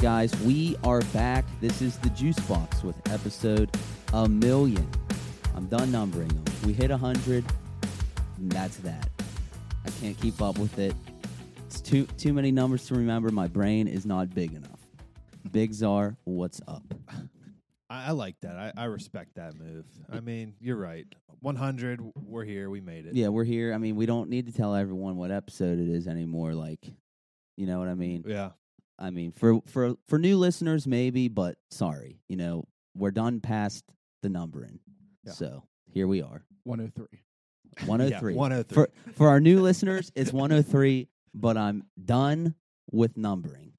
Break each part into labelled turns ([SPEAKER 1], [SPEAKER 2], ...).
[SPEAKER 1] guys. We are back. This is the Juice Box with episode a million. I'm done numbering them. We hit 100, and that's that. I can't keep up with it. It's too too many numbers to remember. My brain is not big enough. Big Czar, what's up?
[SPEAKER 2] I, I like that. I, I respect that move. I mean, you're right. 100, we're here. We made it.
[SPEAKER 1] Yeah, we're here. I mean, we don't need to tell everyone what episode it is anymore. Like, you know what I mean?
[SPEAKER 2] Yeah.
[SPEAKER 1] I mean, for for for new listeners, maybe, but sorry, you know, we're done past the numbering.
[SPEAKER 2] Yeah.
[SPEAKER 1] So here we are,
[SPEAKER 3] 103.
[SPEAKER 1] one
[SPEAKER 2] Yeah,
[SPEAKER 1] hundred three.
[SPEAKER 2] 103.
[SPEAKER 1] for for our new listeners, it's one hundred three. But I'm done with numbering.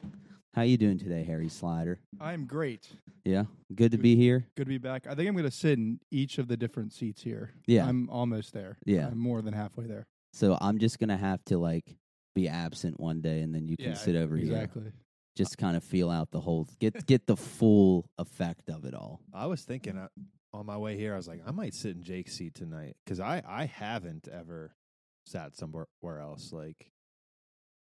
[SPEAKER 1] How you doing today, Harry Slider?
[SPEAKER 3] I'm great.
[SPEAKER 1] Yeah, good to be here.
[SPEAKER 3] Good to be back. I think I'm going to sit in each of the different seats here.
[SPEAKER 1] Yeah.
[SPEAKER 3] I'm almost there.
[SPEAKER 1] Yeah.
[SPEAKER 3] I'm more than halfway there.
[SPEAKER 1] So I'm just gonna have to like be absent one day, and then you can
[SPEAKER 3] Yeah,
[SPEAKER 1] sit over here.
[SPEAKER 3] exactly.
[SPEAKER 1] Just kind of feel out the whole get get the full effect of it all.
[SPEAKER 2] I was thinking uh, on my way here, I was like, I might sit in Jake's seat tonight because I, I haven't ever sat somewhere where else. Like,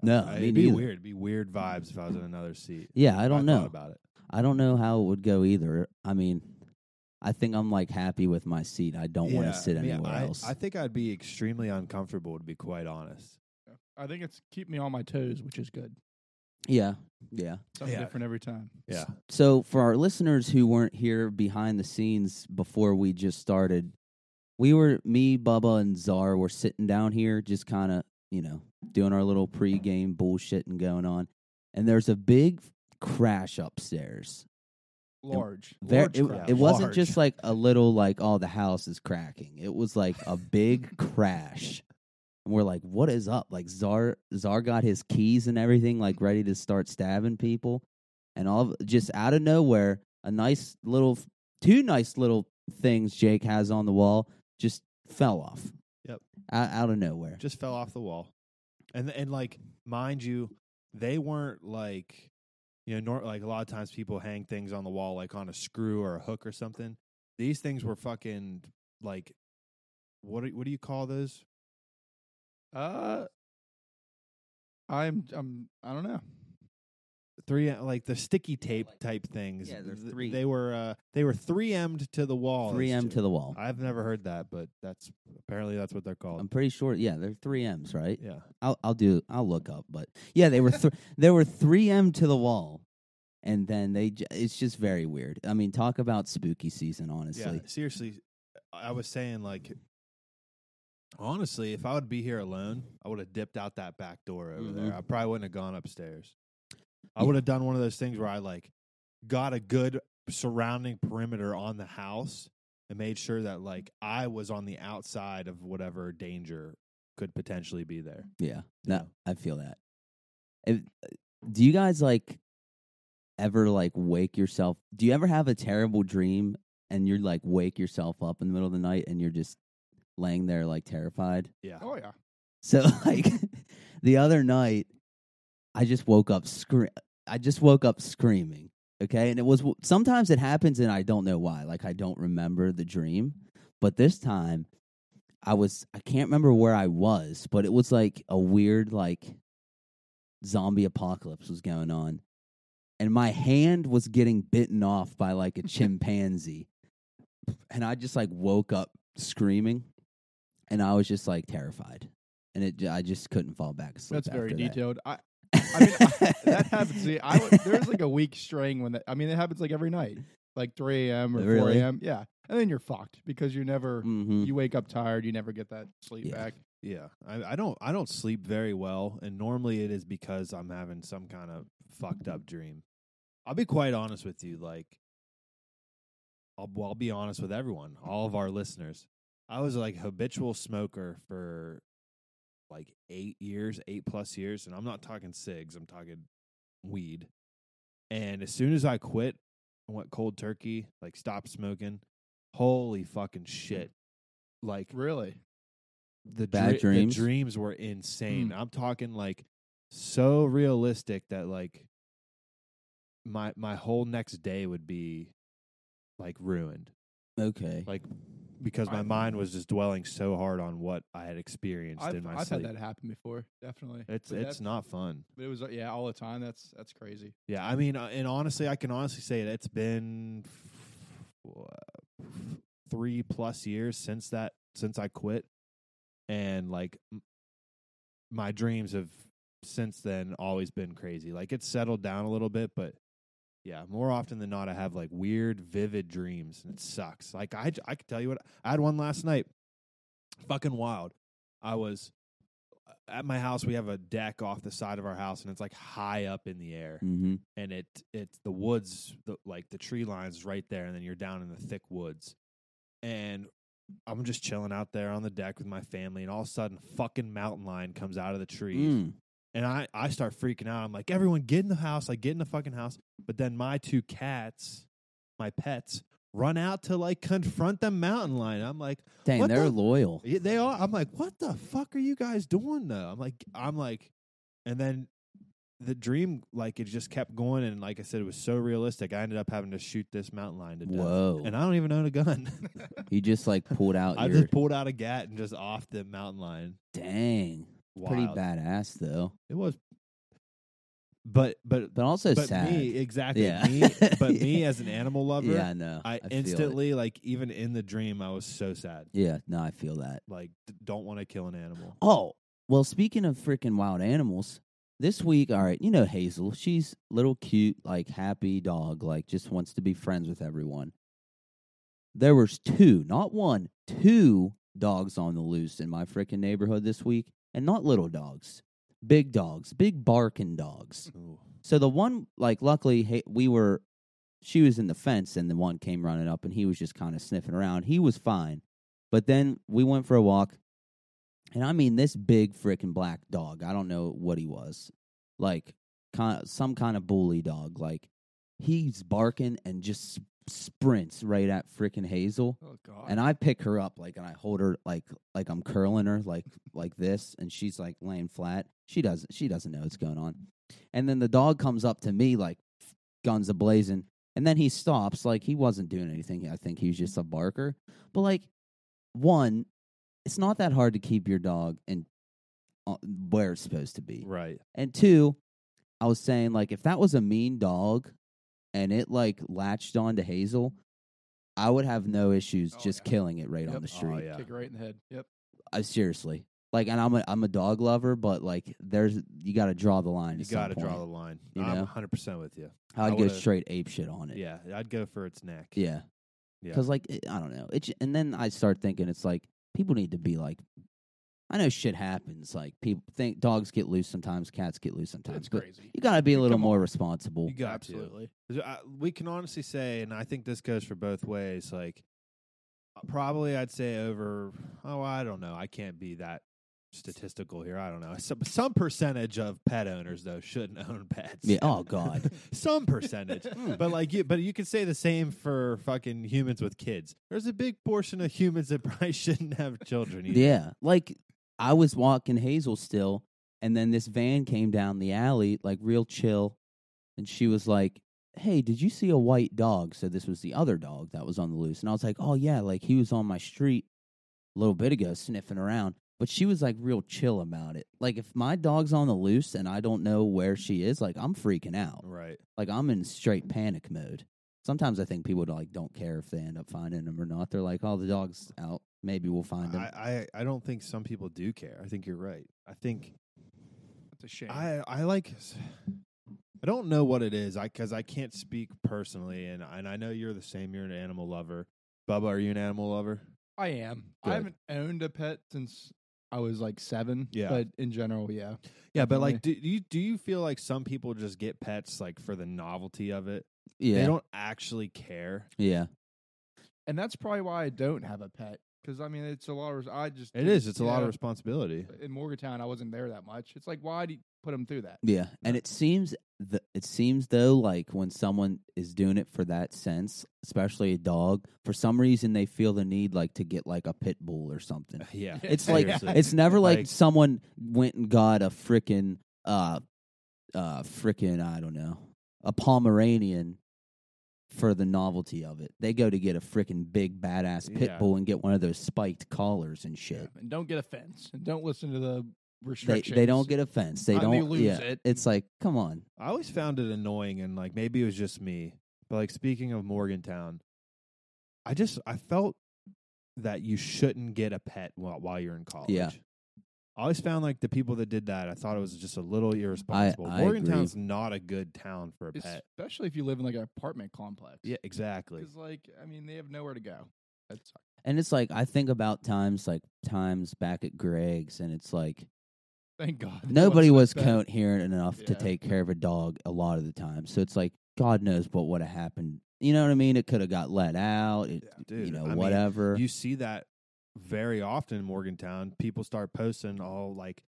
[SPEAKER 1] No,
[SPEAKER 2] I-
[SPEAKER 1] me
[SPEAKER 2] Uh, it'd be
[SPEAKER 1] neither.
[SPEAKER 2] weird. It'd be weird vibes if I was in another seat.
[SPEAKER 1] Yeah, I
[SPEAKER 2] If
[SPEAKER 1] don't
[SPEAKER 2] thought
[SPEAKER 1] know.
[SPEAKER 2] about it.
[SPEAKER 1] I don't know how it would go either. I mean, I think I'm like happy with my seat. I don't want
[SPEAKER 2] Yeah,
[SPEAKER 1] to sit
[SPEAKER 2] I mean,
[SPEAKER 1] anywhere
[SPEAKER 2] I-
[SPEAKER 1] else.
[SPEAKER 2] I think I'd be extremely uncomfortable, to be quite honest.
[SPEAKER 3] I think it's keep me on my toes, which is good.
[SPEAKER 1] yeah, yeah.
[SPEAKER 3] Something
[SPEAKER 2] Yeah.
[SPEAKER 3] different every time.
[SPEAKER 2] Yeah.
[SPEAKER 1] So for our listeners who weren't here behind the scenes before we just started, we were me, Bubba, and Czar were sitting down here, just kind of you know doing our little pregame bullshit and going on. And there's a big crash upstairs.
[SPEAKER 3] Large.
[SPEAKER 1] Ver-
[SPEAKER 3] Large
[SPEAKER 1] it,
[SPEAKER 3] crowd.
[SPEAKER 1] it wasn't
[SPEAKER 2] Large.
[SPEAKER 1] just like a little like oh the house is cracking. It was like a big crash. And we're like, what is up? Like Czar Czar got his keys and everything, like ready to start stabbing people. And all of, just out of nowhere, a nice little two nice little things Jake has on the wall just fell off.
[SPEAKER 2] Yep.
[SPEAKER 1] Out, out of nowhere.
[SPEAKER 2] just fell off the wall. And and like mind you, they weren't like you know nor, like a lot of times people hang things on the wall like on a screw or a hook or something. These things were fucking like what do, what do you call those?
[SPEAKER 3] Uh, I'm, I'm, I don't know.
[SPEAKER 2] Three like the sticky tape type things.
[SPEAKER 1] Yeah, they're
[SPEAKER 2] Th-
[SPEAKER 1] three.
[SPEAKER 2] They were uh they were 3M'd to the wall.
[SPEAKER 1] Three M to the wall.
[SPEAKER 2] I've never heard that, but that's apparently that's what they're called.
[SPEAKER 1] I'm pretty sure. Yeah, they're three M's, right?
[SPEAKER 2] yeah.
[SPEAKER 1] I'll I'll do I'll look up, but yeah, they were th- there were three M to the wall, and then they j- it's just very weird. I mean, talk about spooky season, honestly.
[SPEAKER 2] Yeah, seriously, I was saying like, honestly, if I would be here alone, I would have dipped out that back door over there. I probably wouldn't have gone upstairs. I
[SPEAKER 1] Mm-hmm. Yeah.
[SPEAKER 2] would have done one of those things where I like got a good surrounding perimeter on the house and made sure that like I was on the outside of whatever danger could potentially be there.
[SPEAKER 1] Yeah, no,
[SPEAKER 2] Yeah.
[SPEAKER 1] I feel that. If, uh, do you guys like ever like wake yourself? Do you ever have a terrible dream and you're like wake yourself up in the middle of the night and you're just laying there like terrified?
[SPEAKER 2] Yeah.
[SPEAKER 3] Oh, yeah.
[SPEAKER 1] So like the other night, I just woke up scre- I just woke up screaming. Okay, and it was sometimes it happens and I don't know why. Like I don't remember the dream, but this time I was I can't remember where I was, but it was like a weird like zombie apocalypse was going on, and my hand was getting bitten off by like a chimpanzee, and I just like woke up screaming, and I was just like terrified, and it j- I just couldn't fall back asleep.
[SPEAKER 3] That's very
[SPEAKER 1] after that.
[SPEAKER 3] detailed. I, I mean, I, that happens. to me. I w- there's like a week string when that. I mean, it happens like every night, like 3 a.m. or
[SPEAKER 1] Really?
[SPEAKER 3] 4 a.m. Yeah, and then you're fucked because you never.
[SPEAKER 1] Mhm.
[SPEAKER 3] You wake up tired. You never get that sleep
[SPEAKER 1] Yeah.
[SPEAKER 3] back.
[SPEAKER 2] Yeah, I, I don't I don't sleep very well, and normally it is because I'm having some kind of fucked up dream. I'll be quite honest with you, like I'll well, I'll be honest with everyone, all of our listeners. I was like habitual smoker for like eight years, eight plus years, and I'm not talking cigs, I'm talking weed. And as soon as I quit, I went cold turkey, like stopped smoking. Holy fucking shit! Like
[SPEAKER 3] Really?
[SPEAKER 2] the,
[SPEAKER 1] Bad
[SPEAKER 2] dre-
[SPEAKER 1] dreams?
[SPEAKER 2] the dreams were insane.
[SPEAKER 3] Hmm.
[SPEAKER 2] I'm talking like so realistic that like my my whole next day would be like ruined.
[SPEAKER 1] Okay.
[SPEAKER 2] Like because my
[SPEAKER 3] Right.
[SPEAKER 2] mind was just dwelling so hard on what I had experienced
[SPEAKER 3] I've,
[SPEAKER 2] in my
[SPEAKER 3] I've had
[SPEAKER 2] sleep.
[SPEAKER 3] that happen before, definitely.
[SPEAKER 2] It's
[SPEAKER 3] But
[SPEAKER 2] it's
[SPEAKER 3] that-
[SPEAKER 2] not fun.
[SPEAKER 3] But it was uh, yeah, all the time. That's that's crazy.
[SPEAKER 2] Yeah, I mean, uh, and honestly, I can honestly say that it's been f- uh, three plus years since that since I quit, and like m- my dreams have since then always been crazy. Like it's settled down a little bit, but yeah, more often than not, I have like weird, vivid dreams, and it sucks. Like I, j- I could tell you what I had one last night, fucking wild. I was uh, at my house. We have a deck off the side of our house, and it's like high up in the air
[SPEAKER 1] Mm-hmm.
[SPEAKER 2] and it it's the woods the, like the tree lines is right there and then you're down in the thick woods and i'm just chilling out there on the deck with my family and all of a sudden a fucking mountain lion comes out of the trees
[SPEAKER 1] Mm.
[SPEAKER 2] and i i start freaking out i'm like everyone get in the house like get in the fucking house but then my two cats my pets run out to like confront the mountain lion i'm like
[SPEAKER 1] Dang,
[SPEAKER 2] What
[SPEAKER 1] they're
[SPEAKER 2] the-
[SPEAKER 1] loyal.
[SPEAKER 2] yeah, they are. I'm like, what the fuck are you guys doing though? I'm like, I'm like, and then the dream, like, it just kept going, and like I said, it was so realistic. I ended up having to shoot this mountain lion to death,
[SPEAKER 1] Whoa.
[SPEAKER 2] and I don't even own a gun.
[SPEAKER 1] you just like pulled out
[SPEAKER 2] I
[SPEAKER 1] your
[SPEAKER 2] just pulled out a gat and just off the mountain lion.
[SPEAKER 1] dang. Pretty
[SPEAKER 2] Wild.
[SPEAKER 1] badass though.
[SPEAKER 2] It was, but but
[SPEAKER 1] But also
[SPEAKER 2] but
[SPEAKER 1] sad.
[SPEAKER 2] me exactly
[SPEAKER 1] Yeah.
[SPEAKER 2] me, but me as an animal lover,
[SPEAKER 1] yeah, I know.
[SPEAKER 2] I,
[SPEAKER 1] feel it.
[SPEAKER 2] instantly like even in the dream, I was so sad.
[SPEAKER 1] Yeah, no, I feel that.
[SPEAKER 2] Like, d- don't want to kill an animal.
[SPEAKER 1] Oh, well, speaking of freaking wild animals, this week, all right, you know Hazel, she's little cute, like happy dog, like just wants to be friends with everyone. There was two, not one, two dogs on the loose in my freaking neighborhood this week, and not little dogs, big dogs, big barking dogs.
[SPEAKER 2] Ooh.
[SPEAKER 1] So the one, like, luckily, hey, we were, she was in the fence, and the one came running up, and he was just kind of sniffing around. He was fine. But then we went for a walk, and I mean, this big freaking black dog, I don't know what he was, like, kind some kind of bully dog. Like, he's barking and just s- sprints right at freaking Hazel.
[SPEAKER 3] Oh god.
[SPEAKER 1] And I pick her up like and I hold her like like I'm curling her like like this and she's like laying flat. She doesn't she doesn't know what's going on. And then the dog comes up to me like guns a blazing and then he stops like he wasn't doing anything. I think he was just a barker. But like one it's not that hard to keep your dog and uh, where it's supposed to be.
[SPEAKER 2] Right.
[SPEAKER 1] And two, I was saying like if that was a mean dog and it like latched on to Hazel, I would have no issues
[SPEAKER 3] Oh,
[SPEAKER 1] just
[SPEAKER 3] yeah.
[SPEAKER 1] killing it right on
[SPEAKER 3] Yep.
[SPEAKER 1] the
[SPEAKER 2] Oh,
[SPEAKER 1] street.
[SPEAKER 2] yeah.
[SPEAKER 3] Kick it right in the head. Yep.
[SPEAKER 1] I seriously. Like and I'm a I'm a dog lover, but like there's you gotta draw the line.
[SPEAKER 2] You
[SPEAKER 1] at some
[SPEAKER 2] got to draw
[SPEAKER 1] point.
[SPEAKER 2] the line.
[SPEAKER 1] you
[SPEAKER 2] I'm
[SPEAKER 1] know?
[SPEAKER 2] 100% with you. I
[SPEAKER 1] I'd go
[SPEAKER 2] would've-
[SPEAKER 1] straight ape shit on it.
[SPEAKER 2] Yeah, I'd go for its neck.
[SPEAKER 1] Yeah.
[SPEAKER 2] Yeah.
[SPEAKER 1] Cause like it, I don't know. It j- and then I start thinking it's like people need to be like I know shit happens. Like people think dogs get loose sometimes, cats get loose sometimes.
[SPEAKER 3] That's
[SPEAKER 1] but
[SPEAKER 3] crazy.
[SPEAKER 1] you gotta be a little
[SPEAKER 3] Come
[SPEAKER 1] more
[SPEAKER 3] on.
[SPEAKER 1] responsible.
[SPEAKER 2] You got Absolutely.
[SPEAKER 3] Absolutely.
[SPEAKER 2] uh, We can honestly say, and I think this goes for both ways, like, uh, probably I'd say over, oh, I don't know. I can't be that statistical here. I don't know. Some, some percentage of pet owners, though, shouldn't own pets.
[SPEAKER 1] Yeah, oh, God.
[SPEAKER 2] some percentage. But like you, but you could say the same for fucking humans with kids. There's a big portion of humans that probably shouldn't have children. Either.
[SPEAKER 1] Yeah. Like I was walking Hazel still, and then this van came down the alley, like real chill, and she was like, Hey, did you see a white dog? So this was the other dog that was on the loose. And I was like, Oh yeah, like he was on my street a little bit ago sniffing around. But she was like real chill about it. Like if my dog's on the loose and I don't know where she is, like I'm freaking out.
[SPEAKER 2] Right.
[SPEAKER 1] Like I'm in straight panic mode. Sometimes I think people like don't care if they end up finding him or not. They're like, "Oh, the dog's out. Maybe we'll find him."
[SPEAKER 2] I, I I don't think some people do care. I think you're right. I think
[SPEAKER 3] That's a shame.
[SPEAKER 2] I I like. I don't know what it is. I because I can't speak personally, and and I know you're the same. You're an animal lover. Bubba, are you an animal lover?
[SPEAKER 3] I am.
[SPEAKER 2] Good.
[SPEAKER 3] I haven't owned a pet since I was like seven.
[SPEAKER 2] Yeah.
[SPEAKER 3] But in general, yeah.
[SPEAKER 2] Yeah, but like, do you do you feel like some people just get pets like for the novelty of it?
[SPEAKER 1] yeah.
[SPEAKER 2] They don't actually care.
[SPEAKER 1] Yeah.
[SPEAKER 3] And that's probably why I don't have a pet. Because I mean, it's a lot of. res- I just.
[SPEAKER 2] It
[SPEAKER 3] didn't-
[SPEAKER 2] is. It's a
[SPEAKER 3] you
[SPEAKER 2] lot of
[SPEAKER 3] know,
[SPEAKER 2] responsibility.
[SPEAKER 3] In Morgantown, I wasn't there that much. It's like, why do you put them through that?
[SPEAKER 1] Yeah. And it seems th- it seems though like when someone is doing it for that sense, especially a dog, for some reason they feel the need like to get like a pit bull or something.
[SPEAKER 2] Yeah,
[SPEAKER 1] It's like
[SPEAKER 2] seriously.
[SPEAKER 1] it's never like,
[SPEAKER 2] Like-
[SPEAKER 1] someone went and got a freaking uh uh freaking I don't know, a Pomeranian for the novelty of it. They go to get a freaking big badass pit
[SPEAKER 2] Yeah.
[SPEAKER 1] bull and get one of those spiked collars and shit.
[SPEAKER 3] And don't get a fence. And don't listen to the
[SPEAKER 1] They,
[SPEAKER 3] restrictions.
[SPEAKER 1] they don't get a fence. They
[SPEAKER 3] And they
[SPEAKER 1] don't
[SPEAKER 3] lose
[SPEAKER 1] yeah.
[SPEAKER 3] it.
[SPEAKER 1] It's like, come on.
[SPEAKER 2] I always found it annoying, and like maybe it was just me, but like speaking of Morgantown, I just I felt that you shouldn't get a pet while while you're in college.
[SPEAKER 1] Yeah.
[SPEAKER 2] I always found like the people that did that, I thought it was just a little irresponsible.
[SPEAKER 1] I agree.
[SPEAKER 2] Morgantown's not a good town for a pet.
[SPEAKER 3] especially if you live in like an apartment complex.
[SPEAKER 2] Yeah, exactly.
[SPEAKER 3] because like I mean they have nowhere to go. That's
[SPEAKER 1] And it's like I think about times like times back at Greg's and it's like
[SPEAKER 3] thank God.
[SPEAKER 1] nobody
[SPEAKER 3] What's
[SPEAKER 1] was
[SPEAKER 3] that bad?
[SPEAKER 1] coherent enough to
[SPEAKER 3] Yeah.
[SPEAKER 1] take care of a dog a lot of the time. So it's like God knows what would have happened. You know what I mean? It could have got let out. It,
[SPEAKER 3] Yeah.
[SPEAKER 2] Dude,
[SPEAKER 1] you know,
[SPEAKER 2] I mean,
[SPEAKER 1] whatever.
[SPEAKER 2] you see that very often in Morgantown. People start posting all like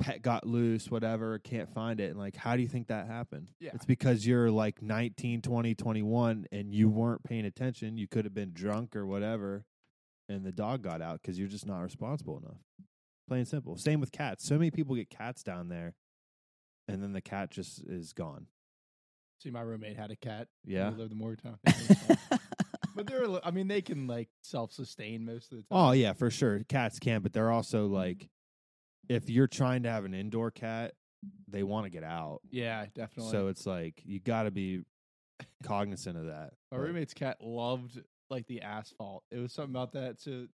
[SPEAKER 2] pet got loose, whatever, can't find it. And like, how do you think that happened?
[SPEAKER 3] Yeah.
[SPEAKER 2] It's because you're like 19, 20, 21 and you weren't paying attention. You could have been drunk or whatever and the dog got out cuz you're just not responsible enough. Plain and simple. Same with cats. So many people get cats down there and then the cat just is gone.
[SPEAKER 3] See, my roommate had a cat.
[SPEAKER 2] Yeah.
[SPEAKER 3] He lived in Morgantown. but they're, li- I mean, they can like self-sustain most of the time.
[SPEAKER 2] Oh yeah, for sure. Cats can, but they're also like if you're trying to have an indoor cat, they want to get out.
[SPEAKER 3] yeah, definitely.
[SPEAKER 2] So it's like you got to be cognizant of that.
[SPEAKER 3] my
[SPEAKER 2] But
[SPEAKER 3] roommate's cat loved like the asphalt. It was something about that. So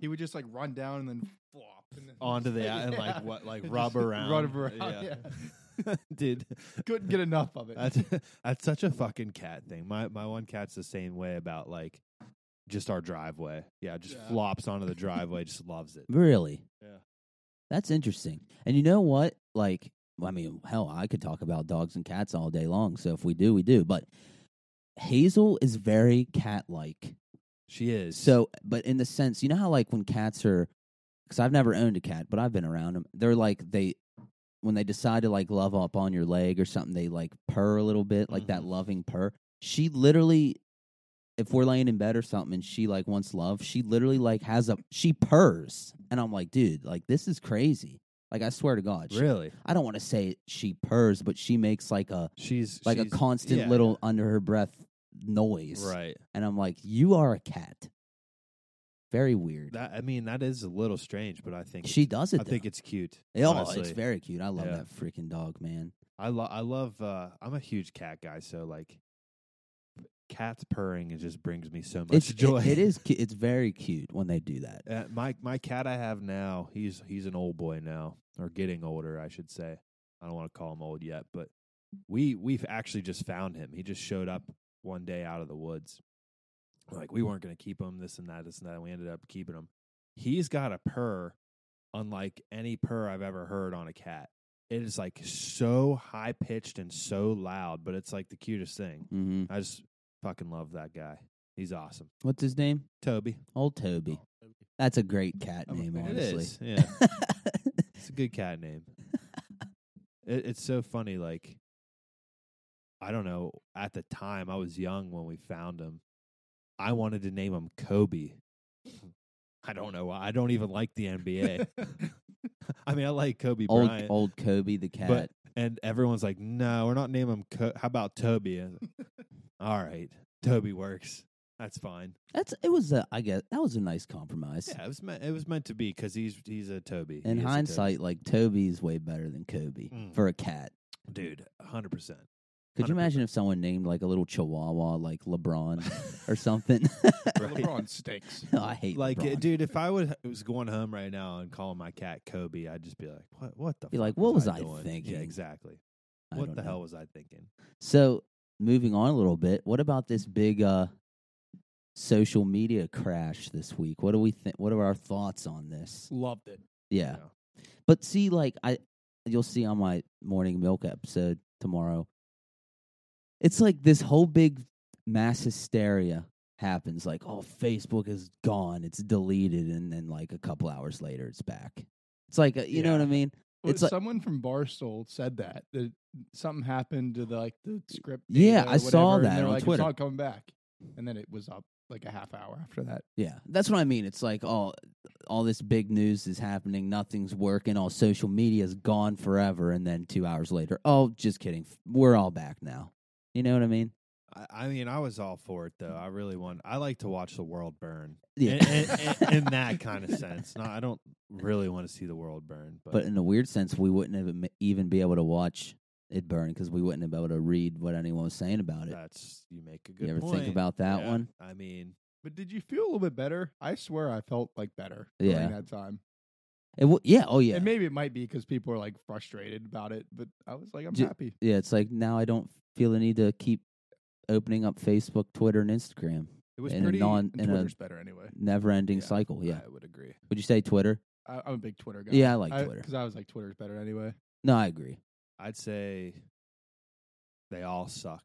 [SPEAKER 3] he would just like run down and then flop and then
[SPEAKER 2] onto the and
[SPEAKER 3] Yeah.
[SPEAKER 2] like what like
[SPEAKER 3] Just
[SPEAKER 2] rub around,
[SPEAKER 3] rub around,
[SPEAKER 2] Dude,
[SPEAKER 3] couldn't get enough of it.
[SPEAKER 2] that's that's such a fucking cat thing. My my one cat's the same way about like just our driveway. Yeah, just
[SPEAKER 3] Yeah.
[SPEAKER 2] flops onto the driveway, just loves it.
[SPEAKER 1] really?
[SPEAKER 2] Yeah.
[SPEAKER 1] That's interesting. And you know what? Like, I mean, hell, I could talk about dogs and cats all day long. So if we do, we do. But Hazel is very cat like.
[SPEAKER 2] She is
[SPEAKER 1] So, but in the sense, you know how, like, when cats are, because I've never owned a cat, but I've been around them, they're like, they, when they decide to, like, love up on your leg or something, they, like, purr a little bit, like that
[SPEAKER 2] Mhm.
[SPEAKER 1] loving purr. She literally, if we're laying in bed or something and she, like, wants love, she literally, like, has a, she purrs. And I'm like, dude, like, this is crazy. Like, I swear to God. she-
[SPEAKER 2] really
[SPEAKER 1] I don't want to say she purrs, but she makes, like, a,
[SPEAKER 2] she's
[SPEAKER 1] like
[SPEAKER 2] she's-
[SPEAKER 1] a constant
[SPEAKER 2] yeah,
[SPEAKER 1] little under her breath noise.
[SPEAKER 2] right.
[SPEAKER 1] And I'm like, you are a cat. Very weird.
[SPEAKER 2] That I mean, that is a little strange, but I think
[SPEAKER 1] she does it.
[SPEAKER 2] I think it's cute.
[SPEAKER 1] it's, oh,
[SPEAKER 2] honestly.
[SPEAKER 1] it's very cute. I love
[SPEAKER 2] Yeah.
[SPEAKER 1] that freaking dog, man.
[SPEAKER 2] I love. I love. Uh, I'm a huge cat guy, so like, cats purring it just brings me so much
[SPEAKER 1] It's
[SPEAKER 2] joy.
[SPEAKER 1] It, it is. Cu- it's very cute when they do that.
[SPEAKER 2] Uh, my my cat I have now. He's he's an old boy now, or getting older, I should say. I don't want to call him old yet, but we we've actually just found him. He just showed up one day out of the woods. Like we weren't going to keep him, this and that, this and that. And we ended up keeping him. He's got a purr, unlike any purr I've ever heard on a cat. It is like so high pitched and so loud, but it's like the cutest thing.
[SPEAKER 1] hmm
[SPEAKER 2] I just fucking love that guy. He's awesome,
[SPEAKER 1] What's his name?
[SPEAKER 2] Toby.
[SPEAKER 1] Old Toby. That's a great cat
[SPEAKER 3] I'm a
[SPEAKER 1] name,
[SPEAKER 3] fan.
[SPEAKER 2] Oh. It
[SPEAKER 1] honestly.
[SPEAKER 2] is, yeah. It's a good cat name. it, it's so funny. Like, I don't know. At the time, I was young when we found him. I wanted to name him Kobe. I don't know. why. I don't even like the NBA. I mean, I like Kobe
[SPEAKER 1] old
[SPEAKER 2] Bryant,
[SPEAKER 1] old Kobe the cat.
[SPEAKER 2] but and everyone's like, "No, we're not naming him. Co- How about Toby?" I was like, All right, Toby works. That's fine.
[SPEAKER 1] That's it was a I guess that was a nice compromise.
[SPEAKER 2] Yeah, it was meant. It was meant to be because he's he's a Toby.
[SPEAKER 1] In
[SPEAKER 2] He is a Toby.
[SPEAKER 1] hindsight, like Toby's way better than Kobe
[SPEAKER 2] Mm.
[SPEAKER 1] for a cat.
[SPEAKER 2] dude, hundred percent.
[SPEAKER 1] Could you imagine if someone named like a little chihuahua like LeBron or something?
[SPEAKER 2] Right.
[SPEAKER 3] LeBron stinks.
[SPEAKER 1] No, I hate
[SPEAKER 2] like,
[SPEAKER 1] LeBron.
[SPEAKER 2] uh, dude, if I would, was going home right now and calling my cat Kobe, I'd just be like, "What? What the?
[SPEAKER 1] Be
[SPEAKER 2] fuck
[SPEAKER 1] like, what was I
[SPEAKER 2] doing?
[SPEAKER 1] thinking?
[SPEAKER 2] Yeah, exactly.
[SPEAKER 1] I
[SPEAKER 2] what
[SPEAKER 1] don't
[SPEAKER 2] the
[SPEAKER 1] know.
[SPEAKER 2] hell was I thinking?
[SPEAKER 1] So moving on a little bit, what about this big uh, social media crash this week? What do we think? What are our thoughts on this?
[SPEAKER 3] Loved it.
[SPEAKER 1] Yeah. but see, like I, you'll see on my morning milk episode tomorrow. It's like this whole big mass hysteria happens. Like, oh, Facebook is gone; it's deleted, and then like a couple hours later, it's back. It's like uh, you know what I
[SPEAKER 2] Yeah.
[SPEAKER 1] mean.
[SPEAKER 3] Well,
[SPEAKER 1] It's like-
[SPEAKER 3] someone from Barstool said that that something happened to the, like the script.
[SPEAKER 1] Yeah,
[SPEAKER 3] data or
[SPEAKER 1] I saw
[SPEAKER 3] whatever, and
[SPEAKER 1] that
[SPEAKER 3] they're
[SPEAKER 1] on
[SPEAKER 3] like,
[SPEAKER 1] Twitter.
[SPEAKER 3] It's all coming back, and then it was up like a half hour after that.
[SPEAKER 1] Yeah, that's what I mean. It's like all all this big news is happening, nothing's working, all social media is gone forever, and then two hours later, oh, just kidding, f- we're all back now. You know what I mean?
[SPEAKER 2] I, I mean, I was all for it though. I really want. I like to watch the world burn.
[SPEAKER 1] Yeah.
[SPEAKER 2] In, in- in- in that kind of sense. Not, I don't really want to see the world burn, but,
[SPEAKER 1] But in a weird sense, we wouldn't have em- even be able to watch it burn because we wouldn't have been able to read what anyone was saying about it.
[SPEAKER 2] that's you make a good.
[SPEAKER 1] You ever
[SPEAKER 2] point.
[SPEAKER 1] think about that
[SPEAKER 2] Yeah,
[SPEAKER 1] one?
[SPEAKER 2] I mean,
[SPEAKER 3] But did you feel a little bit better? I swear I felt like better
[SPEAKER 1] Yeah.
[SPEAKER 3] during that time.
[SPEAKER 1] It w- yeah. Oh yeah.
[SPEAKER 3] And maybe it might be because people are like frustrated about it, but I was like, I'm
[SPEAKER 1] Ju-
[SPEAKER 3] happy.
[SPEAKER 1] yeah. It's like now I don't feel the need to keep opening up Facebook, Twitter, and Instagram.
[SPEAKER 2] it was
[SPEAKER 1] in
[SPEAKER 2] pretty.
[SPEAKER 1] a non
[SPEAKER 3] And
[SPEAKER 1] in a
[SPEAKER 3] Twitter's better anyway.
[SPEAKER 1] never-ending
[SPEAKER 2] Yeah,
[SPEAKER 1] cycle. Yeah.
[SPEAKER 2] I would agree.
[SPEAKER 1] Would you say Twitter?
[SPEAKER 3] I, I'm a big Twitter guy.
[SPEAKER 1] Yeah, I like Twitter.
[SPEAKER 3] because I, was like, Twitter's better anyway.
[SPEAKER 1] No, I agree.
[SPEAKER 2] I'd say they all suck,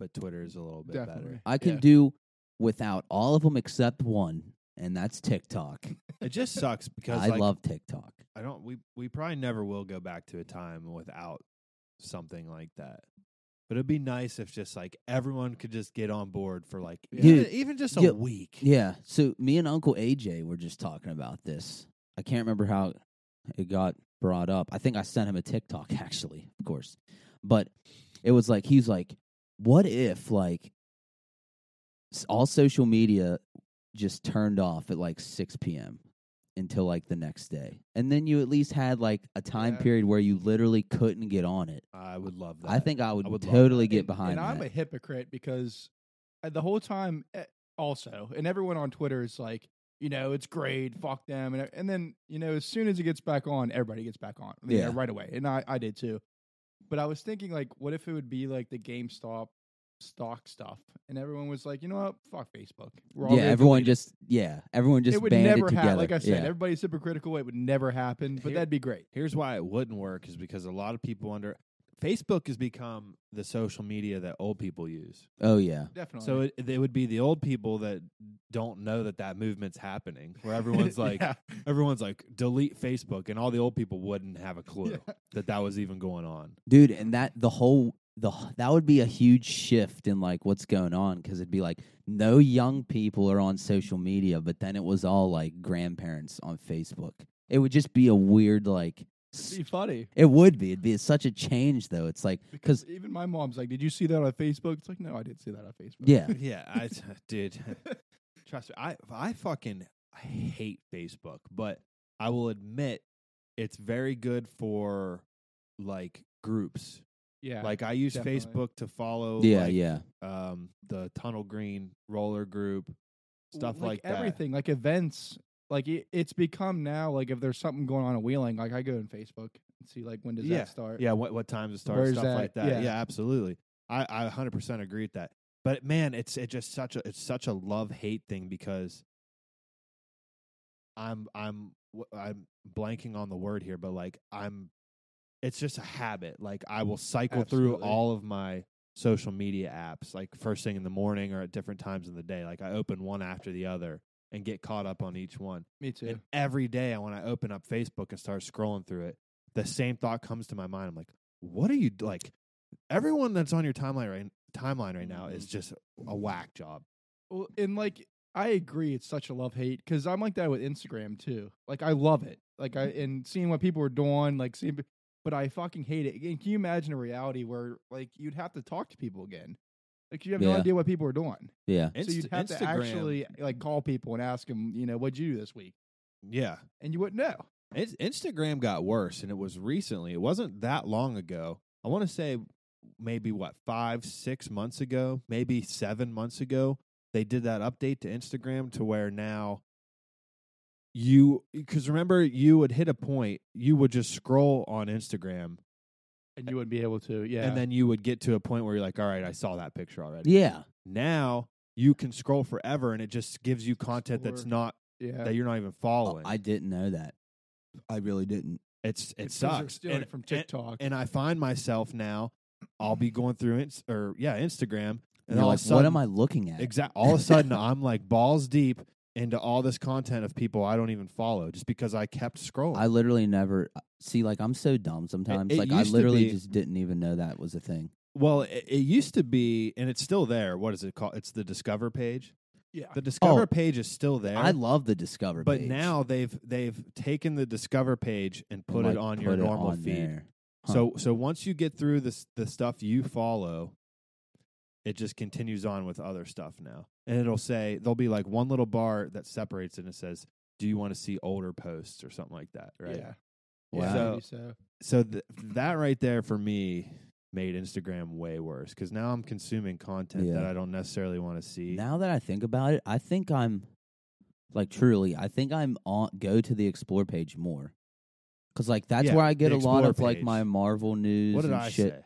[SPEAKER 2] but Twitter is a little bit
[SPEAKER 3] Definitely.
[SPEAKER 2] better.
[SPEAKER 1] I can
[SPEAKER 3] Yeah.
[SPEAKER 1] do without all of them except one, and that's TikTok.
[SPEAKER 2] It just sucks because
[SPEAKER 1] I
[SPEAKER 2] like,
[SPEAKER 1] love TikTok.
[SPEAKER 2] I don't. We we probably never will go back to a time without something like that. But it'd be nice if just like everyone could just get on board for like
[SPEAKER 3] Yeah.
[SPEAKER 2] even,
[SPEAKER 1] Dude,
[SPEAKER 2] even just a
[SPEAKER 1] yeah,
[SPEAKER 2] week.
[SPEAKER 1] Yeah. So me and Uncle AJ were just talking about this. I can't remember how it got brought up. I think I sent him a TikTok actually, of course. But it was like he's like, "What if like s- all social media just turned off at like 6 p.m." until like the next day. And then you at least had like a time
[SPEAKER 3] Yeah.
[SPEAKER 1] period where you literally couldn't get on it.
[SPEAKER 2] I would love that.
[SPEAKER 1] I think I would,
[SPEAKER 2] I would love
[SPEAKER 1] totally
[SPEAKER 2] that.
[SPEAKER 1] get
[SPEAKER 3] And-
[SPEAKER 1] behind
[SPEAKER 3] And
[SPEAKER 1] that.
[SPEAKER 3] I'm a hypocrite because uh, the whole time, eh, also, and everyone on Twitter is like, you know, it's great, fuck them, and and then you know, as soon as it gets back on, everybody gets back on, you know,
[SPEAKER 1] Yeah.
[SPEAKER 3] right away, and I I did too. But I was thinking like, what if it would be like the GameStop stock stuff, and everyone was like, you know what, fuck Facebook, We're all
[SPEAKER 1] yeah,
[SPEAKER 3] gonna
[SPEAKER 1] everyone
[SPEAKER 3] delete it.
[SPEAKER 1] just yeah, everyone just
[SPEAKER 3] it would
[SPEAKER 1] banded
[SPEAKER 3] never
[SPEAKER 1] together.
[SPEAKER 3] happen. Like I said,
[SPEAKER 1] Yeah.
[SPEAKER 3] everybody's hypocritical. It would never happen, but
[SPEAKER 2] Here-
[SPEAKER 3] that'd be great.
[SPEAKER 2] Here's why it wouldn't work is because a lot of people under Facebook has become the social media that old people use.
[SPEAKER 1] oh yeah.
[SPEAKER 3] Definitely.
[SPEAKER 2] So it, it would be the old people that don't know that that movement's happening, where everyone's like,
[SPEAKER 3] Yeah.
[SPEAKER 2] everyone's like, delete Facebook, and all the old people wouldn't have a clue
[SPEAKER 3] Yeah.
[SPEAKER 2] that that was even going on.
[SPEAKER 1] dude and that the whole the h- that would be a huge shift in like what's going on because it'd be like no young people are on social media but then it was all like grandparents on facebook it would just be a weird like s-
[SPEAKER 3] It'd be funny.
[SPEAKER 1] it would be it'd be such a change though it's like because
[SPEAKER 3] Because even my mom's like, "Did you see that on Facebook?" It's like, "No, I didn't see that on Facebook."
[SPEAKER 1] yeah
[SPEAKER 2] yeah, I did. Trust me, I I fucking hate Facebook, but I will admit it's very good for like groups.
[SPEAKER 3] yeah.
[SPEAKER 2] Like I use
[SPEAKER 3] definitely.
[SPEAKER 2] Facebook to follow
[SPEAKER 1] yeah
[SPEAKER 2] like,
[SPEAKER 1] yeah
[SPEAKER 2] um the Tunnel Green roller group stuff like, that.
[SPEAKER 3] everything, like events, like it, it's become now. Like if there's something going on in Wheeling, like I go on Facebook and see like when does
[SPEAKER 2] yeah.
[SPEAKER 3] that start?
[SPEAKER 2] Yeah, what what times it starts,
[SPEAKER 3] Where's
[SPEAKER 2] stuff like
[SPEAKER 3] that?
[SPEAKER 2] that.
[SPEAKER 3] Yeah.
[SPEAKER 2] Yeah, absolutely. I I 100% agree with that. But man, it's it just such a it's such a love hate thing because I'm I'm w- I'm blanking on the word here, but like I'm it's just a habit. Like I will cycle through
[SPEAKER 3] Absolutely.
[SPEAKER 2] all of my social media apps like first thing in the morning or at different times in the day. Like I open one after the other and get caught up on each one.
[SPEAKER 3] me too.
[SPEAKER 2] And every day when I open up Facebook and start scrolling through it, the same thought comes to my mind. I'm like, what are you d- like? Everyone that's on your timeline right timeline right now is just a whack job.
[SPEAKER 3] Well, and like I agree, it's such a love hate because I'm like that with Instagram too. Like I love it, like I and seeing what people are doing, like seeing, pe- but I fucking hate it. And can you imagine a reality where like you'd have to talk to people again? Like you have no
[SPEAKER 1] Yeah.
[SPEAKER 3] idea what people are doing,
[SPEAKER 1] yeah
[SPEAKER 3] so you'd have to
[SPEAKER 2] Instagram-
[SPEAKER 3] actually like call people and ask them, you know, what'd you do this week,
[SPEAKER 2] yeah.
[SPEAKER 3] and you wouldn't know.
[SPEAKER 2] It's, Instagram got worse, and it was recently. It wasn't that long ago. I want to say maybe what five, six months ago, maybe seven months ago. They did that update to Instagram to where now you because remember you would hit a point, you would just scroll on Instagram,
[SPEAKER 3] and you wouldn't be able to. Yeah,
[SPEAKER 2] and then you would get to a point where you're like, all right, I saw that picture already.
[SPEAKER 1] yeah
[SPEAKER 2] Now you can scroll forever, and it just gives you content that's
[SPEAKER 3] Explore.
[SPEAKER 2] not
[SPEAKER 3] yeah,
[SPEAKER 2] that you're not even
[SPEAKER 1] Oh,
[SPEAKER 2] following.
[SPEAKER 1] i didn't know that i really didn't
[SPEAKER 2] it's it
[SPEAKER 3] Because they're
[SPEAKER 2] sucks.
[SPEAKER 3] stealing
[SPEAKER 2] And-
[SPEAKER 3] from
[SPEAKER 2] and-
[SPEAKER 3] TikTok.
[SPEAKER 2] and I find myself now, I'll be going through ins- or yeah,
[SPEAKER 1] and
[SPEAKER 2] Instagram, and
[SPEAKER 1] you're
[SPEAKER 2] all
[SPEAKER 1] like
[SPEAKER 2] of
[SPEAKER 1] what
[SPEAKER 2] a sudden,
[SPEAKER 1] am i looking at
[SPEAKER 2] exact? All of a sudden, I'm like balls deep into all this content of people I don't even follow just because I kept scrolling.
[SPEAKER 1] i literally never uh, see like i'm so dumb sometimes
[SPEAKER 2] it
[SPEAKER 1] like i
[SPEAKER 2] used to
[SPEAKER 1] literally
[SPEAKER 2] be-
[SPEAKER 1] just didn't even know that was a thing
[SPEAKER 2] well, it, it used to be, and it's still there. What is it called? It's the Discover page.
[SPEAKER 3] yeah,
[SPEAKER 2] The Discover
[SPEAKER 1] Oh.
[SPEAKER 2] page is still there.
[SPEAKER 1] i love the discover
[SPEAKER 2] but
[SPEAKER 1] page.
[SPEAKER 2] now they've they've taken the discover page and
[SPEAKER 1] and,
[SPEAKER 2] put
[SPEAKER 1] like,
[SPEAKER 2] it on your
[SPEAKER 1] put it
[SPEAKER 2] normal
[SPEAKER 1] on
[SPEAKER 2] feed.
[SPEAKER 1] there. Huh.
[SPEAKER 2] So so once you get through this the stuff you follow, it just continues on with other stuff now. And it'll say there'll be like one little bar that separates it and it says, "Do you want to see older posts or something like that?" Right.
[SPEAKER 3] Yeah.
[SPEAKER 1] Wow.
[SPEAKER 3] Yeah, maybe so
[SPEAKER 2] So th- that right there for me made Instagram way worse because now I'm consuming content that
[SPEAKER 1] Yeah.
[SPEAKER 2] I don't necessarily want to see.
[SPEAKER 1] Now that I think about it, I think I'm like truly, I think I'm on go to the explore page more. Cuz like that's
[SPEAKER 2] Yeah,
[SPEAKER 1] where I get
[SPEAKER 2] the
[SPEAKER 1] a lot
[SPEAKER 2] Explore
[SPEAKER 1] of like
[SPEAKER 2] page.
[SPEAKER 1] my Marvel news
[SPEAKER 2] what did
[SPEAKER 1] and
[SPEAKER 2] I
[SPEAKER 1] shit.
[SPEAKER 2] say?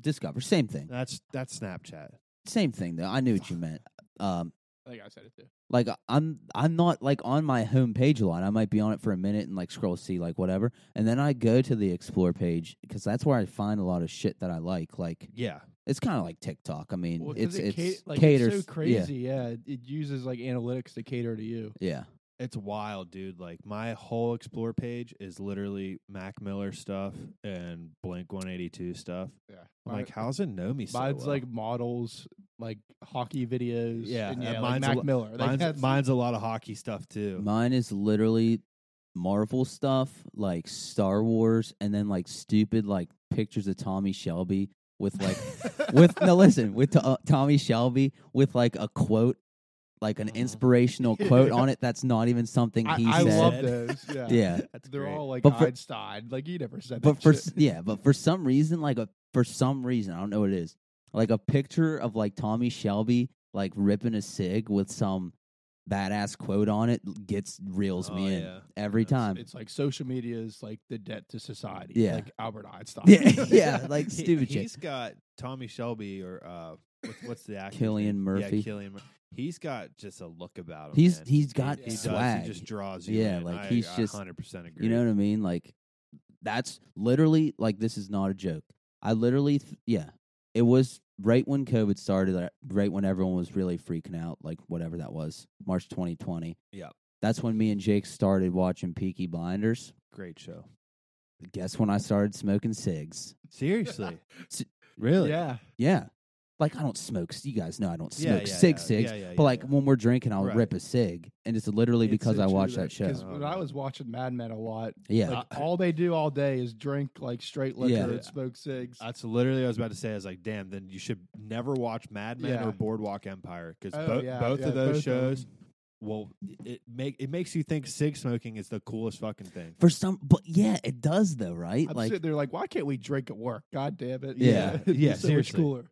[SPEAKER 1] Discover same thing.
[SPEAKER 2] That's that's Snapchat.
[SPEAKER 1] Same thing though. I knew what you meant. Um
[SPEAKER 3] I think I said it too.
[SPEAKER 1] like I'm I'm not like on my home page a lot. I might be on it for a minute and like scroll see like whatever. And then I go to the explore page cuz that's where I find a lot of shit that I like. Like
[SPEAKER 2] Yeah,
[SPEAKER 1] it's kind of like TikTok. I mean,
[SPEAKER 3] Well,
[SPEAKER 1] it's
[SPEAKER 3] 'cause it
[SPEAKER 1] it's
[SPEAKER 3] ca- like,
[SPEAKER 1] caters
[SPEAKER 3] It's so
[SPEAKER 1] yeah,
[SPEAKER 3] crazy. Yeah. It, it uses like analytics to cater to you.
[SPEAKER 1] yeah.
[SPEAKER 2] it's wild, dude. Like my whole explore page is literally Mac Miller stuff and Blink 182 stuff.
[SPEAKER 3] Yeah.
[SPEAKER 2] I'm like, how's it know me so
[SPEAKER 3] Mine's
[SPEAKER 2] well?
[SPEAKER 3] like models, like hockey videos.
[SPEAKER 2] Yeah, and
[SPEAKER 3] and yeah, like
[SPEAKER 2] mine's a
[SPEAKER 3] Mac
[SPEAKER 2] lo-
[SPEAKER 3] Miller. Like,
[SPEAKER 2] mine's,
[SPEAKER 3] that's-
[SPEAKER 2] mine's a lot of hockey stuff too.
[SPEAKER 1] Mine is literally Marvel stuff, like Star Wars, and then like stupid like pictures of Tommy Shelby with like with no listen with to, uh, Tommy Shelby with like a quote, like an
[SPEAKER 2] Mhm.
[SPEAKER 1] inspirational
[SPEAKER 3] Yeah.
[SPEAKER 1] quote on it that's not even something
[SPEAKER 3] Uh-huh. I,
[SPEAKER 1] he
[SPEAKER 3] I
[SPEAKER 1] said.
[SPEAKER 3] love those. Yeah.
[SPEAKER 1] Yeah,
[SPEAKER 2] That's
[SPEAKER 3] They're
[SPEAKER 2] great.
[SPEAKER 3] all like
[SPEAKER 1] But for-
[SPEAKER 3] Einstein. Like you never said that.
[SPEAKER 1] but for
[SPEAKER 3] shit.
[SPEAKER 1] s yeah, but for some reason, like a for some reason, I don't know what it is, like a picture of like Tommy Shelby like ripping a cig with some badass quote on it gets reels
[SPEAKER 2] Oh,
[SPEAKER 1] me in
[SPEAKER 2] yeah.
[SPEAKER 1] every
[SPEAKER 2] That's-
[SPEAKER 1] time.
[SPEAKER 3] it's like social media is like the debt to society.
[SPEAKER 1] Yeah.
[SPEAKER 3] Like Albert Einstein.
[SPEAKER 1] Yeah, yeah, like
[SPEAKER 2] He-
[SPEAKER 1] stupid shit.
[SPEAKER 2] He's got Tommy Shelby or uh, what's, what's the actor?
[SPEAKER 1] Cillian Murphy.
[SPEAKER 2] Yeah, Killian. He's got just a look about him.
[SPEAKER 1] He's
[SPEAKER 2] oh, man.
[SPEAKER 1] he's got
[SPEAKER 3] He
[SPEAKER 2] he
[SPEAKER 3] does.
[SPEAKER 1] swag.
[SPEAKER 2] Does. He just draws you.
[SPEAKER 1] Yeah,
[SPEAKER 2] in.
[SPEAKER 1] like,
[SPEAKER 2] I-
[SPEAKER 1] he's
[SPEAKER 2] I
[SPEAKER 1] just-
[SPEAKER 2] 100% agree.
[SPEAKER 1] you know what I mean? Like that's literally like this is not a joke. I literally th- yeah. It was right when COVID started, like, right when everyone was really freaking out, like whatever that was, March 2020.
[SPEAKER 2] Yeah.
[SPEAKER 1] That's when me and Jake started watching Peaky Blinders.
[SPEAKER 2] Great show.
[SPEAKER 1] Guess when I started smoking cigs?
[SPEAKER 2] Seriously.
[SPEAKER 1] S-
[SPEAKER 2] really?
[SPEAKER 3] Yeah.
[SPEAKER 1] Yeah. Like I don't smoke. You guys know I don't
[SPEAKER 2] Yeah,
[SPEAKER 1] smoke
[SPEAKER 2] yeah,
[SPEAKER 1] cig
[SPEAKER 2] yeah.
[SPEAKER 1] cigs.
[SPEAKER 2] Yeah, yeah,
[SPEAKER 1] but
[SPEAKER 2] yeah,
[SPEAKER 1] like
[SPEAKER 2] yeah.
[SPEAKER 1] when we're drinking, I'll
[SPEAKER 2] Right.
[SPEAKER 1] rip a cig, and it's literally because
[SPEAKER 3] It's
[SPEAKER 1] I
[SPEAKER 3] so
[SPEAKER 1] watched
[SPEAKER 3] true
[SPEAKER 1] that show.
[SPEAKER 3] Because
[SPEAKER 2] Oh,
[SPEAKER 3] when I was watching Mad Men a lot,
[SPEAKER 1] Yeah,
[SPEAKER 3] like all they do all day is drink like straight liquor
[SPEAKER 1] Yeah.
[SPEAKER 2] Yeah.
[SPEAKER 3] and smoke cigs.
[SPEAKER 2] That's literally what I was about to say. I was like, damn, then you should never watch Mad Men
[SPEAKER 3] Yeah.
[SPEAKER 2] or Boardwalk Empire because
[SPEAKER 3] Oh,
[SPEAKER 2] bo-
[SPEAKER 3] yeah,
[SPEAKER 2] both
[SPEAKER 3] yeah,
[SPEAKER 2] of those
[SPEAKER 3] both of
[SPEAKER 2] shows, well, it make it makes you think cig smoking is the coolest fucking thing.
[SPEAKER 1] for some, but yeah, it does though, right?
[SPEAKER 3] I'm
[SPEAKER 1] like
[SPEAKER 3] sitting there like, why can't we drink at work? God damn it.
[SPEAKER 1] Yeah.
[SPEAKER 3] It'd be
[SPEAKER 2] Yeah,
[SPEAKER 3] so much
[SPEAKER 2] seriously.
[SPEAKER 3] cooler.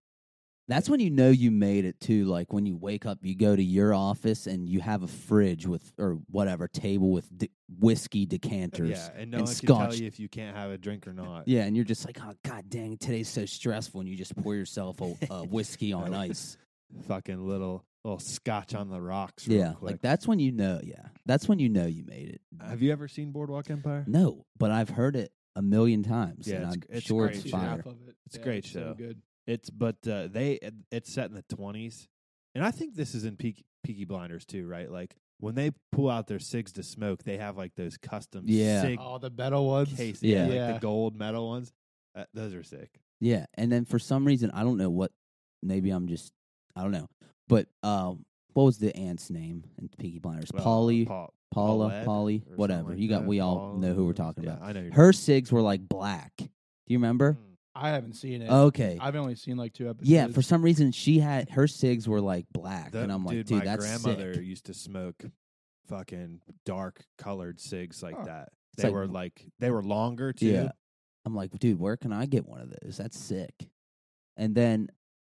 [SPEAKER 1] That's when you know you made it too. Like when you wake up, you go to your office and you have a fridge with or whatever table with d- whiskey decanters.
[SPEAKER 2] Yeah, uh, and no
[SPEAKER 1] and
[SPEAKER 2] one can
[SPEAKER 1] scotch.
[SPEAKER 2] tell you if you can't have a drink or not.
[SPEAKER 1] Yeah, and you're just like, oh god dang, today's so stressful, and you just pour yourself a, a whiskey on ice.
[SPEAKER 2] Fucking little little scotch on the rocks. Real
[SPEAKER 1] Yeah,
[SPEAKER 2] quick.
[SPEAKER 1] like that's when you know. Yeah, that's when you know you made it.
[SPEAKER 2] Have you ever seen Boardwalk Empire?
[SPEAKER 1] No, but I've heard it a million times,
[SPEAKER 2] Yeah,
[SPEAKER 1] and
[SPEAKER 2] it's-
[SPEAKER 1] I'm
[SPEAKER 2] it's
[SPEAKER 1] sure
[SPEAKER 2] great
[SPEAKER 1] it's
[SPEAKER 2] shit.
[SPEAKER 1] fire.
[SPEAKER 3] Half of it.
[SPEAKER 2] It's a great
[SPEAKER 3] So
[SPEAKER 2] show.
[SPEAKER 3] good.
[SPEAKER 2] It's but uh, they it- it's set in the twenties, and I think this is in Peaky, Peaky Blinders too, right? Like when they pull out their cigs to smoke, they have like those custom
[SPEAKER 1] Yeah.
[SPEAKER 2] cig
[SPEAKER 3] Oh, the metal ones.
[SPEAKER 2] case,
[SPEAKER 1] Yeah.
[SPEAKER 2] yeah,
[SPEAKER 3] Yeah.
[SPEAKER 2] like the gold metal ones. Uh, those are sick.
[SPEAKER 1] Yeah, and then for some reason I don't know what. Maybe I'm just I don't know. But um, what was the aunt's name in Peaky Blinders?
[SPEAKER 2] Uh,
[SPEAKER 1] Polly,
[SPEAKER 2] Pa-
[SPEAKER 1] Paula,
[SPEAKER 2] Paulette
[SPEAKER 1] Polly,
[SPEAKER 2] or something
[SPEAKER 1] whatever.
[SPEAKER 2] like
[SPEAKER 1] you got.
[SPEAKER 2] that.
[SPEAKER 1] We all
[SPEAKER 2] Paul-
[SPEAKER 1] know who we're talking
[SPEAKER 2] yeah,
[SPEAKER 1] about.
[SPEAKER 2] I know you're
[SPEAKER 1] Her cigs were like black. Do you remember?
[SPEAKER 2] Mm.
[SPEAKER 3] I haven't seen it.
[SPEAKER 1] Okay.
[SPEAKER 3] I've only seen like two episodes.
[SPEAKER 1] Oh, yeah, for some reason she had her cigs were like black,
[SPEAKER 2] The-
[SPEAKER 1] and I'm like,
[SPEAKER 2] dude,
[SPEAKER 1] dude,
[SPEAKER 2] my
[SPEAKER 1] that's
[SPEAKER 2] grandmother
[SPEAKER 1] sick.
[SPEAKER 2] used to smoke fucking dark colored cigs like
[SPEAKER 3] Huh.
[SPEAKER 2] that.
[SPEAKER 1] It's
[SPEAKER 2] They
[SPEAKER 1] like-
[SPEAKER 2] were like they were longer too.
[SPEAKER 1] Yeah. I'm like, dude, where can I get one of those? That's sick. And then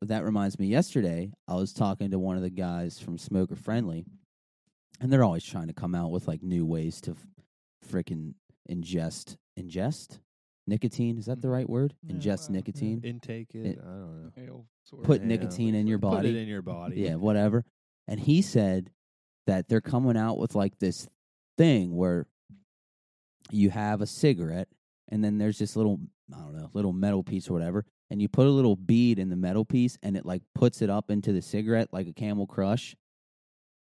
[SPEAKER 1] that reminds me, yesterday I was talking to one of the guys from Smoker Friendly, and they're always trying to come out with like new ways to freaking ingest ingest nicotine. Is
[SPEAKER 2] Mm.
[SPEAKER 1] that the right word?
[SPEAKER 2] Yeah,
[SPEAKER 1] Ingest
[SPEAKER 3] well, yeah.
[SPEAKER 1] nicotine.
[SPEAKER 2] Intake it.
[SPEAKER 1] It-
[SPEAKER 2] I don't know.
[SPEAKER 3] Ale sort of.
[SPEAKER 1] Put
[SPEAKER 2] Yeah,
[SPEAKER 1] nicotine in your
[SPEAKER 2] uh, Put
[SPEAKER 1] body.
[SPEAKER 2] it in your body.
[SPEAKER 1] yeah, whatever. And he said that they're coming out with like this thing where you have a cigarette and then there's this little I don't know, little metal piece or whatever, and you put a little bead in the metal piece and it like puts it up into the cigarette like a camel crush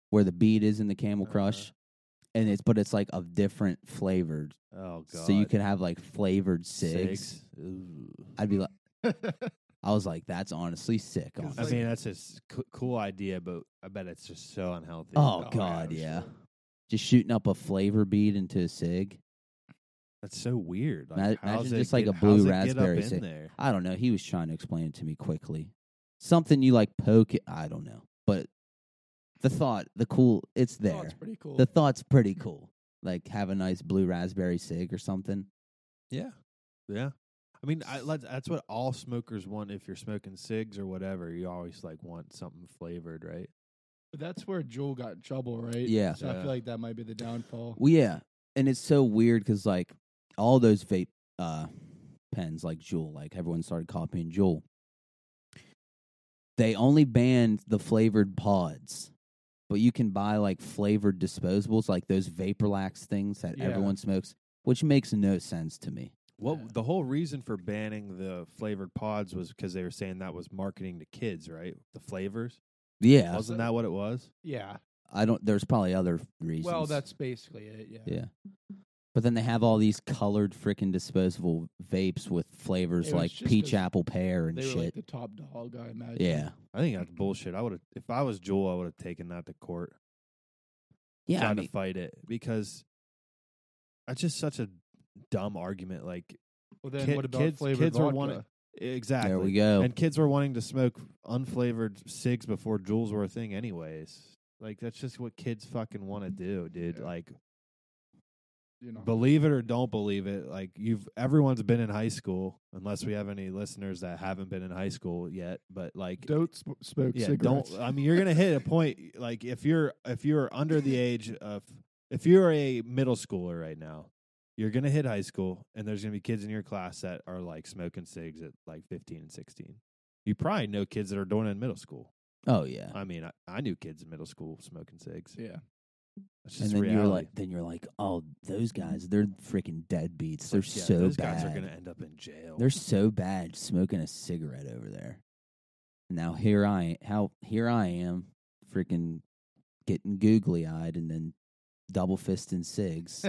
[SPEAKER 1] where the bead is in the camel
[SPEAKER 2] Uh-huh.
[SPEAKER 1] crush. And it's but it's like of different flavored.
[SPEAKER 2] Oh god.
[SPEAKER 1] So you can have like flavored cigs.
[SPEAKER 2] Ooh.
[SPEAKER 1] I'd be like
[SPEAKER 3] Oh,
[SPEAKER 2] Mm.
[SPEAKER 1] I was like, that's honestly sick.
[SPEAKER 3] Cause,
[SPEAKER 2] I
[SPEAKER 1] honestly.
[SPEAKER 3] like-
[SPEAKER 2] mean, that's a s- co- cool idea, but I bet it's just so unhealthy.
[SPEAKER 1] Oh,
[SPEAKER 3] Oh, yeah,
[SPEAKER 1] God,
[SPEAKER 3] for
[SPEAKER 1] yeah.
[SPEAKER 3] sure.
[SPEAKER 1] Just shooting up a flavor bead into a cig.
[SPEAKER 2] that's so weird. Like,
[SPEAKER 1] Ma-
[SPEAKER 2] how's
[SPEAKER 1] imagine
[SPEAKER 2] it
[SPEAKER 1] just like
[SPEAKER 2] get-
[SPEAKER 1] a blue
[SPEAKER 2] how's it get up
[SPEAKER 1] raspberry
[SPEAKER 2] in
[SPEAKER 1] cig.
[SPEAKER 2] there.
[SPEAKER 1] I don't know. He was trying to explain it to me quickly. something you like poke. It, I don't know, but the thought, the cool, it's there.
[SPEAKER 3] That's pretty cool.
[SPEAKER 1] the thought's pretty cool. Like have a nice blue raspberry cig or something.
[SPEAKER 2] Yeah, yeah. I mean, I, let- that's what all smokers want. If you're smoking cigs or whatever, you always like want something flavored, right?
[SPEAKER 3] But that's where Joel got in trouble, right?
[SPEAKER 1] Yeah.
[SPEAKER 3] So I
[SPEAKER 2] Yeah.
[SPEAKER 3] feel like that might be the downfall.
[SPEAKER 1] Well, yeah, and it's so weird because like all those vape uh, pens, like Juul, like everyone started copying Juul. They only banned the flavored pods, but you can buy like flavored disposables, like those Vaporlax things that
[SPEAKER 3] Yeah.
[SPEAKER 1] everyone smokes, which makes no sense to me.
[SPEAKER 2] What
[SPEAKER 3] Yeah.
[SPEAKER 2] the whole reason for banning the flavored pods was because they were saying that was marketing to kids, right? The flavors
[SPEAKER 1] Yeah,
[SPEAKER 2] wasn't that what it was?
[SPEAKER 3] yeah.
[SPEAKER 1] I don't. There's probably other reasons.
[SPEAKER 3] Well, that's basically it. Yeah.
[SPEAKER 1] yeah. But then they have all these colored freaking disposable vapes with flavors
[SPEAKER 3] It was
[SPEAKER 1] like
[SPEAKER 3] just 'cause
[SPEAKER 1] peach apple pear and
[SPEAKER 3] They
[SPEAKER 1] shit.
[SPEAKER 3] were like the top dog, I imagine.
[SPEAKER 1] yeah,
[SPEAKER 2] I think that's bullshit. I would have, if I was Joel, I would have taken that to court,
[SPEAKER 1] yeah.
[SPEAKER 2] tried
[SPEAKER 1] I mean,
[SPEAKER 2] to fight it because that's just such a dumb argument. Like e,
[SPEAKER 3] Well, then
[SPEAKER 2] Kid-
[SPEAKER 3] what about
[SPEAKER 2] kids-
[SPEAKER 3] flavored
[SPEAKER 2] kids are
[SPEAKER 3] vodka?
[SPEAKER 2] wanting- exactly,
[SPEAKER 1] there we go.
[SPEAKER 2] And kids were wanting to smoke unflavored cigs before Jules were a thing, anyways. Like that's just what kids fucking want to do, dude.
[SPEAKER 3] Yeah.
[SPEAKER 2] Like
[SPEAKER 3] you know.
[SPEAKER 2] believe it or don't believe it, like you've everyone's been in high school, unless we have any listeners that haven't been in high school yet. But like,
[SPEAKER 3] don't sm- smoke
[SPEAKER 2] yeah,
[SPEAKER 3] cigarettes.
[SPEAKER 2] don't. I mean, you're gonna hit a point. Like if you're if you're under the age of if you're a middle schooler right now. You're gonna hit high school, and there's gonna be kids in your class that are like smoking cigs at like 15 and 16. You probably know kids that are doing it in middle school.
[SPEAKER 1] Oh yeah.
[SPEAKER 2] I mean, I, I knew kids in middle school smoking cigs.
[SPEAKER 3] yeah.
[SPEAKER 2] That's
[SPEAKER 1] and
[SPEAKER 2] just
[SPEAKER 1] then
[SPEAKER 2] reality.
[SPEAKER 1] you're like, then you're like, oh, those guys, they're freaking deadbeats. They're
[SPEAKER 2] Yeah,
[SPEAKER 1] so
[SPEAKER 2] those
[SPEAKER 1] bad.
[SPEAKER 2] guys are gonna end up in jail.
[SPEAKER 1] They're so bad smoking a cigarette over there. Now here I how here I am, freaking getting googly eyed and then double fisting cigs.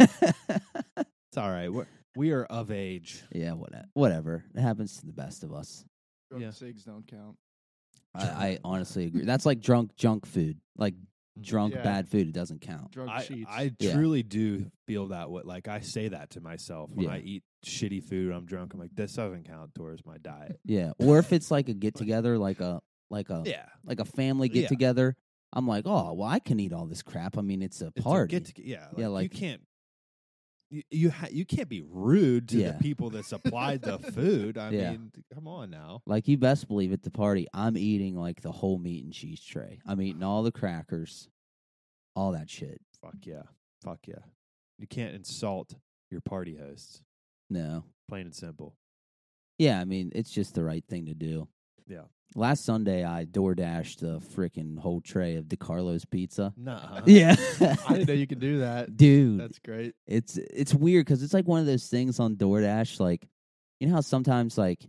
[SPEAKER 2] it's all right. We're, we are of age.
[SPEAKER 1] yeah, whatever. Whatever. It happens to the best of us.
[SPEAKER 3] Don't-
[SPEAKER 2] Yeah.
[SPEAKER 3] Cigs don't count.
[SPEAKER 1] I, I honestly agree. That's like drunk junk food. Like
[SPEAKER 2] Mm,
[SPEAKER 1] drunk
[SPEAKER 3] Yeah.
[SPEAKER 1] bad food, it doesn't count.
[SPEAKER 3] Drug
[SPEAKER 2] I,
[SPEAKER 3] sheets.
[SPEAKER 2] I
[SPEAKER 1] Yeah.
[SPEAKER 2] truly do feel that way. Like I say that to myself when
[SPEAKER 1] Yeah.
[SPEAKER 2] I eat shitty food. I'm drunk. I'm like, this doesn't count towards my diet.
[SPEAKER 1] Yeah. Or if it's like a get together, like a like a
[SPEAKER 2] yeah,
[SPEAKER 1] like a family
[SPEAKER 2] Yeah.
[SPEAKER 1] get together. I'm like, oh well, I can eat all this crap. I mean, it's a
[SPEAKER 2] It's a
[SPEAKER 1] party.
[SPEAKER 2] get to, yeah, like,
[SPEAKER 1] Yeah,
[SPEAKER 2] you
[SPEAKER 1] like-
[SPEAKER 2] can't. You you, ha- you can't be rude to
[SPEAKER 1] Yeah.
[SPEAKER 2] the people that supplied the food. I
[SPEAKER 1] Yeah.
[SPEAKER 2] mean, come on now.
[SPEAKER 1] like you best believe at the party, I'm eating like the whole meat and cheese tray. I'm eating all the crackers, all that shit.
[SPEAKER 2] Fuck yeah, fuck yeah. You can't insult your party hosts.
[SPEAKER 1] No,
[SPEAKER 2] Plain and simple.
[SPEAKER 1] yeah, I mean, it's just the right thing to do.
[SPEAKER 2] Yeah.
[SPEAKER 1] Last Sunday, I door dashed the freaking whole tray of DeCarlo's pizza.
[SPEAKER 2] Nah.
[SPEAKER 1] Yeah,
[SPEAKER 3] I didn't know you could do that.
[SPEAKER 1] dude,
[SPEAKER 3] That's great.
[SPEAKER 1] it's it's weird because it's like one of those things on DoorDash. Like, you know how sometimes like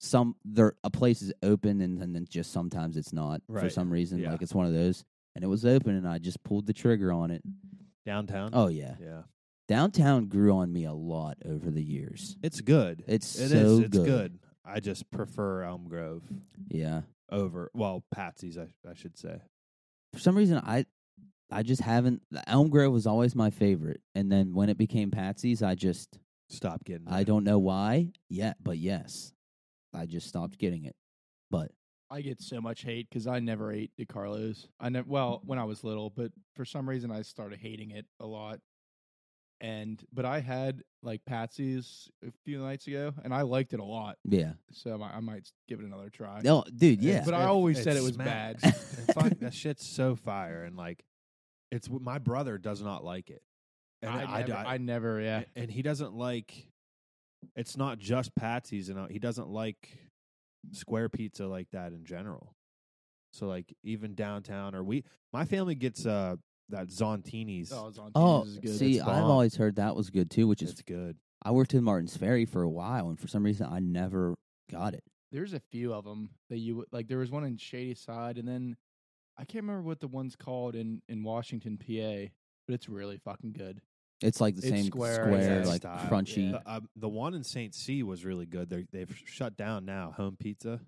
[SPEAKER 1] some there a place is open and, and then just sometimes it's not for
[SPEAKER 2] Right.
[SPEAKER 1] some reason.
[SPEAKER 2] Yeah.
[SPEAKER 1] Like it's one of those, and it was open, and I just pulled the trigger on
[SPEAKER 2] Mm-hmm.
[SPEAKER 1] it.
[SPEAKER 2] Downtown.
[SPEAKER 1] Oh yeah,
[SPEAKER 2] Yeah.
[SPEAKER 1] downtown grew on me a lot over the years.
[SPEAKER 2] It's good.
[SPEAKER 1] It's
[SPEAKER 2] It is.
[SPEAKER 1] so
[SPEAKER 2] It's
[SPEAKER 1] good.
[SPEAKER 2] good. I just prefer Elm Grove
[SPEAKER 1] Yeah,
[SPEAKER 2] over well Patsy's. I I should say.
[SPEAKER 1] for some reason I. I just haven't. the Elm Grove was always my favorite, and then when it became Patsy's, I just
[SPEAKER 2] Stop getting.
[SPEAKER 1] I
[SPEAKER 2] it.
[SPEAKER 1] don't know why yet, but yes, I just stopped getting it. But
[SPEAKER 3] I get so much hate because I never ate DeCarlo's. I never, well, when I was little, but for some reason I started hating it a lot. And but I had like Patsy's a few nights ago, and I liked it a lot.
[SPEAKER 1] yeah,
[SPEAKER 3] So I, might- I might give it another try.
[SPEAKER 1] no, dude, yeah.
[SPEAKER 2] It's-
[SPEAKER 3] But I always said it was
[SPEAKER 1] bad.
[SPEAKER 2] smack- it's fuck, that shit's so fire and like, it's my brother does not like it. And
[SPEAKER 3] I, never, I, never, yeah.
[SPEAKER 2] A- and he doesn't like it's not just patsy's and all- he doesn't like square pizza like that in general so like even downtown or we my family gets uh that zontini's
[SPEAKER 3] Oh, Zontini's
[SPEAKER 1] Oh,
[SPEAKER 3] is good.
[SPEAKER 1] see,
[SPEAKER 2] It's
[SPEAKER 1] I've
[SPEAKER 2] bomb.
[SPEAKER 1] always heard that was good too. Which is,
[SPEAKER 2] it's good
[SPEAKER 1] I worked in Martins Ferry for a while, and for some reason, I never got it.
[SPEAKER 3] There's a few of them that you would- like. There was one in Shady Side, and then I can't remember what the one's called in in Washington, PA. But it's really fucking good.
[SPEAKER 1] It's like the
[SPEAKER 3] It's
[SPEAKER 1] same
[SPEAKER 3] square,
[SPEAKER 1] square,
[SPEAKER 2] exact
[SPEAKER 1] like
[SPEAKER 2] style,
[SPEAKER 1] crunchy.
[SPEAKER 3] yeah.
[SPEAKER 2] the, um, the one in st c was really good They're, they've shut down now home pizza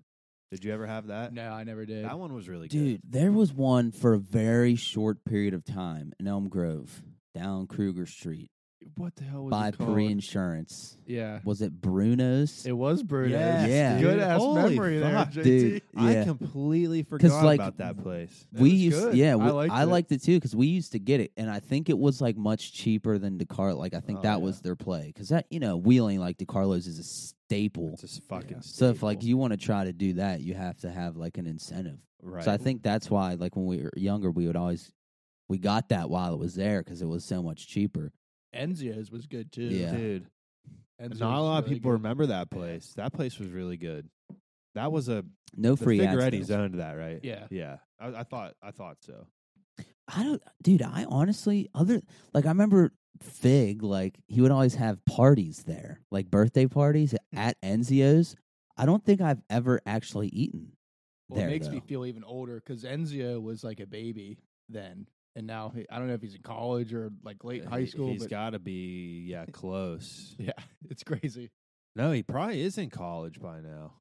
[SPEAKER 2] did you ever have
[SPEAKER 1] Uh,
[SPEAKER 2] that
[SPEAKER 3] No, I never did.
[SPEAKER 2] that one was really
[SPEAKER 1] Dude, there was one for a very short period of time in Elm Grove, down Kruger Street.
[SPEAKER 3] what the hell was
[SPEAKER 1] buy
[SPEAKER 3] it called?
[SPEAKER 1] pre-insurance.
[SPEAKER 3] Yeah,
[SPEAKER 1] Was it Bruno's?
[SPEAKER 3] It was Brutus.
[SPEAKER 2] Yes,
[SPEAKER 1] Yeah.
[SPEAKER 2] dude.
[SPEAKER 3] Good ass
[SPEAKER 2] Holy
[SPEAKER 3] memory
[SPEAKER 2] fuck,
[SPEAKER 3] there, JT.
[SPEAKER 1] Dude,
[SPEAKER 2] I
[SPEAKER 1] yeah.
[SPEAKER 2] completely forgot
[SPEAKER 1] like,
[SPEAKER 2] about that place.
[SPEAKER 1] we
[SPEAKER 3] was
[SPEAKER 1] used,
[SPEAKER 3] good.
[SPEAKER 1] yeah,
[SPEAKER 3] I
[SPEAKER 1] we,
[SPEAKER 3] liked
[SPEAKER 1] I
[SPEAKER 3] it.
[SPEAKER 1] liked it too because we used to get it, and I think it was like much cheaper than DeCarlo. Like I think
[SPEAKER 2] Oh,
[SPEAKER 1] that
[SPEAKER 2] yeah.
[SPEAKER 1] was their play because that you know wheeling like DeCarlo's is a staple.
[SPEAKER 2] It's just fucking
[SPEAKER 1] So if like
[SPEAKER 2] staple.
[SPEAKER 1] you want to try to do that, you have to have like an incentive.
[SPEAKER 2] right.
[SPEAKER 1] So I think that's why like when we were younger, we would always we got that while it was there because it was so much cheaper.
[SPEAKER 3] Enzio's was good too.
[SPEAKER 1] Yeah.
[SPEAKER 2] dude.
[SPEAKER 3] Enzio's
[SPEAKER 2] Not a lot of
[SPEAKER 3] was really
[SPEAKER 2] people
[SPEAKER 3] good.
[SPEAKER 2] remember that place. That place was really good. That was a
[SPEAKER 1] No
[SPEAKER 2] the
[SPEAKER 1] free ads.
[SPEAKER 2] Figueretti's
[SPEAKER 1] though.
[SPEAKER 2] owned that, right?
[SPEAKER 3] Yeah.
[SPEAKER 2] yeah. I, I thought, I thought so.
[SPEAKER 1] I don't, dude. I honestly, other like I remember Fig, like he would always have parties there, like birthday parties
[SPEAKER 3] Hmm.
[SPEAKER 1] at Enzio's. I don't think I've ever actually eaten.
[SPEAKER 3] Well,
[SPEAKER 1] there,
[SPEAKER 3] it makes me
[SPEAKER 1] though.
[SPEAKER 3] feel even older because Enzio was like a baby then, and now he, I don't know if he's in college or like late
[SPEAKER 2] Uh,
[SPEAKER 3] high
[SPEAKER 2] he-
[SPEAKER 3] school.
[SPEAKER 2] He's
[SPEAKER 3] but
[SPEAKER 2] got to be, yeah, close.
[SPEAKER 3] yeah, it's crazy.
[SPEAKER 2] No, he probably is in college by now,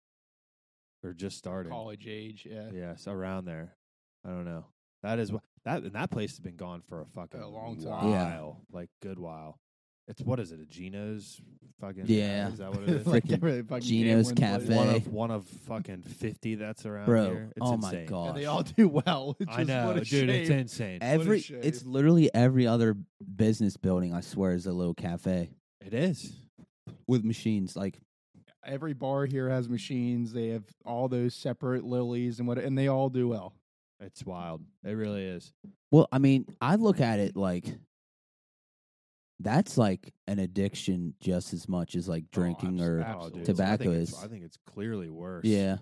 [SPEAKER 2] or just starting.
[SPEAKER 3] College age, yeah,
[SPEAKER 2] Yes, around there. I don't know. That is what that and that place has been gone for a fucking
[SPEAKER 3] long time.
[SPEAKER 1] Yeah.
[SPEAKER 2] while, like good while. It's what is it? A Geno's fucking uh,
[SPEAKER 1] Yeah.
[SPEAKER 2] Is that what it is?
[SPEAKER 1] Like,
[SPEAKER 3] Freaking every fucking
[SPEAKER 1] Gino's
[SPEAKER 3] gambling
[SPEAKER 1] Cafe.
[SPEAKER 3] place.
[SPEAKER 2] one of one of fucking fifty that's around
[SPEAKER 1] Bro,
[SPEAKER 2] here. It's
[SPEAKER 1] oh
[SPEAKER 2] insane.
[SPEAKER 1] my
[SPEAKER 3] And
[SPEAKER 1] god!
[SPEAKER 3] they all do well. It's
[SPEAKER 2] I
[SPEAKER 3] just-
[SPEAKER 2] know,
[SPEAKER 3] what a
[SPEAKER 2] dude. It's
[SPEAKER 3] shame.
[SPEAKER 2] insane.
[SPEAKER 3] a
[SPEAKER 1] every
[SPEAKER 3] shame.
[SPEAKER 1] it's literally every other business building. I swear is a little cafe
[SPEAKER 2] It is.
[SPEAKER 1] with machines. Like
[SPEAKER 3] Every bar here has machines. They have all those separate lilies and what, and they all do well.
[SPEAKER 2] It's wild. It really is.
[SPEAKER 1] Well, I mean, I look at it like that's like an addiction just as much as like drinking
[SPEAKER 3] abs-
[SPEAKER 1] or
[SPEAKER 3] abs-
[SPEAKER 2] Oh, dude, it's-
[SPEAKER 3] Absolutely.
[SPEAKER 2] I think
[SPEAKER 1] Tobacco
[SPEAKER 2] it's-
[SPEAKER 1] is-
[SPEAKER 2] I think it's clearly worse.
[SPEAKER 1] yeah.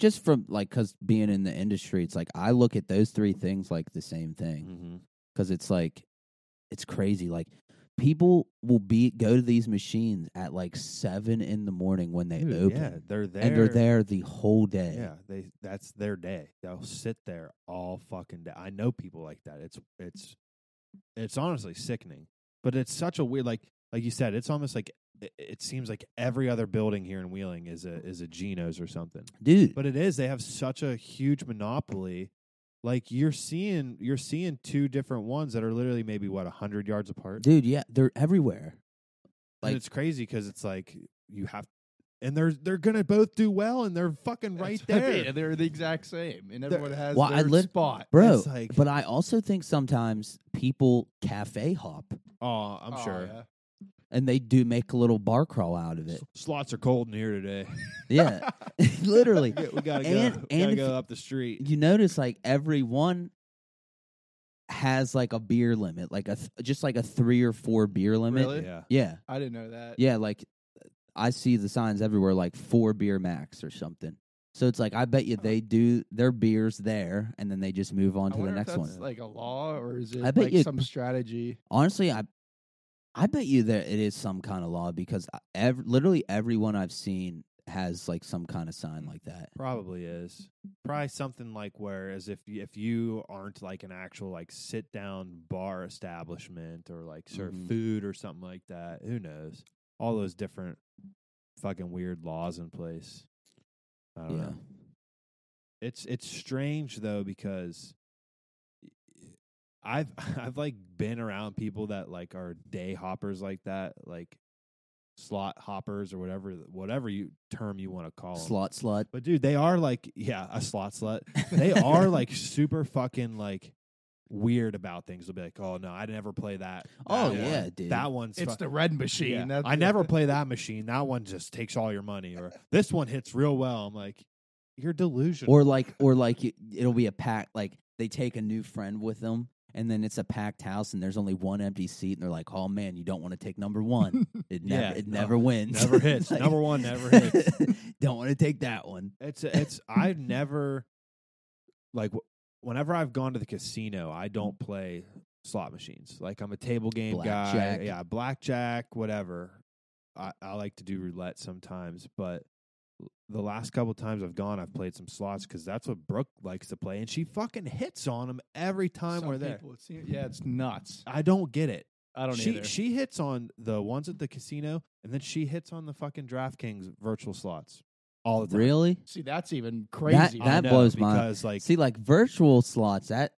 [SPEAKER 1] Just from like cuz being in the industry, it's like I look at those three things like the same thing
[SPEAKER 2] hmm
[SPEAKER 1] cuz it's like it's crazy like people will be go to these machines at like 7 in the morning when they
[SPEAKER 2] Dude,
[SPEAKER 1] open
[SPEAKER 2] yeah, they're there.
[SPEAKER 1] and they're there the whole day.
[SPEAKER 2] Yeah, they that's their day. They'll sit there all fucking day. I know people like that. It's it's it's honestly sickening. But it's such a weird like like you said, it's almost like i- it seems like every other building here in Wheeling is a is a Geno's or something.
[SPEAKER 1] Dude,
[SPEAKER 2] But it is they have such a huge monopoly. Like you're seeing you're seeing two different ones that are literally maybe what 100 yards apart.
[SPEAKER 1] dude, yeah, they're everywhere.
[SPEAKER 2] and
[SPEAKER 1] Like
[SPEAKER 2] it's crazy cuz it's like you have and they're they're going to both do well and they're fucking right
[SPEAKER 3] That's what I
[SPEAKER 2] there.
[SPEAKER 3] mean, and they're the exact same, and everyone has
[SPEAKER 1] Well, I
[SPEAKER 3] their
[SPEAKER 1] lit-
[SPEAKER 3] spot.
[SPEAKER 1] Bro,
[SPEAKER 2] It's like-
[SPEAKER 1] but I also think sometimes people cafe hop
[SPEAKER 2] Oh, I'm
[SPEAKER 3] Oh,
[SPEAKER 2] sure.
[SPEAKER 3] yeah.
[SPEAKER 1] and they do make a little bar crawl out of it.
[SPEAKER 2] S- Slots are cold in here today.
[SPEAKER 1] Yeah, literally.
[SPEAKER 2] we gotta go.
[SPEAKER 1] And-
[SPEAKER 2] we gotta
[SPEAKER 1] and
[SPEAKER 2] go
[SPEAKER 1] if-
[SPEAKER 2] up the street.
[SPEAKER 1] You notice like everyone has like a beer limit, like a th- just like a three or four beer limit.
[SPEAKER 3] Really?
[SPEAKER 2] Yeah,
[SPEAKER 1] Yeah,
[SPEAKER 3] I didn't know that.
[SPEAKER 1] yeah. Like I see the signs everywhere, like four beer max or something. So it's like I bet you they do their beers there, and then they just move on
[SPEAKER 3] I
[SPEAKER 1] to the
[SPEAKER 3] wonder
[SPEAKER 1] next
[SPEAKER 3] if that's
[SPEAKER 1] one.
[SPEAKER 3] Like a law, or is it
[SPEAKER 1] I bet
[SPEAKER 3] like
[SPEAKER 1] you-
[SPEAKER 3] some strategy?
[SPEAKER 1] Honestly, I I bet you that it is some kind of law because I- ev- literally everyone I've seen has like some kind of sign like that.
[SPEAKER 2] probably is. Probably something like where as if y- if you aren't like an actual like sit down bar establishment or like serve
[SPEAKER 1] Mhm.
[SPEAKER 2] food or something like that. Who knows? All those different fucking weird laws in place. I don't
[SPEAKER 1] Yeah.
[SPEAKER 2] know. It's it's strange though because I've I've like been around people that like are day hoppers like that, like slot hoppers or whatever whatever you term you want to call 'em.
[SPEAKER 1] Slot slut.
[SPEAKER 2] But dude, they are like yeah, a slot slut. They are like super fucking like weird about things. They'll be like, "Oh no, I never play that."
[SPEAKER 1] Oh,
[SPEAKER 2] that
[SPEAKER 1] yeah,
[SPEAKER 2] one.
[SPEAKER 1] dude.
[SPEAKER 2] That one's
[SPEAKER 3] It's
[SPEAKER 2] fu-
[SPEAKER 3] the red machine.
[SPEAKER 2] yeah,
[SPEAKER 3] That's
[SPEAKER 2] I never play that machine. That one just takes all your money. Or this one hits real well. I'm like, you're delusional.
[SPEAKER 1] Or like or like y- it'll be a pack like they take a new friend with them and then it's a packed house and there's only one empty seat and they're like, "Oh man, you don't want to take number 1. It never
[SPEAKER 2] Yeah,
[SPEAKER 1] it
[SPEAKER 2] no,
[SPEAKER 1] never wins.
[SPEAKER 2] never hits.
[SPEAKER 1] Like-
[SPEAKER 2] Number one never hits.
[SPEAKER 1] don't want to take that one.
[SPEAKER 2] It's it's I've never like w- whenever I've gone to the casino, I don't play slot machines. Like I'm a table game
[SPEAKER 1] Blackjack.
[SPEAKER 2] guy. Yeah, blackjack, whatever. I, I like to do roulette sometimes, but the last couple times I've gone, I've played some slots because that's what Brooke likes to play, and she fucking hits on them every time
[SPEAKER 3] Some
[SPEAKER 2] we're there.
[SPEAKER 3] people, it seems- yeah, it's nuts.
[SPEAKER 2] I don't get it.
[SPEAKER 3] I don't
[SPEAKER 2] she
[SPEAKER 3] either.
[SPEAKER 2] she hits on the ones at the casino, and then she hits on the fucking DraftKings virtual slots all the time.
[SPEAKER 1] Really?
[SPEAKER 3] See, that's even crazy.
[SPEAKER 2] I
[SPEAKER 1] That
[SPEAKER 2] know,
[SPEAKER 1] blows my-
[SPEAKER 2] because like
[SPEAKER 1] See like virtual slots that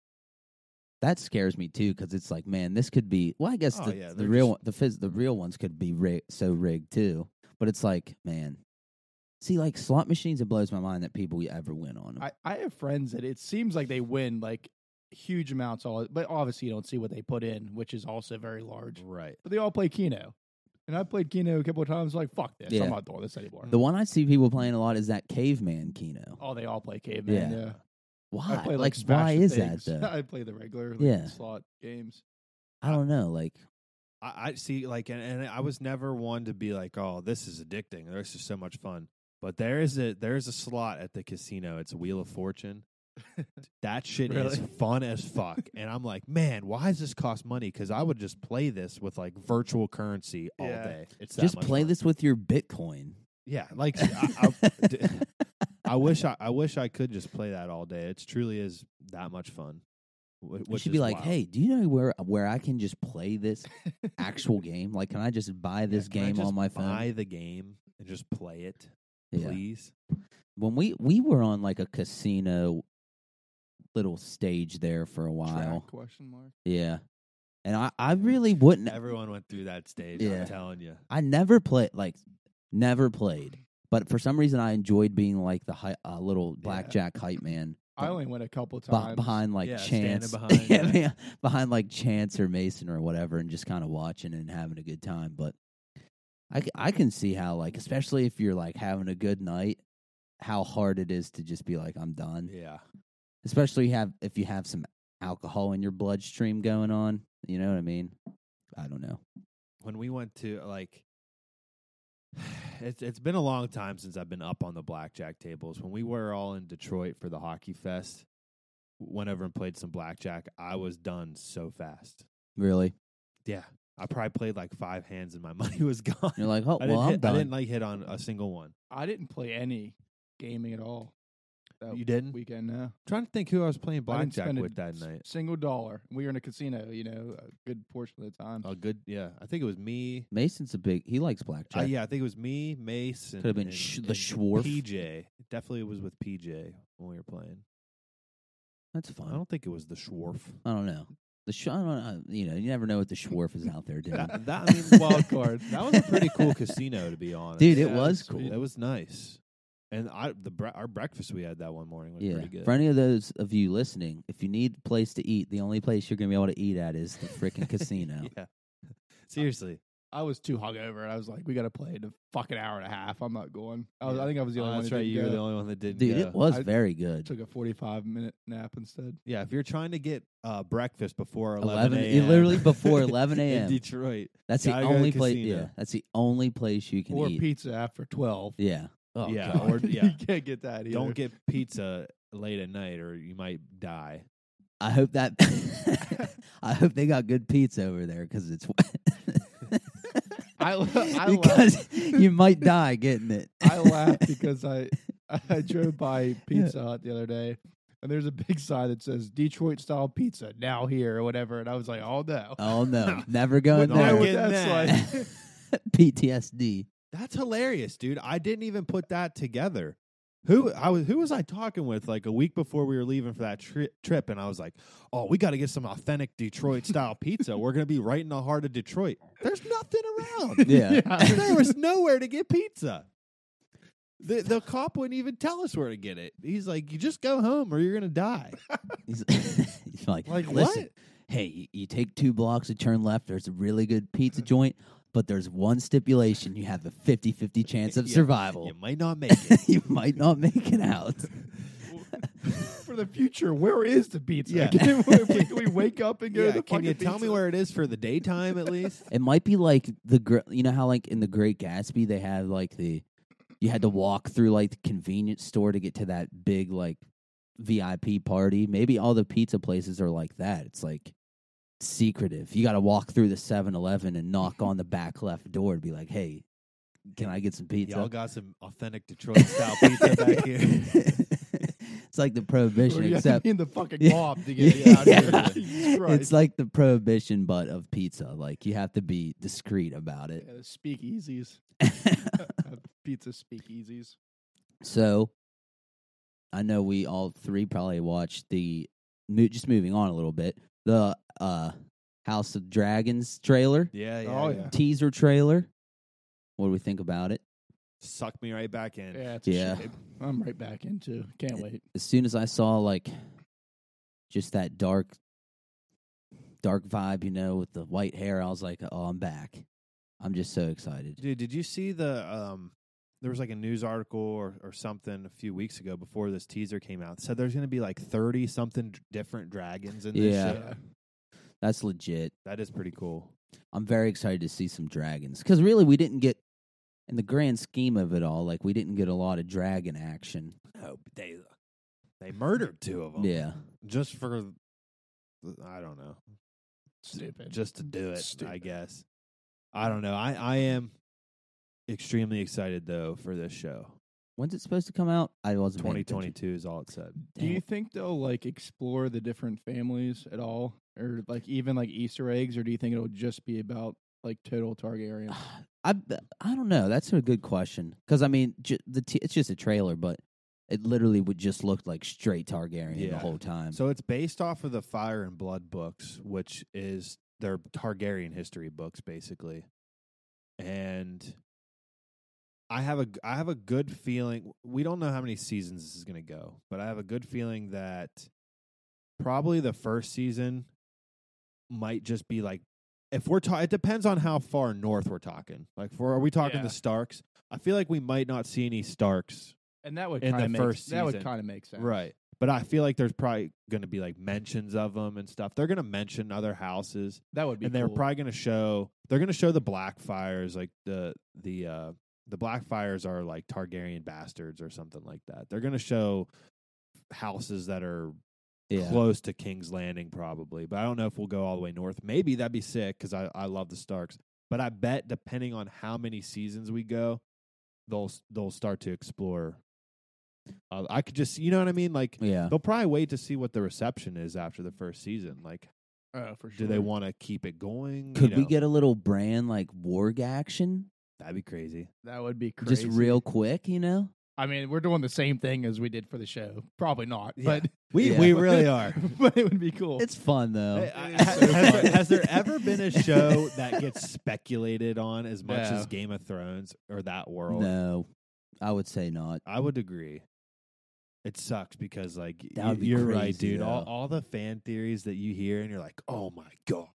[SPEAKER 1] that scares me too because it's like, man, this could be. Well, I guess
[SPEAKER 2] Oh,
[SPEAKER 1] the,
[SPEAKER 2] yeah,
[SPEAKER 1] the
[SPEAKER 2] they're
[SPEAKER 1] real
[SPEAKER 2] just-
[SPEAKER 1] one, the phys- the real ones could be rig- so rigged too. But it's like, man, see, like slot machines, it blows my mind that people ever win on them.
[SPEAKER 3] I, I have friends that it seems like they win like huge amounts all but obviously you don't see what they put in, which is also very large.
[SPEAKER 2] Right.
[SPEAKER 3] But they all play Keno. And I played Keno a couple of times, like, fuck this.
[SPEAKER 1] Yeah.
[SPEAKER 3] I'm not doing this anymore.
[SPEAKER 1] the one I see people playing a lot is that caveman Keno.
[SPEAKER 3] oh, they all play caveman.
[SPEAKER 1] Yeah.
[SPEAKER 3] Yeah.
[SPEAKER 1] Why?
[SPEAKER 3] I play
[SPEAKER 1] like,
[SPEAKER 3] like, Smash
[SPEAKER 1] why
[SPEAKER 3] the
[SPEAKER 1] is that
[SPEAKER 3] Things.
[SPEAKER 1] though?
[SPEAKER 3] I play the regular like,
[SPEAKER 1] Yeah.
[SPEAKER 3] slot games.
[SPEAKER 1] I don't know. Like,
[SPEAKER 2] I, I see, like, and, and I was never one to be like, "Oh, this is addicting. This is so much fun." But there is a there is a slot at the casino. It's Wheel of Fortune. that shit is
[SPEAKER 3] Really?
[SPEAKER 2] fun as fuck, and I'm like, man, why does this cost money? Because I would just play this with like virtual currency all
[SPEAKER 3] Yeah.
[SPEAKER 2] day. It's that
[SPEAKER 1] just
[SPEAKER 2] much
[SPEAKER 1] play
[SPEAKER 2] fun.
[SPEAKER 1] this with your Bitcoin.
[SPEAKER 2] Yeah, like I, I, d- I wish I, I wish I could just play that all day. It truly is that much fun. wh-
[SPEAKER 1] You
[SPEAKER 2] which
[SPEAKER 1] should
[SPEAKER 2] is
[SPEAKER 1] be like,
[SPEAKER 2] wild.
[SPEAKER 1] hey, do you know where where I can just play this actual game? Like, can I just buy
[SPEAKER 2] Yeah,
[SPEAKER 1] this
[SPEAKER 2] can I
[SPEAKER 1] game
[SPEAKER 2] just
[SPEAKER 1] on my phone?
[SPEAKER 2] Buy the game and just play it,
[SPEAKER 1] Yeah.
[SPEAKER 2] please.
[SPEAKER 1] When we we were on like a casino little stage there for a while,
[SPEAKER 3] Track question mark.
[SPEAKER 1] yeah, and I I really wouldn't.
[SPEAKER 2] Everyone went through that stage.
[SPEAKER 1] Yeah.
[SPEAKER 2] I'm telling you.
[SPEAKER 1] I never played like never played, but for some reason I enjoyed being like the hi- uh, little blackjack hype man.
[SPEAKER 3] I
[SPEAKER 1] but
[SPEAKER 3] only went a couple
[SPEAKER 1] be-
[SPEAKER 3] times.
[SPEAKER 1] behind like
[SPEAKER 2] Yeah, standing
[SPEAKER 1] chance,
[SPEAKER 2] behind,
[SPEAKER 1] yeah,
[SPEAKER 2] yeah.
[SPEAKER 1] man, behind like chance or Mason or whatever, and just kind of watching and having a good time. But I, c- I can see how like especially if you're like having a good night, how hard it is to just be like I'm done.
[SPEAKER 2] Yeah.
[SPEAKER 1] Especially have if you have some alcohol in your bloodstream going on. You know what I mean? I don't know.
[SPEAKER 2] When we went to like it's it's been a long time since I've been up on the blackjack tables. When we were all in Detroit for the hockey fest, went over and played some blackjack. I was done so fast.
[SPEAKER 1] Really,
[SPEAKER 2] Yeah. I probably played like five hands and my money was gone.
[SPEAKER 1] you're like, oh
[SPEAKER 2] I,
[SPEAKER 1] well,
[SPEAKER 2] didn't
[SPEAKER 1] I'm
[SPEAKER 2] hit, I
[SPEAKER 1] done.
[SPEAKER 2] didn't like hit on a single one.
[SPEAKER 3] I didn't play any gaming at all. That
[SPEAKER 2] You didn't?
[SPEAKER 3] weekend. No,
[SPEAKER 2] trying to think who I was playing
[SPEAKER 3] I didn't
[SPEAKER 2] blackjack
[SPEAKER 3] spend a
[SPEAKER 2] with that
[SPEAKER 3] s-
[SPEAKER 2] night.
[SPEAKER 3] Single dollar. We were in a casino. You know, a good portion of the time.
[SPEAKER 2] A good, yeah. I think it was me.
[SPEAKER 1] Mason's a big. He likes
[SPEAKER 2] Uh,
[SPEAKER 1] blackjack.
[SPEAKER 2] yeah, I think it was me, Mace, and
[SPEAKER 1] Could've been
[SPEAKER 2] and-
[SPEAKER 1] Sh- the
[SPEAKER 2] and
[SPEAKER 1] Schwarf.
[SPEAKER 2] PJ. It definitely was with PJ when we were playing.
[SPEAKER 1] That's
[SPEAKER 2] I
[SPEAKER 1] fun.
[SPEAKER 2] don't think it was the Schwarf.
[SPEAKER 1] I don't know. The sh- I don't know, you know, you never know what the Schwarf is out there doing.
[SPEAKER 2] That, that- I mean, wild card. That was a pretty cool casino, to be honest.
[SPEAKER 1] Dude, it
[SPEAKER 3] Yeah,
[SPEAKER 1] was
[SPEAKER 3] sweet.
[SPEAKER 1] cool.
[SPEAKER 2] It was nice. And I the bre- our breakfast we had that one morning was
[SPEAKER 1] Yeah.
[SPEAKER 2] pretty good.
[SPEAKER 1] For any of those of you listening, if you need a place to eat, the only place you're going to be able to eat at is the freaking casino.
[SPEAKER 2] yeah. Seriously.
[SPEAKER 3] I was too hungover, and I was like, "We got to play in a fucking hour and a half. I'm not going." I, was, I think I was the
[SPEAKER 2] Oh,
[SPEAKER 3] only one.
[SPEAKER 2] that's
[SPEAKER 3] that
[SPEAKER 2] right.
[SPEAKER 3] didn't
[SPEAKER 2] You were the
[SPEAKER 3] go.
[SPEAKER 2] only one that didn't.
[SPEAKER 1] Dude,
[SPEAKER 2] go.
[SPEAKER 1] it was
[SPEAKER 3] I-
[SPEAKER 1] very good.
[SPEAKER 3] Took a 45 minute nap instead.
[SPEAKER 2] Yeah, if you're trying to get uh, breakfast before 11,
[SPEAKER 1] 11
[SPEAKER 2] a.m.
[SPEAKER 1] literally before 11
[SPEAKER 2] in
[SPEAKER 1] a.m.
[SPEAKER 2] Detroit,
[SPEAKER 1] That's the
[SPEAKER 2] gotta go to
[SPEAKER 1] only place.
[SPEAKER 2] casino.
[SPEAKER 1] Yeah, that's the only place you can
[SPEAKER 3] or
[SPEAKER 1] eat.
[SPEAKER 3] pizza after 12.
[SPEAKER 1] yeah. Oh,
[SPEAKER 2] Yeah,
[SPEAKER 1] God.
[SPEAKER 2] or- yeah.
[SPEAKER 3] you can't get that either.
[SPEAKER 2] don't get pizza late at night or you might die.
[SPEAKER 1] I hope that. I hope they got good pizza over there because it's.
[SPEAKER 3] I, I laughed.
[SPEAKER 1] because you might die getting it.
[SPEAKER 3] I laughed because I I drove by Pizza Hut the other day, and there's a big sign that says Detroit style pizza now here or whatever, and I was like, oh no,
[SPEAKER 1] Oh no, never going
[SPEAKER 2] Wouldn't
[SPEAKER 3] know
[SPEAKER 2] I
[SPEAKER 3] what
[SPEAKER 2] get
[SPEAKER 1] there.
[SPEAKER 2] that.
[SPEAKER 3] that's like.
[SPEAKER 1] PTSD.
[SPEAKER 2] That's hilarious, dude. I didn't even put that together. Who I was who was I talking with like a week before we were leaving for that tri- trip and I was like, "Oh, we got to get some authentic Detroit style pizza. We're going to be right in the heart of Detroit. There's nothing around.
[SPEAKER 1] Yeah.
[SPEAKER 2] there was nowhere to get pizza. The the cop wouldn't even tell us where to get it. He's like, "You just go home or you're going to die."
[SPEAKER 1] He's, he's like,
[SPEAKER 2] Like
[SPEAKER 1] listen,
[SPEAKER 2] what?
[SPEAKER 1] hey, you, you take two blocks and turn left. There's a really good pizza joint, but there's one stipulation: you have a 50-50 chance of
[SPEAKER 2] Yeah,
[SPEAKER 1] survival.
[SPEAKER 2] You might not make it.
[SPEAKER 1] you might not make it out.
[SPEAKER 3] for the future, where is the pizza?
[SPEAKER 2] Yeah.
[SPEAKER 3] Can, we, can we wake up and go
[SPEAKER 2] Yeah,
[SPEAKER 3] to the
[SPEAKER 2] can you
[SPEAKER 3] fucking
[SPEAKER 2] tell me
[SPEAKER 3] pizza?
[SPEAKER 2] where it is for the daytime at least?
[SPEAKER 1] It might be like the gr- you know how like in the Great Gatsby they had like the you had to walk through like the convenience store to get to that big like VIP party. Maybe all the pizza places are like that. It's like secretive. You got to walk through the 7-Eleven and knock on the back left door to be like, "Hey, can I get some pizza?"
[SPEAKER 2] Y'all got some authentic Detroit style pizza back here.
[SPEAKER 1] it's like the prohibition
[SPEAKER 3] Or you have to
[SPEAKER 1] except
[SPEAKER 3] be in the fucking
[SPEAKER 1] Yeah.
[SPEAKER 3] mob to get it out
[SPEAKER 1] Yeah.
[SPEAKER 3] here. Jesus Christ.
[SPEAKER 1] it's like the prohibition but of pizza. Like you have to be discreet about it.
[SPEAKER 3] yeah, the speakeasies, Uh, pizza speakeasies.
[SPEAKER 1] So I know we all three probably watched the mo- just moving on a little bit. the uh House of Dragons trailer,
[SPEAKER 2] Yeah, yeah.
[SPEAKER 3] Oh,
[SPEAKER 2] yeah.
[SPEAKER 3] yeah.
[SPEAKER 1] teaser trailer. What do we think about it?
[SPEAKER 2] Suck me right back in.
[SPEAKER 3] Yeah, it's a
[SPEAKER 1] Yeah.
[SPEAKER 3] shame. I'm right back into. Can't wait.
[SPEAKER 1] As soon as I saw like just that dark dark vibe, you know, with the white hair, I was like, "Oh, I'm back." I'm just so excited.
[SPEAKER 2] Dude, did you see the um there was like a news article or, or something a few weeks ago before this teaser came out. Said there's going to be like 30 something d- different dragons in this
[SPEAKER 1] Yeah.
[SPEAKER 2] shit.
[SPEAKER 1] That's legit.
[SPEAKER 2] That is pretty cool.
[SPEAKER 1] I'm very excited to see some dragons because really we didn't get, in the grand scheme of it all, like we didn't get a lot of dragon action.
[SPEAKER 2] Oh, but they they murdered two of them.
[SPEAKER 1] Yeah,
[SPEAKER 2] Just for th- I don't know.
[SPEAKER 3] Stupid.
[SPEAKER 2] Just to do it, I
[SPEAKER 3] Stupid.
[SPEAKER 2] guess. I don't know. I I am extremely excited though for this show.
[SPEAKER 1] when's it supposed to come out? I wasn't. paying attention.
[SPEAKER 2] 2022 is all it said.
[SPEAKER 3] Do
[SPEAKER 1] Damn
[SPEAKER 3] you
[SPEAKER 1] it.
[SPEAKER 3] think they'll like explore the different families at all, or like even like Easter eggs, or do you think it'll just be about like total
[SPEAKER 2] Ah,
[SPEAKER 3] Targaryen?
[SPEAKER 1] I b- I don't know. That's a good question because I mean, ju- the t- it's just a trailer, but it literally would just look like straight Targaryen the
[SPEAKER 2] Yeah.
[SPEAKER 1] whole time.
[SPEAKER 2] So it's based off of the Fire and Blood books, which is their Targaryen history books, basically. And I have a I have a good feeling. We don't know how many seasons this is going to go, but I have a good feeling that probably the first season might just be like if we're talking. It depends on how far north we're talking. Like, for are we talking
[SPEAKER 3] Yeah.
[SPEAKER 2] the Starks? I feel like we might not see any Starks
[SPEAKER 3] And that would
[SPEAKER 2] In
[SPEAKER 3] kind
[SPEAKER 2] the
[SPEAKER 3] of make
[SPEAKER 2] first
[SPEAKER 3] that would
[SPEAKER 2] season.
[SPEAKER 3] kind of make sense,
[SPEAKER 2] Right. But I feel like there's probably going to be like mentions of them and stuff. They're going to mention other houses,
[SPEAKER 3] That would be.
[SPEAKER 2] and they're
[SPEAKER 3] cool.
[SPEAKER 2] probably going to show. They're going to show the Blackfires, like the the uh the Blackfires are like Targaryen bastards or something like that. They're going to show houses that are
[SPEAKER 1] yeah,
[SPEAKER 2] close to King's Landing, probably. But I don't know if we'll go all the way north. Maybe that'd be sick because I I love the Starks. But I bet depending on how many seasons we go, they'll s- they'll start to explore. Uh, I could just you know what I mean like
[SPEAKER 1] yeah.
[SPEAKER 2] They'll probably wait to see what the reception is after the first season. Like,
[SPEAKER 3] Oh, for
[SPEAKER 2] do
[SPEAKER 3] sure.
[SPEAKER 2] they want to keep it going? You
[SPEAKER 1] Could we
[SPEAKER 2] know,
[SPEAKER 1] get a little brand like warg action
[SPEAKER 2] That'd be crazy.
[SPEAKER 3] That would be crazy.
[SPEAKER 1] just real quick? You know,
[SPEAKER 3] I mean, we're doing the same thing as we did for the show. Probably not,
[SPEAKER 2] Yeah.
[SPEAKER 3] but
[SPEAKER 2] We
[SPEAKER 1] Yeah.
[SPEAKER 2] we really are.
[SPEAKER 3] but it would be cool.
[SPEAKER 1] it's fun though.
[SPEAKER 2] Hey,
[SPEAKER 3] it
[SPEAKER 2] I-
[SPEAKER 3] is so
[SPEAKER 2] has, there,
[SPEAKER 3] fun.
[SPEAKER 2] has there ever been a show that gets speculated on as much
[SPEAKER 3] No.
[SPEAKER 2] as Game of Thrones or that world?
[SPEAKER 1] no, I would say not.
[SPEAKER 2] I would agree. It sucks because like
[SPEAKER 1] That would
[SPEAKER 2] y-
[SPEAKER 1] be
[SPEAKER 2] you're right,
[SPEAKER 1] crazy,
[SPEAKER 2] dude. All,
[SPEAKER 1] though.
[SPEAKER 2] all the fan theories that you hear and you're like, oh my god,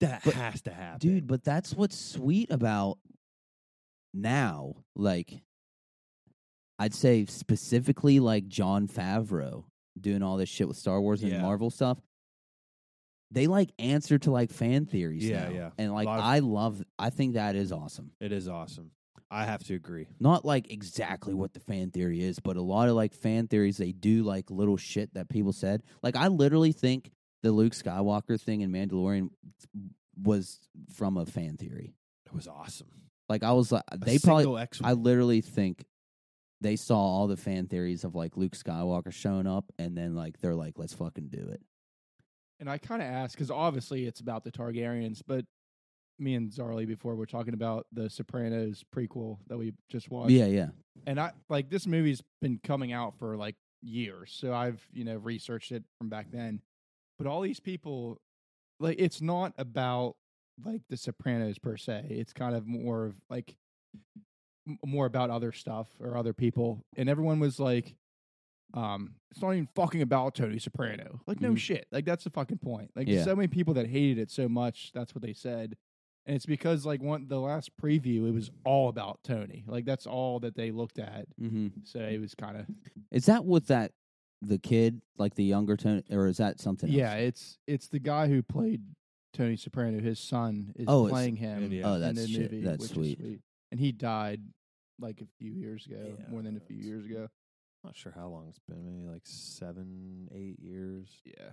[SPEAKER 2] that
[SPEAKER 1] But,
[SPEAKER 2] has to happen,
[SPEAKER 1] dude but that's what's sweet about now like i'd say specifically like john favreau doing all this shit with star wars and
[SPEAKER 2] Yeah.
[SPEAKER 1] marvel stuff they like answer to like fan theories
[SPEAKER 2] Yeah,
[SPEAKER 1] now.
[SPEAKER 2] yeah.
[SPEAKER 1] and like
[SPEAKER 2] lot of-
[SPEAKER 1] i love i think that is awesome
[SPEAKER 2] It is awesome. I have to agree.
[SPEAKER 1] not like exactly what the fan theory is but a lot of like fan theories they do like little shit that people said like i literally think the luke skywalker thing in mandalorian was from a fan theory
[SPEAKER 2] It was awesome.
[SPEAKER 1] like I was like
[SPEAKER 2] A
[SPEAKER 1] they probably
[SPEAKER 2] single X-
[SPEAKER 1] I literally think they saw all the fan theories of like Luke Skywalker showing up and then like they're like let's fucking do it.
[SPEAKER 3] And I kind of asked because obviously it's about the Targaryens, but me and Zarly before were talking about the Sopranos prequel that we just watched.
[SPEAKER 1] Yeah, yeah.
[SPEAKER 3] And I like this movie's been coming out for like years, so I've you know researched it from back then. But all these people, like, it's not about like the Sopranos per se. It's kind of more of like m- more about other stuff or other people. And everyone was like, um, it's not even fucking about Tony Soprano. Like, no
[SPEAKER 1] Mhm.
[SPEAKER 3] shit. Like, that's the fucking point. Like,
[SPEAKER 1] Yeah.
[SPEAKER 3] so many people that hated it so much, that's what they said. And it's because, like, one the last preview, it was all about Tony. Like, that's all that they looked at.
[SPEAKER 1] Mm-hmm.
[SPEAKER 3] So it was kind of
[SPEAKER 1] Is that with that the kid like the younger Tony or is that something? else?
[SPEAKER 3] yeah. It's it's the guy who played Tony Soprano. His son is
[SPEAKER 1] Oh, it's-
[SPEAKER 3] playing him.
[SPEAKER 2] Yeah.
[SPEAKER 1] Oh, that's
[SPEAKER 3] in the
[SPEAKER 1] shit.
[SPEAKER 3] movie,
[SPEAKER 1] That's
[SPEAKER 3] which is
[SPEAKER 1] sweet.
[SPEAKER 3] And he died like a few years ago,
[SPEAKER 2] Yeah,
[SPEAKER 3] more than a few
[SPEAKER 2] that's-
[SPEAKER 3] years ago.
[SPEAKER 2] not sure how long it's been, maybe like seven, eight years.
[SPEAKER 3] Yeah.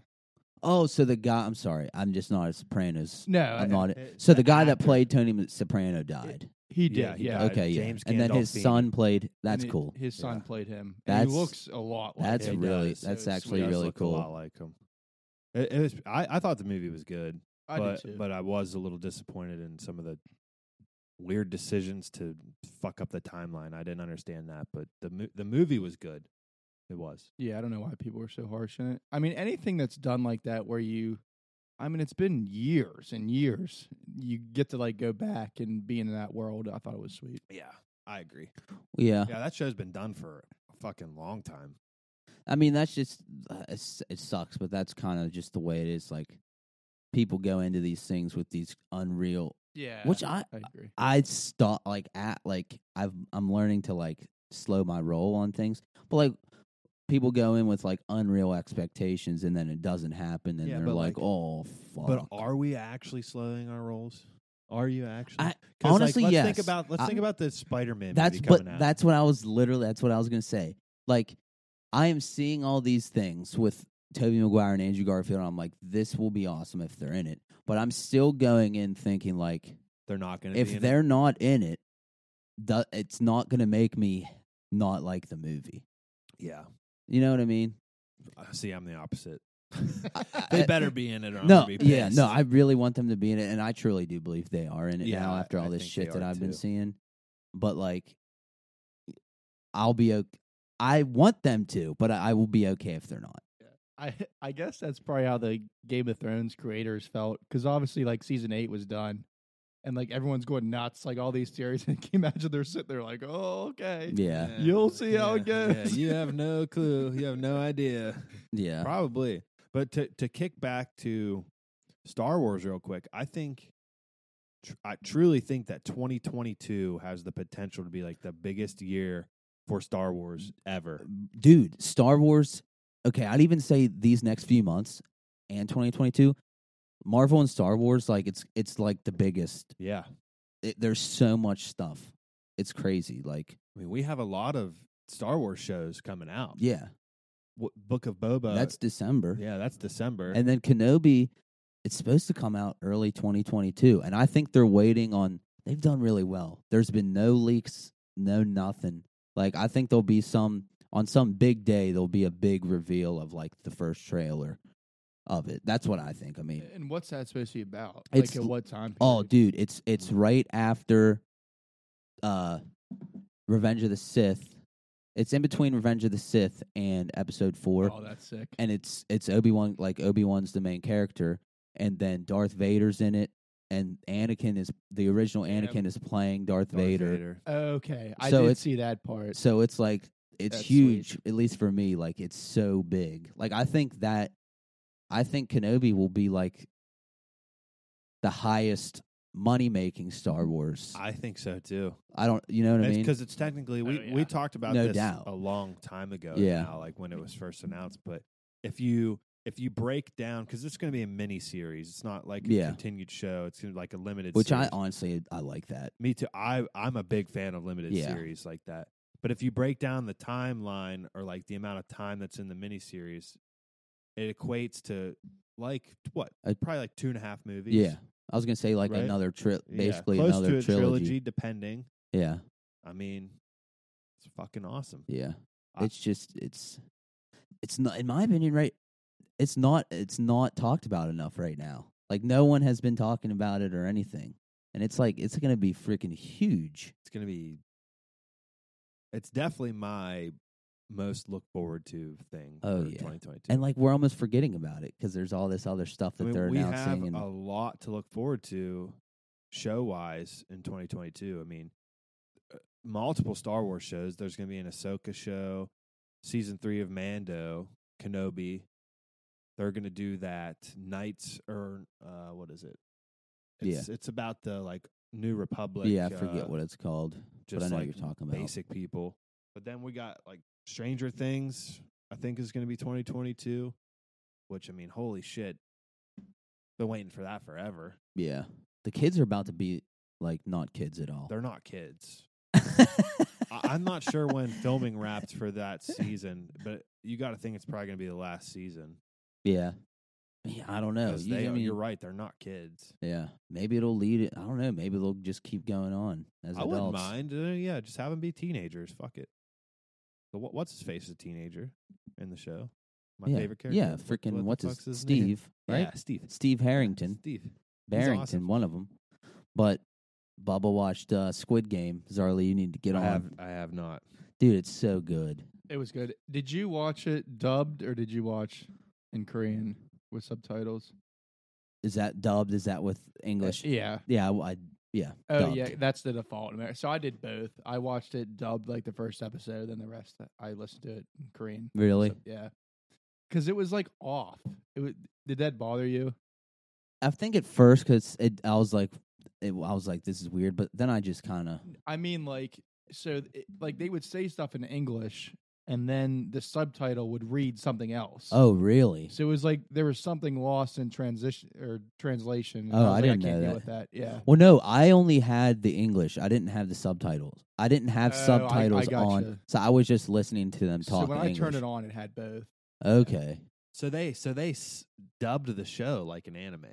[SPEAKER 1] Oh, so the guy. I'm sorry, I'm just not a Sopranos.
[SPEAKER 3] No, I-
[SPEAKER 1] I'm not.
[SPEAKER 2] it-
[SPEAKER 1] so
[SPEAKER 2] the
[SPEAKER 1] the guy that
[SPEAKER 2] actor.
[SPEAKER 1] played Tony Soprano died.
[SPEAKER 3] he did.
[SPEAKER 2] Yeah,
[SPEAKER 3] Yeah.
[SPEAKER 2] he died. Uh,
[SPEAKER 1] okay, yeah.
[SPEAKER 2] James
[SPEAKER 1] and then his
[SPEAKER 2] Gandolfini.
[SPEAKER 1] son played. That's
[SPEAKER 3] And it-
[SPEAKER 1] cool.
[SPEAKER 3] His son
[SPEAKER 2] Yeah.
[SPEAKER 3] played him. and
[SPEAKER 1] That's-
[SPEAKER 3] he looks a lot. like
[SPEAKER 1] That's
[SPEAKER 3] him.
[SPEAKER 2] It
[SPEAKER 1] really.
[SPEAKER 2] does.
[SPEAKER 3] So
[SPEAKER 1] That's
[SPEAKER 3] it's
[SPEAKER 1] actually
[SPEAKER 2] He does
[SPEAKER 1] really
[SPEAKER 2] look
[SPEAKER 1] cool.
[SPEAKER 2] A lot like him. It, it was. I, I thought the movie was good,
[SPEAKER 3] I do
[SPEAKER 2] but
[SPEAKER 3] too.
[SPEAKER 2] but I was a little disappointed in some of the weird decisions to fuck up the timeline. I didn't understand that, but the mo- the movie was good. It was.
[SPEAKER 3] Yeah, I don't know why people were so harsh in it. I mean, anything that's done like that where you I mean, it's been years and years. You get to like go back and be in that world. I thought it was sweet.
[SPEAKER 2] Yeah, I agree.
[SPEAKER 1] Yeah.
[SPEAKER 2] Yeah, that show's been done for a fucking long time.
[SPEAKER 1] I mean, that's just uh, it's, it sucks, but that's kind of just the way it is. Like people go into these things with these unreal,
[SPEAKER 3] Yeah,
[SPEAKER 1] which I
[SPEAKER 3] I agree.
[SPEAKER 1] I stop like at like I've I'm learning to like slow my roll on things, but like people go in with like unreal expectations and then it doesn't happen and
[SPEAKER 2] Yeah,
[SPEAKER 1] they're
[SPEAKER 2] but,
[SPEAKER 1] like,
[SPEAKER 2] like-
[SPEAKER 1] oh fuck.
[SPEAKER 2] But are we actually slowing our rolls? Are you actually?
[SPEAKER 1] I-
[SPEAKER 2] 'Cause,
[SPEAKER 1] honestly,
[SPEAKER 2] like, let's Think
[SPEAKER 1] yes.
[SPEAKER 2] about let's
[SPEAKER 1] I-
[SPEAKER 2] think about the Spider-Man
[SPEAKER 1] that's
[SPEAKER 2] movie
[SPEAKER 1] but
[SPEAKER 2] coming out.
[SPEAKER 1] that's what I was literally that's what I was gonna say. Like I am seeing all these things with Toby Maguire and Andrew Garfield, and I'm like, this will be awesome if they're in it. But I'm still going in thinking like
[SPEAKER 2] they're not going to be
[SPEAKER 1] if
[SPEAKER 2] in
[SPEAKER 1] they're not in it, do- it's not gonna make me not like the movie.
[SPEAKER 2] it. yeah.
[SPEAKER 1] You know what I mean?
[SPEAKER 2] Uh, See, I'm the opposite.
[SPEAKER 1] I-
[SPEAKER 2] they better be in it, or I'm
[SPEAKER 1] no,
[SPEAKER 2] gonna be
[SPEAKER 1] yeah,
[SPEAKER 2] pissed.
[SPEAKER 1] no. I really want them to be in it, and I truly do believe they are in it
[SPEAKER 2] Yeah,
[SPEAKER 1] now
[SPEAKER 2] I-
[SPEAKER 1] after all
[SPEAKER 2] I
[SPEAKER 1] this
[SPEAKER 2] think
[SPEAKER 1] shit
[SPEAKER 2] they
[SPEAKER 1] that
[SPEAKER 2] are,
[SPEAKER 1] I've been
[SPEAKER 2] too.
[SPEAKER 1] seeing. But like, I'll be okay. I want them to, but I, I will be okay if they're not.
[SPEAKER 3] I I guess that's probably how the Game of Thrones creators felt because obviously like season eight was done, and like everyone's going nuts. Like all these theories, and can you imagine they're sitting there like, oh okay,
[SPEAKER 1] Yeah,
[SPEAKER 3] You'll see how it
[SPEAKER 2] yeah,
[SPEAKER 3] goes.
[SPEAKER 2] you have no clue. You have no idea.
[SPEAKER 1] yeah,
[SPEAKER 2] Probably. But to to kick back to Star Wars real quick, I think tr- I truly think that 2022 has the potential to be like the biggest year for Star
[SPEAKER 1] Mm,
[SPEAKER 2] Wars Mm, ever.
[SPEAKER 1] dude. Star Wars. Okay, I'd even say these next few months and 2022, Marvel and Star Wars. Like it's it's like the biggest.
[SPEAKER 2] Yeah.
[SPEAKER 1] It, there's so much stuff. It's crazy. Like
[SPEAKER 2] I mean, we have a lot of Star Wars shows coming out.
[SPEAKER 1] yeah,
[SPEAKER 2] W- Book of Boba.
[SPEAKER 1] that's December.
[SPEAKER 2] yeah, that's December.
[SPEAKER 1] And then Kenobi, it's supposed to come out early 2022. And I think they're waiting on, they've done really well. There's been no leaks, no nothing. Like, I think there'll be some, on some big day, there'll be a big reveal of like the first trailer of it. That's what I think. I mean,
[SPEAKER 3] And what's that supposed to be about?
[SPEAKER 1] It's
[SPEAKER 3] like at
[SPEAKER 1] l-
[SPEAKER 3] what time?
[SPEAKER 1] oh,
[SPEAKER 3] period?
[SPEAKER 1] dude, it's, it's right after uh, Revenge of the Sith. It's in between Revenge of the Sith and episode four
[SPEAKER 3] oh, that's sick.
[SPEAKER 1] and it's it's Obi Wan like Obi Wan's the main character, and then Darth Vader's in it, and Anakin is the original
[SPEAKER 3] Yeah.
[SPEAKER 1] Anakin is playing Darth,
[SPEAKER 2] Darth
[SPEAKER 1] Vader.
[SPEAKER 3] Okay, I
[SPEAKER 1] So
[SPEAKER 3] did
[SPEAKER 1] it's-
[SPEAKER 3] see that part.
[SPEAKER 1] So it's like it's
[SPEAKER 3] That's sweet.
[SPEAKER 1] huge, at least for me. Like it's so big. Like I think that I think Kenobi will be like the highest money making Star Wars. I,
[SPEAKER 2] I think so too.
[SPEAKER 1] don't, you know what I mean?
[SPEAKER 2] Because it's technically we,
[SPEAKER 3] Oh,
[SPEAKER 2] we
[SPEAKER 3] yeah.
[SPEAKER 2] talked about
[SPEAKER 1] No
[SPEAKER 2] this
[SPEAKER 1] doubt.
[SPEAKER 2] a long time ago.
[SPEAKER 1] Yeah.
[SPEAKER 2] now, like when it was first announced. But if you if you break down because it's going to be a mini series, it's not like a
[SPEAKER 1] Yeah.
[SPEAKER 2] continued show. It's gonna be like a limited.
[SPEAKER 1] Which I
[SPEAKER 2] series.
[SPEAKER 1] honestly I like that.
[SPEAKER 2] me too. I I'm a big fan of limited
[SPEAKER 1] Yeah.
[SPEAKER 2] series like that. But if you break down the timeline or like the amount of time that's in the miniseries, it equates to like what
[SPEAKER 1] A-
[SPEAKER 2] probably like two and a half movies.
[SPEAKER 1] Yeah, I was gonna say like
[SPEAKER 2] Right?
[SPEAKER 1] another trip,
[SPEAKER 2] Yeah,
[SPEAKER 1] basically
[SPEAKER 2] close
[SPEAKER 1] another
[SPEAKER 2] to a
[SPEAKER 1] trilogy.
[SPEAKER 2] depending.
[SPEAKER 1] Yeah,
[SPEAKER 2] I mean, it's fucking awesome.
[SPEAKER 1] yeah.
[SPEAKER 2] I-
[SPEAKER 1] it's just it's it's not in my opinion right it's not it's not talked about enough right now like no one has been talking about it or anything and it's like it's gonna be freaking huge
[SPEAKER 2] it's gonna be it's definitely my most look forward to thing
[SPEAKER 1] Oh,
[SPEAKER 2] for
[SPEAKER 1] yeah.
[SPEAKER 2] 2022
[SPEAKER 1] and like we're almost forgetting about it because there's all this other stuff that
[SPEAKER 2] I mean,
[SPEAKER 1] they're
[SPEAKER 2] we have
[SPEAKER 1] announcing and
[SPEAKER 2] a lot to look forward to show wise in 2022 i mean uh, multiple star wars shows there's gonna be an ahsoka show season three of mando kenobi they're gonna do that knights or uh what is it
[SPEAKER 1] Yeah.
[SPEAKER 2] it's, it's about the like new republic
[SPEAKER 1] yeah i forget
[SPEAKER 2] uh,
[SPEAKER 1] what it's called but
[SPEAKER 2] just
[SPEAKER 1] i know
[SPEAKER 2] like
[SPEAKER 1] what you're talking about
[SPEAKER 2] basic people. But then we got like Stranger Things, I think is going to be 2022, which I mean, holy shit. Been waiting for that forever.
[SPEAKER 1] yeah the kids are about to be like not kids at all
[SPEAKER 2] They're not kids. I- I'm not sure when filming wrapped for that season, but you got to think it's probably going to be the last season.
[SPEAKER 1] yeah yeah i don't know
[SPEAKER 2] 'Cause
[SPEAKER 1] You-
[SPEAKER 2] they
[SPEAKER 1] I
[SPEAKER 2] are-
[SPEAKER 1] mean,
[SPEAKER 2] you're right. They're not kids.
[SPEAKER 1] yeah maybe it'll lead it i don't know maybe they'll just keep going on as
[SPEAKER 2] I wouldn't
[SPEAKER 1] adults
[SPEAKER 2] mind. Uh, yeah, just have them be teenagers. Fuck it. The, wha- what's his face is a teenager in the show? My
[SPEAKER 1] yeah.
[SPEAKER 2] favorite character.
[SPEAKER 1] Yeah,
[SPEAKER 2] What-
[SPEAKER 1] freaking
[SPEAKER 2] what the
[SPEAKER 1] what's
[SPEAKER 2] fuck's
[SPEAKER 1] his
[SPEAKER 2] name?
[SPEAKER 1] Steve, right?
[SPEAKER 2] Yeah, Steve.
[SPEAKER 1] Steve Harrington,
[SPEAKER 2] Steve.
[SPEAKER 1] Barrington,
[SPEAKER 2] awesome.
[SPEAKER 1] one of them. But Bubba watched uh, Squid Game. Zarly, you need to get
[SPEAKER 2] I
[SPEAKER 1] on,
[SPEAKER 2] have I have not.
[SPEAKER 1] dude. It's so good.
[SPEAKER 3] It was good. Did you watch it dubbed or did you watch in Korean with subtitles? Uh,
[SPEAKER 1] Is that dubbed? Is that with
[SPEAKER 2] Uh,
[SPEAKER 1] English?
[SPEAKER 3] Yeah.
[SPEAKER 1] Yeah, I, I- yeah.
[SPEAKER 3] Oh
[SPEAKER 1] dubbed.
[SPEAKER 3] yeah, that's the default. in Amer- So I did both. I watched it dubbed like the first episode, then the rest I listened to it in Korean.
[SPEAKER 1] Really?
[SPEAKER 3] So, yeah, because it was like off. It was, did that bother you?
[SPEAKER 1] I think at first because it, I was like, it, I was like, this is weird. But then I just kind of
[SPEAKER 3] I mean, like so, th- it, like they would say stuff in English, and then the subtitle would read something else.
[SPEAKER 1] oh really?
[SPEAKER 3] so it was like there was something lost in transition or translation. and
[SPEAKER 1] Oh,
[SPEAKER 3] was
[SPEAKER 1] I
[SPEAKER 3] like,
[SPEAKER 1] didn't
[SPEAKER 3] can't
[SPEAKER 1] know
[SPEAKER 3] deal
[SPEAKER 1] that.
[SPEAKER 3] with that. Yeah.
[SPEAKER 1] Well, no, I only had the English. I didn't have the subtitles. I didn't have
[SPEAKER 3] Oh, I- I
[SPEAKER 1] subtitles on,
[SPEAKER 3] gotcha.
[SPEAKER 1] so I was just listening to them
[SPEAKER 3] So
[SPEAKER 1] talking.
[SPEAKER 3] when I
[SPEAKER 1] English.
[SPEAKER 3] turned it on, it had both.
[SPEAKER 1] okay,
[SPEAKER 2] So they so they s- dubbed the show like an anime.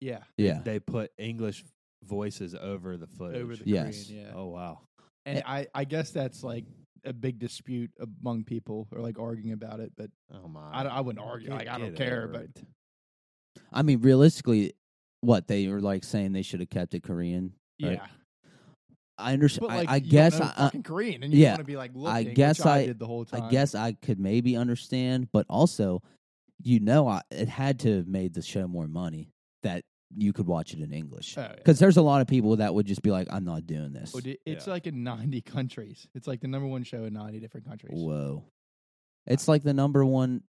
[SPEAKER 3] Yeah.
[SPEAKER 1] yeah,
[SPEAKER 2] They put English voices over the footage.
[SPEAKER 3] Over the
[SPEAKER 1] Yes.
[SPEAKER 3] Korean. Yeah.
[SPEAKER 2] Oh wow.
[SPEAKER 3] and
[SPEAKER 1] Eh.
[SPEAKER 3] I, I guess that's like a big dispute among people or like arguing about it but
[SPEAKER 2] Oh my.
[SPEAKER 3] I, don't- I wouldn't argue
[SPEAKER 2] Get-
[SPEAKER 3] like i don't
[SPEAKER 2] get
[SPEAKER 3] care
[SPEAKER 2] over
[SPEAKER 3] but
[SPEAKER 2] it.
[SPEAKER 1] I mean, realistically, what they were like saying they should have kept it Korean.
[SPEAKER 3] yeah
[SPEAKER 1] Right. I understand.
[SPEAKER 3] but like
[SPEAKER 1] I, I
[SPEAKER 3] you don't
[SPEAKER 1] guess
[SPEAKER 3] know
[SPEAKER 1] I, I,
[SPEAKER 3] fucking korean and you
[SPEAKER 1] yeah,
[SPEAKER 3] want to be like looking
[SPEAKER 1] I
[SPEAKER 3] which
[SPEAKER 1] guess I-
[SPEAKER 3] did the whole time
[SPEAKER 1] I guess I could maybe understand, but also, you know, I, it had to have made the show more money that you could watch it in English.
[SPEAKER 3] Oh, yeah.
[SPEAKER 1] Because there's a lot of people that would just be like, "I'm not doing this."
[SPEAKER 3] Oh, dude, it's
[SPEAKER 2] Yeah.
[SPEAKER 3] like in 90 countries it's like the number one show in 90 different countries
[SPEAKER 1] Whoa, it's like the number one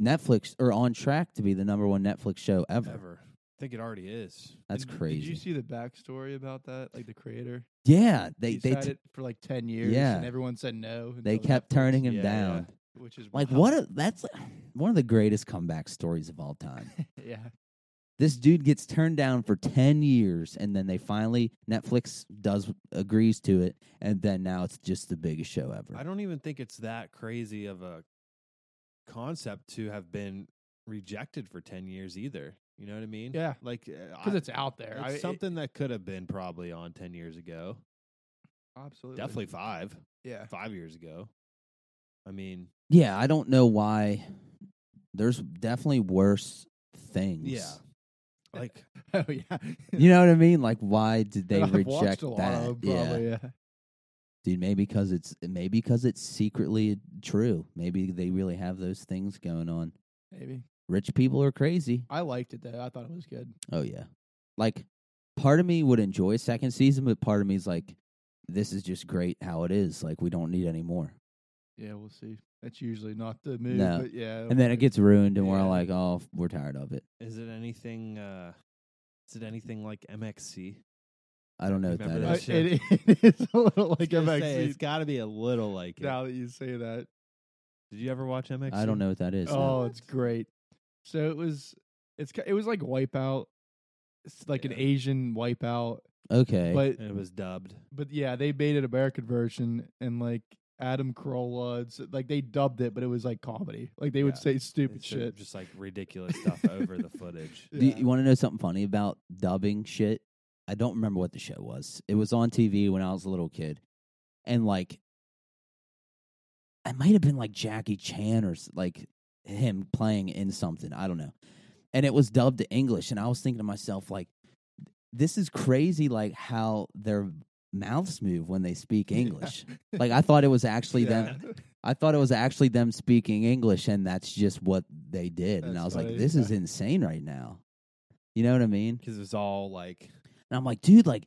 [SPEAKER 1] Netflix or on track to be the number one Netflix show ever.
[SPEAKER 2] Ever. I think it already is.
[SPEAKER 1] That's
[SPEAKER 3] Did-
[SPEAKER 1] crazy.
[SPEAKER 3] did you see the backstory about that like the creator
[SPEAKER 1] yeah, they
[SPEAKER 3] he's
[SPEAKER 1] they
[SPEAKER 3] had
[SPEAKER 1] t-
[SPEAKER 3] it for like 10 years
[SPEAKER 1] Yeah.
[SPEAKER 3] and everyone said no
[SPEAKER 1] they
[SPEAKER 3] until
[SPEAKER 1] kept
[SPEAKER 3] Netflix,
[SPEAKER 1] turning him
[SPEAKER 2] Yeah, yeah.
[SPEAKER 1] down.
[SPEAKER 3] which is
[SPEAKER 1] Like
[SPEAKER 3] wild.
[SPEAKER 1] what? A, that's like, one of the greatest comeback stories of all time.
[SPEAKER 3] yeah
[SPEAKER 1] this dude gets turned down for 10 years and then they finally netflix does agrees to it and then now it's just the biggest show ever
[SPEAKER 2] I don't even think it's that crazy of a concept to have been rejected for 10 years either. You know what I mean?
[SPEAKER 3] Yeah.
[SPEAKER 2] Like uh,
[SPEAKER 3] because
[SPEAKER 2] I-
[SPEAKER 3] it's out there
[SPEAKER 2] it's
[SPEAKER 3] I- it-
[SPEAKER 2] something that could have been probably on 10 years ago.
[SPEAKER 3] absolutely
[SPEAKER 2] Definitely 5.
[SPEAKER 3] yeah
[SPEAKER 2] 5 years ago. I mean,
[SPEAKER 1] yeah i don't know why there's definitely worse things
[SPEAKER 2] yeah. Like
[SPEAKER 3] oh yeah
[SPEAKER 1] you know what i mean like why did they
[SPEAKER 3] I've watched
[SPEAKER 1] reject
[SPEAKER 3] a lot
[SPEAKER 1] that
[SPEAKER 3] of 'em,
[SPEAKER 1] yeah
[SPEAKER 3] probably,
[SPEAKER 1] dude maybe because it's maybe because it's secretly true maybe they really have those things going on
[SPEAKER 3] Maybe.
[SPEAKER 1] rich people are crazy
[SPEAKER 3] I liked it though. I thought it was good.
[SPEAKER 1] Oh yeah. Like part of me would enjoy second season, but part of me's like, this is just great how it is. Like we don't need any more.
[SPEAKER 3] Yeah, we'll see. That's usually not the move,
[SPEAKER 1] No.
[SPEAKER 3] but yeah.
[SPEAKER 1] And then it gets ruined and we're
[SPEAKER 3] Yeah.
[SPEAKER 1] like, oh, f- we're tired of it.
[SPEAKER 2] is it anything uh is it anything like MXC?
[SPEAKER 1] I don't know what that
[SPEAKER 2] Remember
[SPEAKER 1] is.
[SPEAKER 2] that
[SPEAKER 3] It,
[SPEAKER 2] shit.
[SPEAKER 3] it, it is a little like
[SPEAKER 2] Like MXC.
[SPEAKER 3] MXC.
[SPEAKER 2] it's got to be a little like it.
[SPEAKER 3] Now that you say that,
[SPEAKER 2] Did you ever watch MXC?
[SPEAKER 1] I don't know what that is. no.
[SPEAKER 3] oh, it's great. So it was, it's ki- it was like Wipeout. It's like an
[SPEAKER 2] Yeah.
[SPEAKER 3] Asian Wipeout,
[SPEAKER 1] Okay.
[SPEAKER 3] Oh. but
[SPEAKER 2] And it was dubbed.
[SPEAKER 3] but yeah, they made an American version and like Adam Carolla. It's, like they dubbed it, but it was like comedy. Like they would
[SPEAKER 2] Yeah.
[SPEAKER 3] say stupid
[SPEAKER 2] It's sort of
[SPEAKER 3] shit.
[SPEAKER 2] Just like ridiculous stuff over the footage.
[SPEAKER 1] Do you,
[SPEAKER 3] Yeah.
[SPEAKER 1] want to know something funny about dubbing shit? I don't remember what the show was. It was on TV when I was a little kid, and like, it might have been like Jackie Chan or s- like him playing in something. I don't know. And it was dubbed to English, and I was thinking to myself, like, this is crazy, like how their mouths move when they speak English. Like, I thought it was actually them.
[SPEAKER 3] Yeah.
[SPEAKER 1] I thought it was actually them speaking English, and that's just what they did. and I was
[SPEAKER 3] That's
[SPEAKER 1] like,
[SPEAKER 3] funny,
[SPEAKER 1] this
[SPEAKER 3] yeah.
[SPEAKER 1] is insane right now. You know what I mean?
[SPEAKER 2] Because it's all like
[SPEAKER 1] And I'm like, dude, like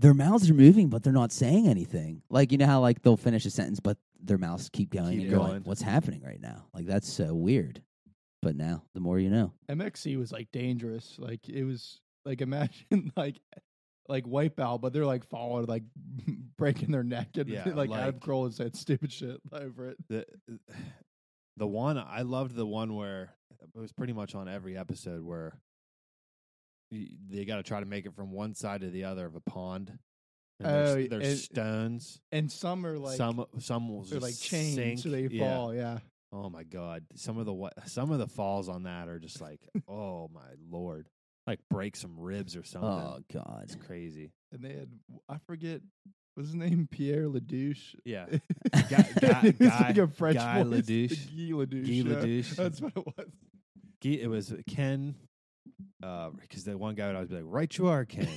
[SPEAKER 1] their mouths are moving, but they're not saying anything. Like, you know how like they'll finish a sentence, but their mouths keep going.
[SPEAKER 2] Keep
[SPEAKER 1] and you're
[SPEAKER 2] going.
[SPEAKER 1] like, what's happening right now? Like, that's so weird. But now, the more you know.
[SPEAKER 3] MXC was like dangerous. Like it was like imagine like like wipeout, but they're like falling, like breaking their neck, and
[SPEAKER 2] Yeah,
[SPEAKER 3] like, Adam
[SPEAKER 2] like-
[SPEAKER 3] Kroll said stupid shit over it.
[SPEAKER 2] the the one I loved the one where it was pretty much on every episode where you, they got to try to make it from one side to the other of a pond. And
[SPEAKER 3] Oh,
[SPEAKER 2] there's,
[SPEAKER 3] y-
[SPEAKER 2] there's
[SPEAKER 3] and-
[SPEAKER 2] stones.
[SPEAKER 3] And some are like
[SPEAKER 2] some some will
[SPEAKER 3] they're
[SPEAKER 2] just
[SPEAKER 3] like chained,
[SPEAKER 2] sink.
[SPEAKER 3] so they
[SPEAKER 2] Yeah.
[SPEAKER 3] fall. Yeah,
[SPEAKER 2] Oh my god! Some of the wa- some of the falls on that are just like oh my lord, like break some ribs or something.
[SPEAKER 1] Oh, God.
[SPEAKER 2] It's crazy.
[SPEAKER 3] and they had I forget was his name Pierre Ledouche.
[SPEAKER 2] Yeah,
[SPEAKER 3] Guy,
[SPEAKER 2] guy-
[SPEAKER 3] it's like
[SPEAKER 2] guy-
[SPEAKER 3] a French
[SPEAKER 2] Guy
[SPEAKER 3] voice, the
[SPEAKER 2] Ledouche.
[SPEAKER 3] Guy Ledouche.
[SPEAKER 2] Guy
[SPEAKER 3] yeah.
[SPEAKER 2] Ledouche.
[SPEAKER 3] That's what it was.
[SPEAKER 2] Ge- it was Ken. Because the one guy would always be like, "Right, you are, Ken."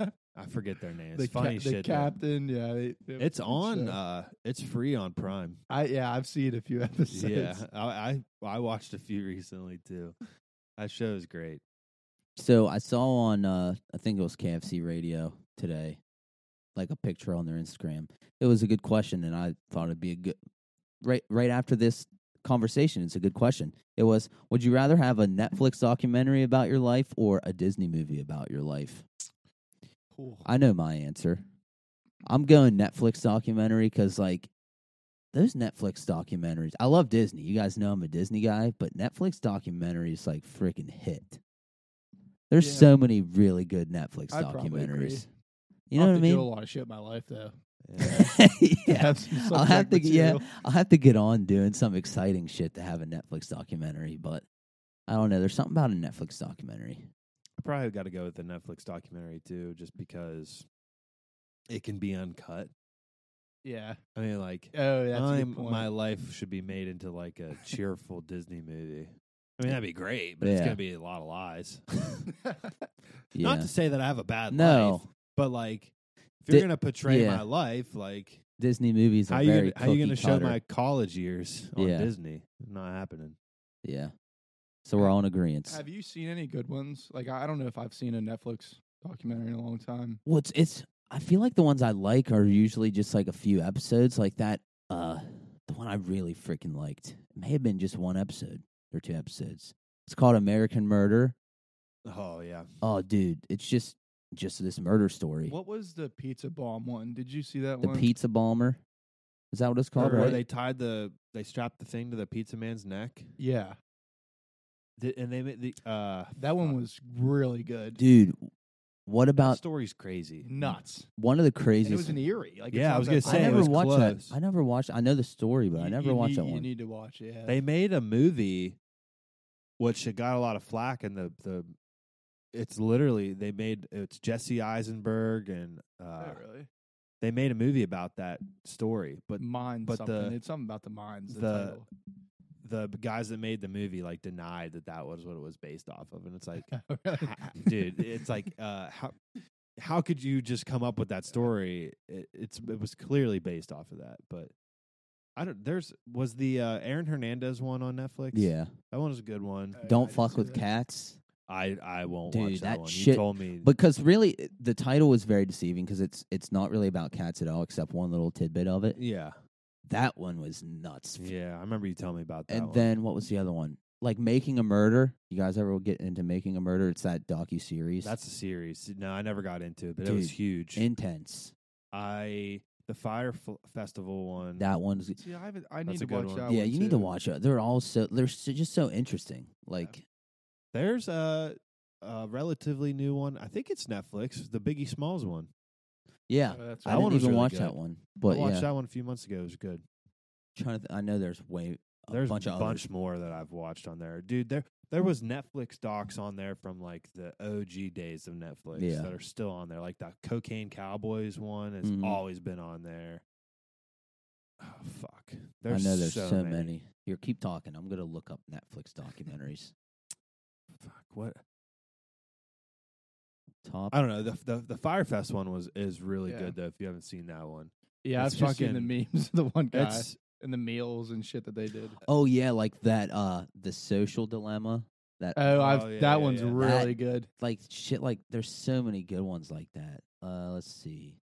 [SPEAKER 3] yeah.
[SPEAKER 2] I forget their names.
[SPEAKER 3] The,
[SPEAKER 2] Funny
[SPEAKER 3] cap- the
[SPEAKER 2] shit. though.
[SPEAKER 3] captain. Yeah, they- they-
[SPEAKER 2] It's on.
[SPEAKER 3] uh,
[SPEAKER 2] Uh, it's free on Prime.
[SPEAKER 3] I yeah, I've seen a few episodes.
[SPEAKER 2] yeah, I, I I watched a few recently too. That show is great.
[SPEAKER 1] So I saw on uh I think it was KFC radio today, like a picture on their Instagram. It was a good question and I thought it'd be a good right right after this conversation, it's a good question. It was would you rather have a Netflix documentary about your life or a Disney movie about your life?
[SPEAKER 3] Cool.
[SPEAKER 1] I know my answer. I'm going Netflix documentary because like those Netflix documentaries. I love Disney. You guys know I'm a Disney guy, but Netflix documentaries like freaking hit. There's
[SPEAKER 3] Yeah.
[SPEAKER 1] so many really good Netflix
[SPEAKER 3] I'd probably agree.
[SPEAKER 1] documentaries. You know what I
[SPEAKER 3] Do a
[SPEAKER 1] mean?
[SPEAKER 3] lot of shit in my life though.
[SPEAKER 2] Yeah.
[SPEAKER 1] yeah.
[SPEAKER 3] Have some
[SPEAKER 1] I'll have
[SPEAKER 3] subject
[SPEAKER 1] to get- yeah.
[SPEAKER 3] material.
[SPEAKER 1] I'll have to get on doing some exciting shit to have a Netflix documentary, but I don't know. There's something about a Netflix documentary.
[SPEAKER 2] I probably got to go with the Netflix documentary too, just because it can be uncut.
[SPEAKER 3] Yeah.
[SPEAKER 2] I mean, like
[SPEAKER 3] Oh, that's a
[SPEAKER 2] I'm-
[SPEAKER 3] good point.
[SPEAKER 2] my life should be made into like a cheerful Disney movie. I mean, that'd be great, but it's
[SPEAKER 1] Yeah.
[SPEAKER 2] gonna be a lot of lies.
[SPEAKER 1] Yeah.
[SPEAKER 2] Not to say that I have a bad
[SPEAKER 1] no.
[SPEAKER 2] life, but like if you're
[SPEAKER 1] Di-
[SPEAKER 2] gonna portray
[SPEAKER 1] yeah.
[SPEAKER 2] my life, like
[SPEAKER 1] Disney movies are
[SPEAKER 2] how you
[SPEAKER 1] very
[SPEAKER 2] gonna, how you gonna
[SPEAKER 1] cookie
[SPEAKER 2] show
[SPEAKER 1] cutter.
[SPEAKER 2] my college years on
[SPEAKER 1] Yeah.
[SPEAKER 2] Disney? Not happening.
[SPEAKER 1] Yeah. So we're all in agreement.
[SPEAKER 3] Have you seen any good ones? Like I I don't know if I've seen a Netflix documentary in a long time.
[SPEAKER 1] Well, it's, it's I feel like the ones I like are usually just like a few episodes, like that. Uh, the one I really freaking liked it may have been just one episode or two episodes. It's called American Murder.
[SPEAKER 2] Oh yeah,
[SPEAKER 1] Oh, dude, it's just just this murder story.
[SPEAKER 3] What was the pizza bomb one? Did you see that
[SPEAKER 1] the
[SPEAKER 3] one?
[SPEAKER 1] pizza bomber. Is that what it's called?
[SPEAKER 2] Remember where
[SPEAKER 1] right?
[SPEAKER 2] they tied the they strapped the thing to the pizza man's neck,
[SPEAKER 3] yeah,
[SPEAKER 2] Th- and they made the uh
[SPEAKER 3] that one
[SPEAKER 2] fuck,
[SPEAKER 3] was really good.
[SPEAKER 1] dude, what
[SPEAKER 2] the
[SPEAKER 1] about
[SPEAKER 2] story's crazy.
[SPEAKER 3] Uh, Nuts.
[SPEAKER 1] one of the
[SPEAKER 3] And it
[SPEAKER 1] craziest?
[SPEAKER 3] was in Erie. Like it's
[SPEAKER 2] Yeah, I
[SPEAKER 3] not
[SPEAKER 2] was
[SPEAKER 3] that
[SPEAKER 2] gonna
[SPEAKER 3] far
[SPEAKER 1] I
[SPEAKER 2] say, it
[SPEAKER 1] never
[SPEAKER 3] away.
[SPEAKER 2] was
[SPEAKER 1] watched
[SPEAKER 2] close.
[SPEAKER 1] that. I never watched. I know the story, but I
[SPEAKER 3] You-
[SPEAKER 1] never
[SPEAKER 3] you
[SPEAKER 1] watched
[SPEAKER 3] need-
[SPEAKER 1] that one.
[SPEAKER 3] You need to watch it. Yeah.
[SPEAKER 2] They made a movie, which it got a lot of flack, and the the it's literally they made it's Jesse Eisenberg, and uh,
[SPEAKER 3] Oh, really?
[SPEAKER 2] they made a movie about that story. But
[SPEAKER 3] Mine
[SPEAKER 2] but
[SPEAKER 3] something.
[SPEAKER 2] the-
[SPEAKER 3] it's something about the mines. The,
[SPEAKER 2] the-
[SPEAKER 3] title.
[SPEAKER 2] the guys that made the movie like denied that that was what it was based off of, and it's like,
[SPEAKER 3] Oh, really?
[SPEAKER 2] ha- dude, it's like uh, how. How could you just come up with that story? It, it's it was clearly based off of that, but I don't. There's was the uh, Aaron Hernandez one on Netflix.
[SPEAKER 1] Yeah,
[SPEAKER 2] that one was a good one.
[SPEAKER 3] Oh, yeah, I
[SPEAKER 1] don't
[SPEAKER 3] did
[SPEAKER 1] fuck
[SPEAKER 3] see
[SPEAKER 1] with
[SPEAKER 3] that.
[SPEAKER 1] cats.
[SPEAKER 2] I I won't
[SPEAKER 1] Dude,
[SPEAKER 2] watch that,
[SPEAKER 1] that
[SPEAKER 2] one. you
[SPEAKER 1] shit-
[SPEAKER 2] told me
[SPEAKER 1] because really i- the title is very deceiving because it's it's not really about cats at all except one little tidbit of it
[SPEAKER 2] Yeah,
[SPEAKER 1] that one was nuts
[SPEAKER 2] yeah. I remember you telling me about that.
[SPEAKER 1] and
[SPEAKER 2] one.
[SPEAKER 1] then what was the other one like making a murder you guys ever get into making a murder it's that docu-series
[SPEAKER 2] that's a series. No, I never got into it, but it was
[SPEAKER 1] Dude,
[SPEAKER 2] huge.
[SPEAKER 1] intense
[SPEAKER 2] I the Fire F- Festival one.
[SPEAKER 1] that one's
[SPEAKER 3] See, I, haven't- I
[SPEAKER 2] That's
[SPEAKER 3] need
[SPEAKER 2] a
[SPEAKER 3] to
[SPEAKER 2] good
[SPEAKER 3] watch
[SPEAKER 2] Mm. one.
[SPEAKER 3] that one.
[SPEAKER 1] yeah you need to
[SPEAKER 3] too.
[SPEAKER 1] watch it they're all so they're so, just so interesting like
[SPEAKER 2] There's a, a relatively new one. I think it's Netflix. The Biggie Smalls one.
[SPEAKER 1] yeah,
[SPEAKER 3] Oh, that's
[SPEAKER 2] That
[SPEAKER 1] i
[SPEAKER 3] right.
[SPEAKER 1] didn't
[SPEAKER 2] one was
[SPEAKER 1] even
[SPEAKER 2] really
[SPEAKER 1] watch
[SPEAKER 2] good.
[SPEAKER 1] that one but
[SPEAKER 2] I watched
[SPEAKER 1] yeah
[SPEAKER 2] that one a few months ago. It was good.
[SPEAKER 1] trying to th- i know there's way a
[SPEAKER 2] There's
[SPEAKER 1] bunch of others. Hmm.
[SPEAKER 2] more that I've watched on there, dude. There there was Netflix docs on there from like the OG days of Netflix
[SPEAKER 1] Yeah.
[SPEAKER 2] that are still on there. Like that Cocaine Cowboys one has
[SPEAKER 1] Mhm.
[SPEAKER 2] always been on there. Oh fuck,
[SPEAKER 1] i
[SPEAKER 2] there's
[SPEAKER 1] know there's
[SPEAKER 2] so,
[SPEAKER 1] many. here keep talking i'm gonna look up netflix documentaries
[SPEAKER 2] Fuck what?
[SPEAKER 1] top
[SPEAKER 2] I don't know. The the, the Firefest one was is really
[SPEAKER 3] Yeah.
[SPEAKER 2] good though. If you haven't seen that one,
[SPEAKER 3] Yeah,
[SPEAKER 2] It's
[SPEAKER 3] I've fucking
[SPEAKER 2] fucking-
[SPEAKER 3] the memes. The one guy
[SPEAKER 2] it's
[SPEAKER 3] and the meals and shit that they did.
[SPEAKER 1] Oh yeah, like that uh the social dilemma. That
[SPEAKER 3] Oh, I've
[SPEAKER 2] Oh, yeah,
[SPEAKER 3] that
[SPEAKER 2] yeah,
[SPEAKER 3] one's
[SPEAKER 2] yeah.
[SPEAKER 3] really good.
[SPEAKER 1] like shit like there's so many good ones like that. Uh let's see.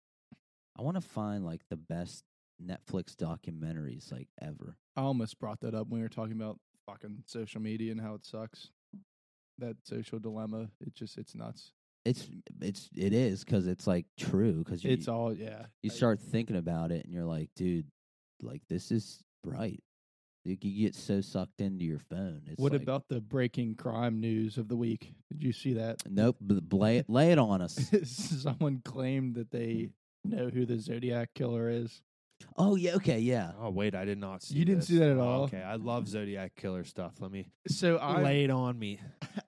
[SPEAKER 1] I want to find like the best Netflix documentaries like ever.
[SPEAKER 3] I almost brought that up when we were talking about fucking social media and how it sucks. That social dilemma. It just it's nuts.
[SPEAKER 1] It's it's it is cuz it's like true cuz you
[SPEAKER 3] It's all yeah.
[SPEAKER 1] you
[SPEAKER 3] I-
[SPEAKER 1] start thinking about it and you're like, dude, like this is right. Like, you get so sucked into your phone. It's
[SPEAKER 3] What
[SPEAKER 1] like,
[SPEAKER 3] about the breaking crime news of the week? Did you see that?
[SPEAKER 1] Nope, b- lay it, lay it on us.
[SPEAKER 3] Someone claimed that they
[SPEAKER 1] Hmm.
[SPEAKER 3] know who the Zodiac killer is.
[SPEAKER 1] oh yeah, okay, yeah.
[SPEAKER 2] oh wait, I did not see.
[SPEAKER 3] You didn't
[SPEAKER 2] this.
[SPEAKER 3] see that at
[SPEAKER 2] Oh,
[SPEAKER 3] all?
[SPEAKER 2] Okay, I love Zodiac killer stuff. Let me
[SPEAKER 3] So I
[SPEAKER 2] lay it on me.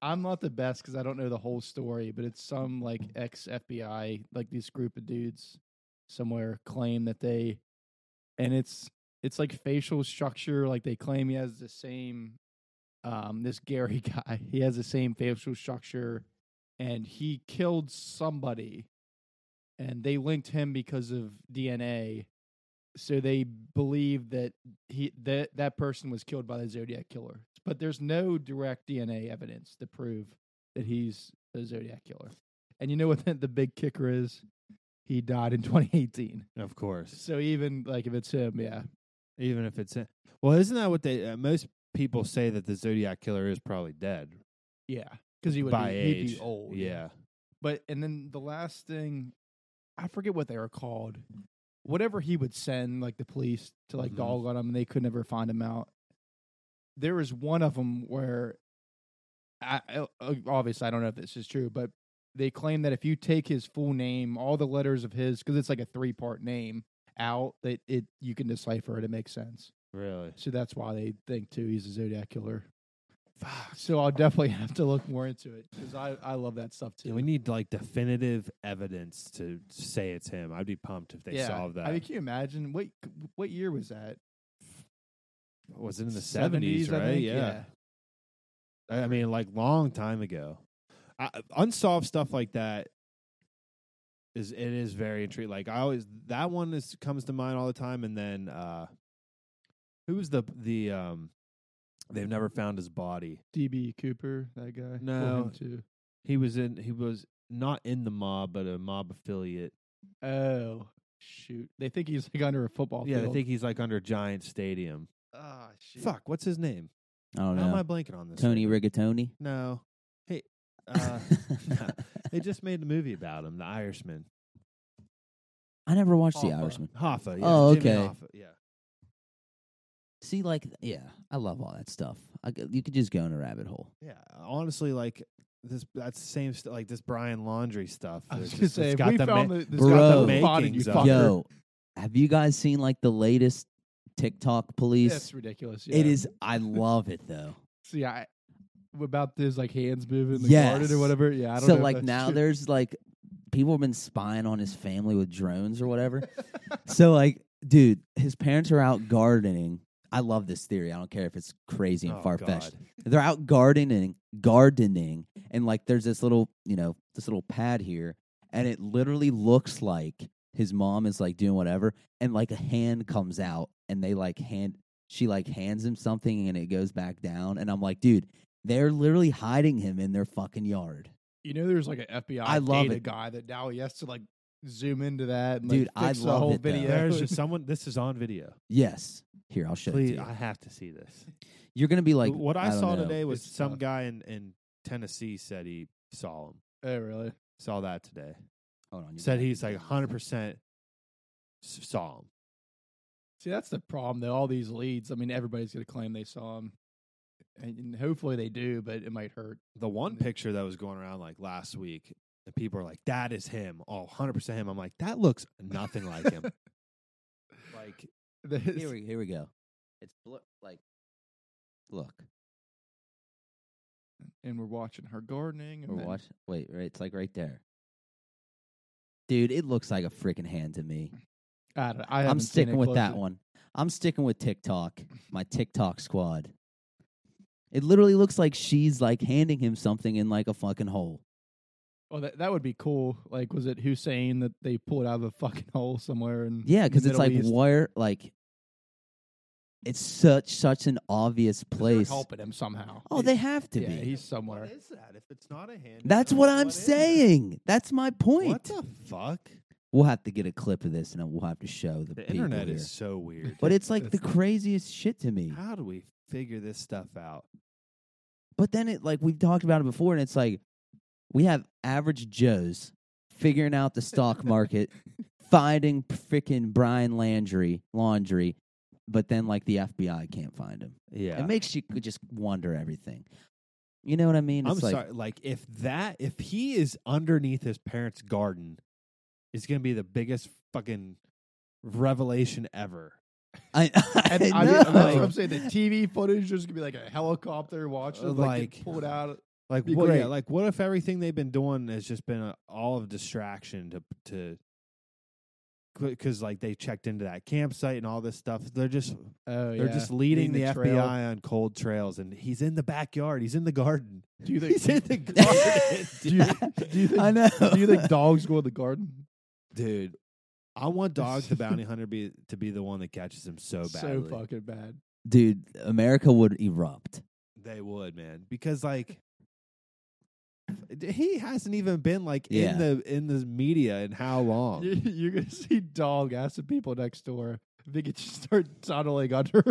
[SPEAKER 3] I'm not the best because I don't know the whole story, but it's some like ex FBI, like this group of dudes somewhere claim that they, and it's it's like facial structure, like they claim he has the same, um, this Gary guy, he has the same facial structure, and he killed somebody, and they linked him because of DNA, so they believe that he that that person was killed by the Zodiac killer. But there's no direct DNA evidence to prove that he's the Zodiac killer. And you know what the, the big kicker is? He died in 2018.
[SPEAKER 2] Of course.
[SPEAKER 3] So even like if it's him, yeah,
[SPEAKER 2] Even if it's in, well, isn't that what they uh, most people say that the Zodiac killer is probably dead
[SPEAKER 3] yeah, because he would
[SPEAKER 2] by
[SPEAKER 3] be,
[SPEAKER 2] age?
[SPEAKER 3] he'd be old.
[SPEAKER 2] Yeah.
[SPEAKER 3] But and then the last thing, I forget what they were called. Whatever he would send like the police to like
[SPEAKER 2] Mhm.
[SPEAKER 3] dog on him, and they could never find him out. There was one of them where, I, I- uh, obviously I don't know if this is true, but they claim that if you take his full name, all the letters of his, because it's like a three part name out, that it you can decipher it. It makes sense.
[SPEAKER 2] Really.
[SPEAKER 3] So that's why they think too he's a Zodiac killer. So I'll definitely have to look more into it because I I love that stuff too.
[SPEAKER 2] Yeah, we need like definitive evidence to say it's him. I'd be pumped if they solved that.
[SPEAKER 3] I mean, can you imagine what what year was that?
[SPEAKER 2] was it in the
[SPEAKER 3] 70s,
[SPEAKER 2] seventies,
[SPEAKER 3] I
[SPEAKER 2] right?
[SPEAKER 3] think,
[SPEAKER 2] yeah. I I mean, like long time ago. I, unsolved stuff like that is it is very intriguing. Like I always that one is comes to mind all the time. And then uh who was the the um they've never found his body.
[SPEAKER 3] DB Cooper, that guy. Well, him
[SPEAKER 2] No.
[SPEAKER 3] too.
[SPEAKER 2] He was in he was not in the mob, but a mob affiliate.
[SPEAKER 3] Oh shoot, they think he's like under a football
[SPEAKER 2] yeah,
[SPEAKER 3] field.
[SPEAKER 2] I think he's like under Giant Stadium.
[SPEAKER 3] Ah shoot.
[SPEAKER 2] Fuck, what's his name?
[SPEAKER 1] I don't
[SPEAKER 2] How am
[SPEAKER 1] know.
[SPEAKER 2] I blanking on this?
[SPEAKER 1] Oh, Tony
[SPEAKER 2] name?
[SPEAKER 1] Rigatoni.
[SPEAKER 2] No. Hey, uh, they just made a movie about him, The Irishman.
[SPEAKER 1] I never watched The
[SPEAKER 3] Hoffa.
[SPEAKER 1] Irishman.
[SPEAKER 2] Hoffa. Yeah,
[SPEAKER 1] Oh,
[SPEAKER 2] Jimmy
[SPEAKER 1] okay.
[SPEAKER 2] Hoffa, yeah.
[SPEAKER 1] See, like, yeah, I love all that stuff. I g you could just go in a rabbit hole.
[SPEAKER 2] Yeah. Honestly, like this, that's the same, st- like this Brian Laundry stuff.
[SPEAKER 3] I was
[SPEAKER 2] There's
[SPEAKER 3] gonna
[SPEAKER 2] just-
[SPEAKER 3] say
[SPEAKER 2] it's
[SPEAKER 3] if
[SPEAKER 2] got
[SPEAKER 3] we
[SPEAKER 2] the
[SPEAKER 3] found
[SPEAKER 2] ma-
[SPEAKER 3] the, this
[SPEAKER 1] Bro.
[SPEAKER 3] got the body, you
[SPEAKER 2] Makings of
[SPEAKER 3] fucker.
[SPEAKER 2] it.
[SPEAKER 1] Yo, have you guys seen like the latest TikTok police?
[SPEAKER 3] that's ridiculous.
[SPEAKER 1] It
[SPEAKER 3] yeah.
[SPEAKER 1] is. I love it though.
[SPEAKER 3] See, I about this like hands moving, like guarded
[SPEAKER 1] Yes.
[SPEAKER 3] or whatever. Yeah, I don't
[SPEAKER 1] so
[SPEAKER 3] know if
[SPEAKER 1] like
[SPEAKER 3] that's
[SPEAKER 1] now
[SPEAKER 3] true.
[SPEAKER 1] there's like people have been spying on his family with drones or whatever. so like, dude, his parents are out gardening. I love this theory. I don't care if it's crazy and
[SPEAKER 2] Oh,
[SPEAKER 1] far fetched.
[SPEAKER 2] God.
[SPEAKER 1] they're out gardening gardening and like there's this little you know this little pad here and it literally looks like his mom is like doing whatever and like a hand comes out and they like hand she like hands him something and it goes back down and i'm like dude they're literally hiding him in their fucking yard
[SPEAKER 3] you know there's like an FBI
[SPEAKER 1] I love
[SPEAKER 3] data
[SPEAKER 1] it.
[SPEAKER 3] guy that now he has to like zoom into that. And, like,
[SPEAKER 1] Dude, I
[SPEAKER 3] fix the
[SPEAKER 1] love
[SPEAKER 3] whole
[SPEAKER 1] it, though.
[SPEAKER 3] video.
[SPEAKER 2] There's just someone, this is on video.
[SPEAKER 1] yes here i'll show it to
[SPEAKER 2] Please,
[SPEAKER 1] you
[SPEAKER 2] I have to see this.
[SPEAKER 1] you're gonna be like
[SPEAKER 2] what I,
[SPEAKER 1] don't
[SPEAKER 2] saw
[SPEAKER 1] know.
[SPEAKER 2] today was
[SPEAKER 3] It's
[SPEAKER 2] some
[SPEAKER 3] tough.
[SPEAKER 2] guy in, in Tennessee said he saw him.
[SPEAKER 3] oh really?
[SPEAKER 2] Saw that today.
[SPEAKER 1] hold on you
[SPEAKER 2] Said
[SPEAKER 1] guys.
[SPEAKER 2] he's like 100% s- saw him.
[SPEAKER 3] See, that's the problem though. All these leads, I mean, everybody's going to claim they saw him, and, and hopefully they do, but it might hurt.
[SPEAKER 2] the one
[SPEAKER 3] And
[SPEAKER 1] Mm-hmm.
[SPEAKER 3] then-
[SPEAKER 2] picture that was going around like last week, and people are like, "That is him, oh, 100 percent him." I'm like, "That looks nothing like him." like,
[SPEAKER 3] This-
[SPEAKER 1] here we, here we go it's bl- like look
[SPEAKER 3] and we're watching her gardening. And
[SPEAKER 1] Or
[SPEAKER 3] then-
[SPEAKER 1] watch. Wait, right? It's like right there. Dude, it looks like a freaking hand to me.
[SPEAKER 3] I don't, I
[SPEAKER 1] I'm
[SPEAKER 3] haven't seen
[SPEAKER 1] sticking
[SPEAKER 3] it
[SPEAKER 1] with that
[SPEAKER 3] closely.
[SPEAKER 1] one. I'm sticking with TikTok, my TikTok squad. It literally looks like she's like handing him something in like a fucking hole.
[SPEAKER 3] Oh, that that would be cool. Like, was it Hussein that they pulled out of a fucking hole somewhere? And
[SPEAKER 1] Yeah, because it's like
[SPEAKER 3] East?
[SPEAKER 1] where like it's such such an obvious
[SPEAKER 3] 'Cause they're
[SPEAKER 1] place.
[SPEAKER 3] helping him somehow.
[SPEAKER 1] Oh, they have to
[SPEAKER 3] yeah,
[SPEAKER 1] be.
[SPEAKER 3] he's somewhere.
[SPEAKER 2] is that? If it's not a hand,
[SPEAKER 1] That's what I'm saying. That's my point.
[SPEAKER 2] What the fuck?
[SPEAKER 1] We'll have to get a clip of this and then we'll have to show the,
[SPEAKER 2] The
[SPEAKER 1] people
[SPEAKER 2] internet
[SPEAKER 1] here.
[SPEAKER 2] is so weird.
[SPEAKER 1] But it's like the
[SPEAKER 3] That's-
[SPEAKER 1] craziest shit to me.
[SPEAKER 2] How do we figure this stuff out?
[SPEAKER 1] But then it like we've talked about it before, and it's like we have average Joes figuring out the stock market, finding freaking Brian Landry laundry, but then like the FBI can't find him.
[SPEAKER 2] Yeah,
[SPEAKER 1] It makes you just wonder everything. You know what I mean?
[SPEAKER 2] I'm
[SPEAKER 1] It's like,
[SPEAKER 2] sorry. Like, if that, if he is underneath his parents' garden, it's gonna be the biggest fucking revelation ever.
[SPEAKER 1] I, I,
[SPEAKER 3] And I mean,
[SPEAKER 1] know.
[SPEAKER 3] that's what I'm saying. The TV footage is gonna be like a helicopter watching,
[SPEAKER 2] Uh,
[SPEAKER 3] him, like, get
[SPEAKER 2] like-
[SPEAKER 3] pulled out.
[SPEAKER 2] Like
[SPEAKER 3] Be
[SPEAKER 2] what? Yeah,
[SPEAKER 3] great.
[SPEAKER 2] like what if everything they've been doing has just been a, all of distraction to to because like they checked into that campsite and all this stuff. They're just
[SPEAKER 3] Oh,
[SPEAKER 2] they're
[SPEAKER 3] yeah.
[SPEAKER 2] just leading, the,
[SPEAKER 3] trail.
[SPEAKER 2] FBI on cold trails, and he's in the backyard. He's in the garden.
[SPEAKER 3] Do you
[SPEAKER 2] He's in
[SPEAKER 3] think?
[SPEAKER 2] the garden,
[SPEAKER 3] do you- do you think-
[SPEAKER 1] I know.
[SPEAKER 3] do you think dogs go in the garden?
[SPEAKER 2] dude. I want Dogs the Bounty Hunter be to be the one that catches him so badly.
[SPEAKER 3] so fucking bad.
[SPEAKER 1] dude. America would erupt.
[SPEAKER 2] They would, man, because like d- he hasn't even been like
[SPEAKER 1] Yeah.
[SPEAKER 2] in the in the media in how long?
[SPEAKER 3] You, you're gonna see dog ass the people next door. They could just start toddling under.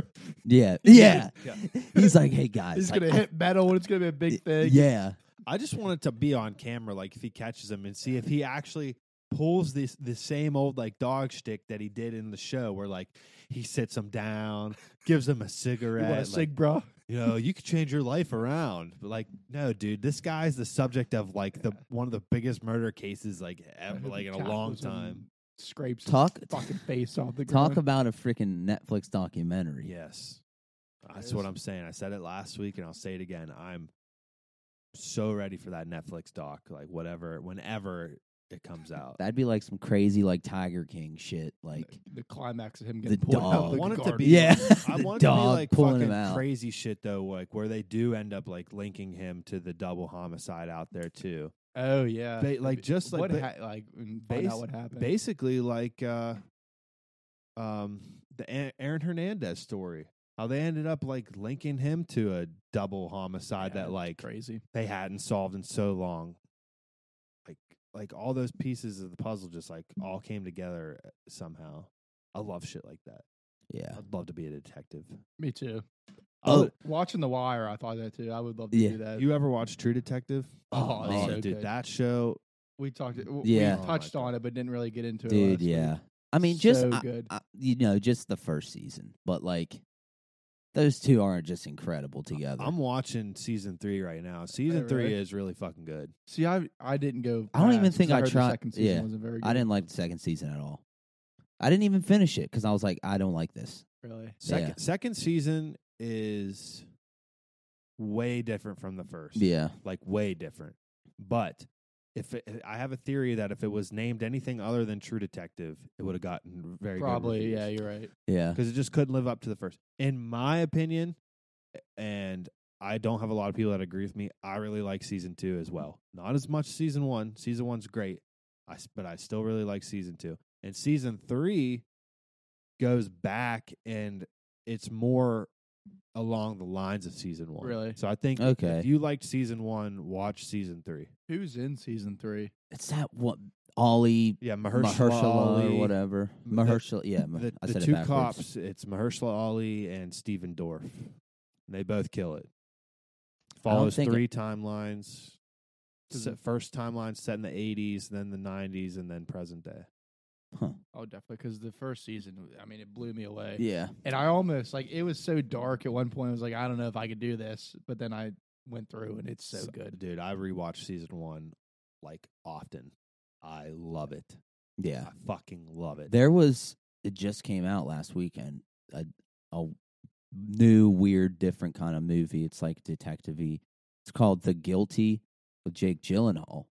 [SPEAKER 1] Yeah, yeah.
[SPEAKER 2] Yeah.
[SPEAKER 1] He's like, hey guys,
[SPEAKER 3] He's
[SPEAKER 1] like,
[SPEAKER 3] gonna
[SPEAKER 1] I-
[SPEAKER 3] hit metal and it's gonna be a big thing.
[SPEAKER 1] Yeah,
[SPEAKER 2] I just want it to be on camera, like if he catches him and see if he actually pulls this the same old like dog shtick that he did in the show, where like he sits him down, gives him a
[SPEAKER 3] You
[SPEAKER 2] cigarette,
[SPEAKER 3] want a
[SPEAKER 2] like,
[SPEAKER 3] sig, bro?
[SPEAKER 2] you know, you could change your life around. But like, no, dude, this guy's the subject of like the one of the biggest murder cases like ever, like in a long
[SPEAKER 3] Tackles him,
[SPEAKER 2] time.
[SPEAKER 3] Scrapes his
[SPEAKER 1] Talk-
[SPEAKER 3] fucking face off the
[SPEAKER 1] talk
[SPEAKER 3] ground.
[SPEAKER 1] about a freaking Netflix documentary.
[SPEAKER 2] Yes, that's
[SPEAKER 3] There's-
[SPEAKER 2] what I'm saying. I said it last week, and I'll say it again. I'm so ready for that Netflix doc, like whatever, whenever it comes out.
[SPEAKER 1] That'd be like some crazy like Tiger King shit. Like,
[SPEAKER 3] the climax of him
[SPEAKER 1] The
[SPEAKER 3] getting pulled
[SPEAKER 1] dog.
[SPEAKER 3] out.
[SPEAKER 2] I
[SPEAKER 3] the
[SPEAKER 2] want it to
[SPEAKER 3] garbage.
[SPEAKER 2] be
[SPEAKER 1] yeah,
[SPEAKER 2] I
[SPEAKER 1] the
[SPEAKER 2] want it to be
[SPEAKER 1] dog
[SPEAKER 2] like
[SPEAKER 1] pulling
[SPEAKER 2] fucking
[SPEAKER 1] him out.
[SPEAKER 2] crazy shit though, like where they do end up like linking him to the double homicide out there too.
[SPEAKER 3] Oh yeah.
[SPEAKER 2] They- like,
[SPEAKER 3] Maybe-
[SPEAKER 2] just like
[SPEAKER 3] what
[SPEAKER 2] ba-
[SPEAKER 3] ha- like and find
[SPEAKER 2] base-
[SPEAKER 3] out what happened.
[SPEAKER 2] Basically, like uh, um, the A- Aaron Hernandez story. How they ended up like linking him to a double homicide
[SPEAKER 3] Yeah,
[SPEAKER 2] that
[SPEAKER 3] it's
[SPEAKER 2] like
[SPEAKER 3] crazy.
[SPEAKER 2] they hadn't solved in so long. Like like all those pieces of the puzzle just like all came together eh, somehow. I love shit like that.
[SPEAKER 1] yeah,
[SPEAKER 2] I'd love to be a detective.
[SPEAKER 3] Me too.
[SPEAKER 1] Oh.
[SPEAKER 3] Oh, watching The Wire, I thought that too. I would love to
[SPEAKER 1] Yeah.
[SPEAKER 3] do that.
[SPEAKER 2] You ever watch True Detective?
[SPEAKER 3] Oh,
[SPEAKER 1] man.
[SPEAKER 3] so
[SPEAKER 2] dude,
[SPEAKER 3] good.
[SPEAKER 2] that show.
[SPEAKER 3] we talked. w-
[SPEAKER 1] Yeah.
[SPEAKER 3] we
[SPEAKER 2] Oh my
[SPEAKER 3] touched on
[SPEAKER 2] God.
[SPEAKER 3] it, but didn't really get into it. last
[SPEAKER 1] dude.
[SPEAKER 3] week.
[SPEAKER 1] Yeah, I mean, just
[SPEAKER 3] So
[SPEAKER 1] I-
[SPEAKER 3] good.
[SPEAKER 1] I- you know, just the first season, but like those two are just incredible together.
[SPEAKER 2] I'm watching season three right now. Season three
[SPEAKER 3] Oh, really?
[SPEAKER 2] is really fucking good.
[SPEAKER 3] See, I I didn't go.
[SPEAKER 1] I don't even
[SPEAKER 3] past 'cause
[SPEAKER 1] think I
[SPEAKER 3] heard the
[SPEAKER 1] tried-
[SPEAKER 3] Second season
[SPEAKER 1] yeah.
[SPEAKER 3] wasn't very good.
[SPEAKER 1] I didn't like the second season at all. I didn't even finish it because I was like, I don't like this.
[SPEAKER 3] really.
[SPEAKER 2] Second
[SPEAKER 1] Yeah.
[SPEAKER 2] second season is way different from the first.
[SPEAKER 1] Yeah,
[SPEAKER 2] Like way different. But if it, I have a theory that if it was named anything other than True Detective, it would have gotten very
[SPEAKER 3] Probably. Yeah, you're right.
[SPEAKER 1] yeah,
[SPEAKER 2] because it just couldn't live up to the first. In my opinion, and I don't have a lot of people that agree with me. I really like season two as well. Not as much season one. Season one's great, I s- but I still really like season two. And season three goes back and it's more along the lines of season one.
[SPEAKER 3] Really?
[SPEAKER 2] So I think
[SPEAKER 1] Okay.
[SPEAKER 2] if you liked season one, watch season three.
[SPEAKER 3] Who's in season three?
[SPEAKER 1] it's that what Ollie
[SPEAKER 2] Yeah, Mahershala,
[SPEAKER 1] Mahershala, or
[SPEAKER 2] Ali,
[SPEAKER 1] whatever
[SPEAKER 2] The-
[SPEAKER 1] Mahershala. Yeah, Ma-
[SPEAKER 2] The,
[SPEAKER 1] I
[SPEAKER 2] the
[SPEAKER 1] said
[SPEAKER 2] two
[SPEAKER 1] it backwards.
[SPEAKER 2] cops, it's Mahershala Ali and Stephen Dorff. They both kill it.
[SPEAKER 1] I don't
[SPEAKER 2] Follows
[SPEAKER 1] think it-
[SPEAKER 2] three timelines.
[SPEAKER 3] Does
[SPEAKER 2] Set-
[SPEAKER 3] it-
[SPEAKER 2] first timeline set in the 80s, then the 90s, and then present day.
[SPEAKER 3] Oh, definitely. Because the first season, I mean, it blew me away.
[SPEAKER 1] Yeah,
[SPEAKER 3] And I almost like it was so dark at one point. I was like, I don't know if I could do this. But then I went through, and it's so, good.
[SPEAKER 2] Dude, I rewatch season one like often. I love it.
[SPEAKER 1] yeah.
[SPEAKER 2] I fucking love it.
[SPEAKER 1] There was it just came out last weekend. A, a new weird, different kind of movie. It's like detective y. It's called The Guilty with Jake Gyllenhaal,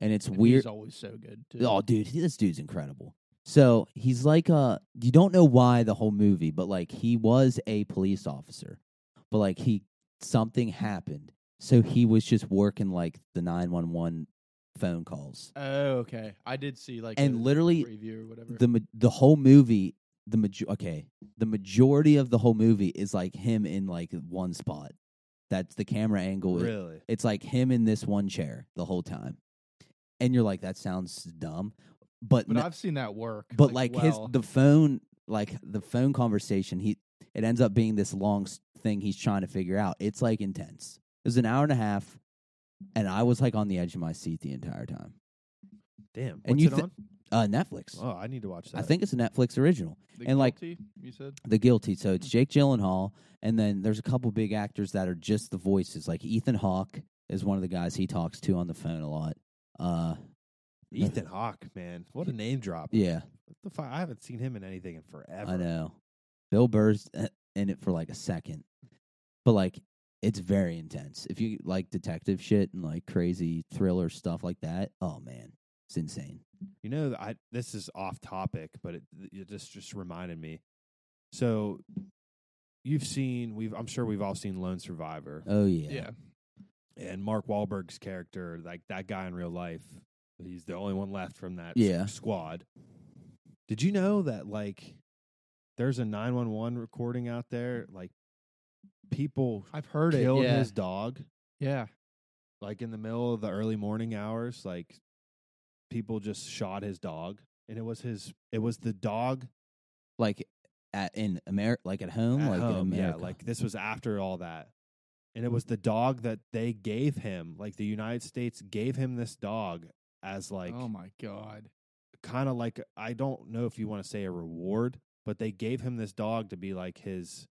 [SPEAKER 1] and it's
[SPEAKER 3] And
[SPEAKER 1] weird.
[SPEAKER 3] He's always so good. Too.
[SPEAKER 1] Oh, dude, he- this dude's incredible. So he's like a you don't know why the whole movie, but like he was a police officer, but like he something happened, so he was just working like the nine one one phone calls.
[SPEAKER 3] Oh, okay. I did see like
[SPEAKER 1] And
[SPEAKER 3] a
[SPEAKER 1] literally,
[SPEAKER 3] preview or whatever.
[SPEAKER 1] The ma- the whole movie, the major okay, the majority of the whole movie is like him in like one spot. That's the camera angle. is-
[SPEAKER 2] really?
[SPEAKER 1] It's like him in this one chair the whole time, and you're like, that sounds dumb, but
[SPEAKER 3] but
[SPEAKER 1] no-
[SPEAKER 3] I've seen that work.
[SPEAKER 1] but like, his
[SPEAKER 3] well.
[SPEAKER 1] the phone like the phone conversation he it ends up being this long s- thing he's trying to figure out it's like intense it was an hour and a half and i was like on the edge of my seat the entire time
[SPEAKER 2] Damn. What's
[SPEAKER 1] and you
[SPEAKER 2] it
[SPEAKER 1] thi-
[SPEAKER 2] on?
[SPEAKER 1] uh netflix
[SPEAKER 2] Oh, I need to watch that.
[SPEAKER 1] i think it's a netflix original
[SPEAKER 3] The
[SPEAKER 1] and, like-
[SPEAKER 3] guilty, you said
[SPEAKER 1] the guilty so it's jake gyllenhaal and then there's a couple big actors that are just the voices like ethan hawke is one of the guys he talks to on the phone a lot uh
[SPEAKER 2] Ethan Hawke, man. What a name drop.
[SPEAKER 1] yeah
[SPEAKER 2] What the fuck? I haven't seen him in anything in forever.
[SPEAKER 1] I know. Bill Burr's uh, in it for like a second, but like it's very intense. If you like detective shit and like crazy thriller stuff like that, oh man, it's insane.
[SPEAKER 2] You know, I this is off topic, but it, it just just reminded me. So, you've seen we've I'm sure we've all seen Lone Survivor
[SPEAKER 1] Oh yeah,
[SPEAKER 3] Uh, yeah.
[SPEAKER 2] and Mark Wahlberg's character, like that guy in real life. He's the only one left from that s-
[SPEAKER 1] Yeah.
[SPEAKER 2] squad. Did you know that like there's a 911 recording out there like people
[SPEAKER 3] I've heard it.
[SPEAKER 2] killed
[SPEAKER 3] Yeah.
[SPEAKER 2] his dog
[SPEAKER 3] yeah.
[SPEAKER 2] like in the middle of the early morning hours like people just shot his dog and it was his it was the dog
[SPEAKER 1] Like at in America, like at home,
[SPEAKER 2] at
[SPEAKER 1] like in
[SPEAKER 2] home,
[SPEAKER 1] America.
[SPEAKER 2] yeah like this was after all that and it was the dog that they gave him like the united states gave him this dog as like
[SPEAKER 3] oh my god.
[SPEAKER 2] kind of like I don't know if you want to say a reward, but they gave him this dog to be like his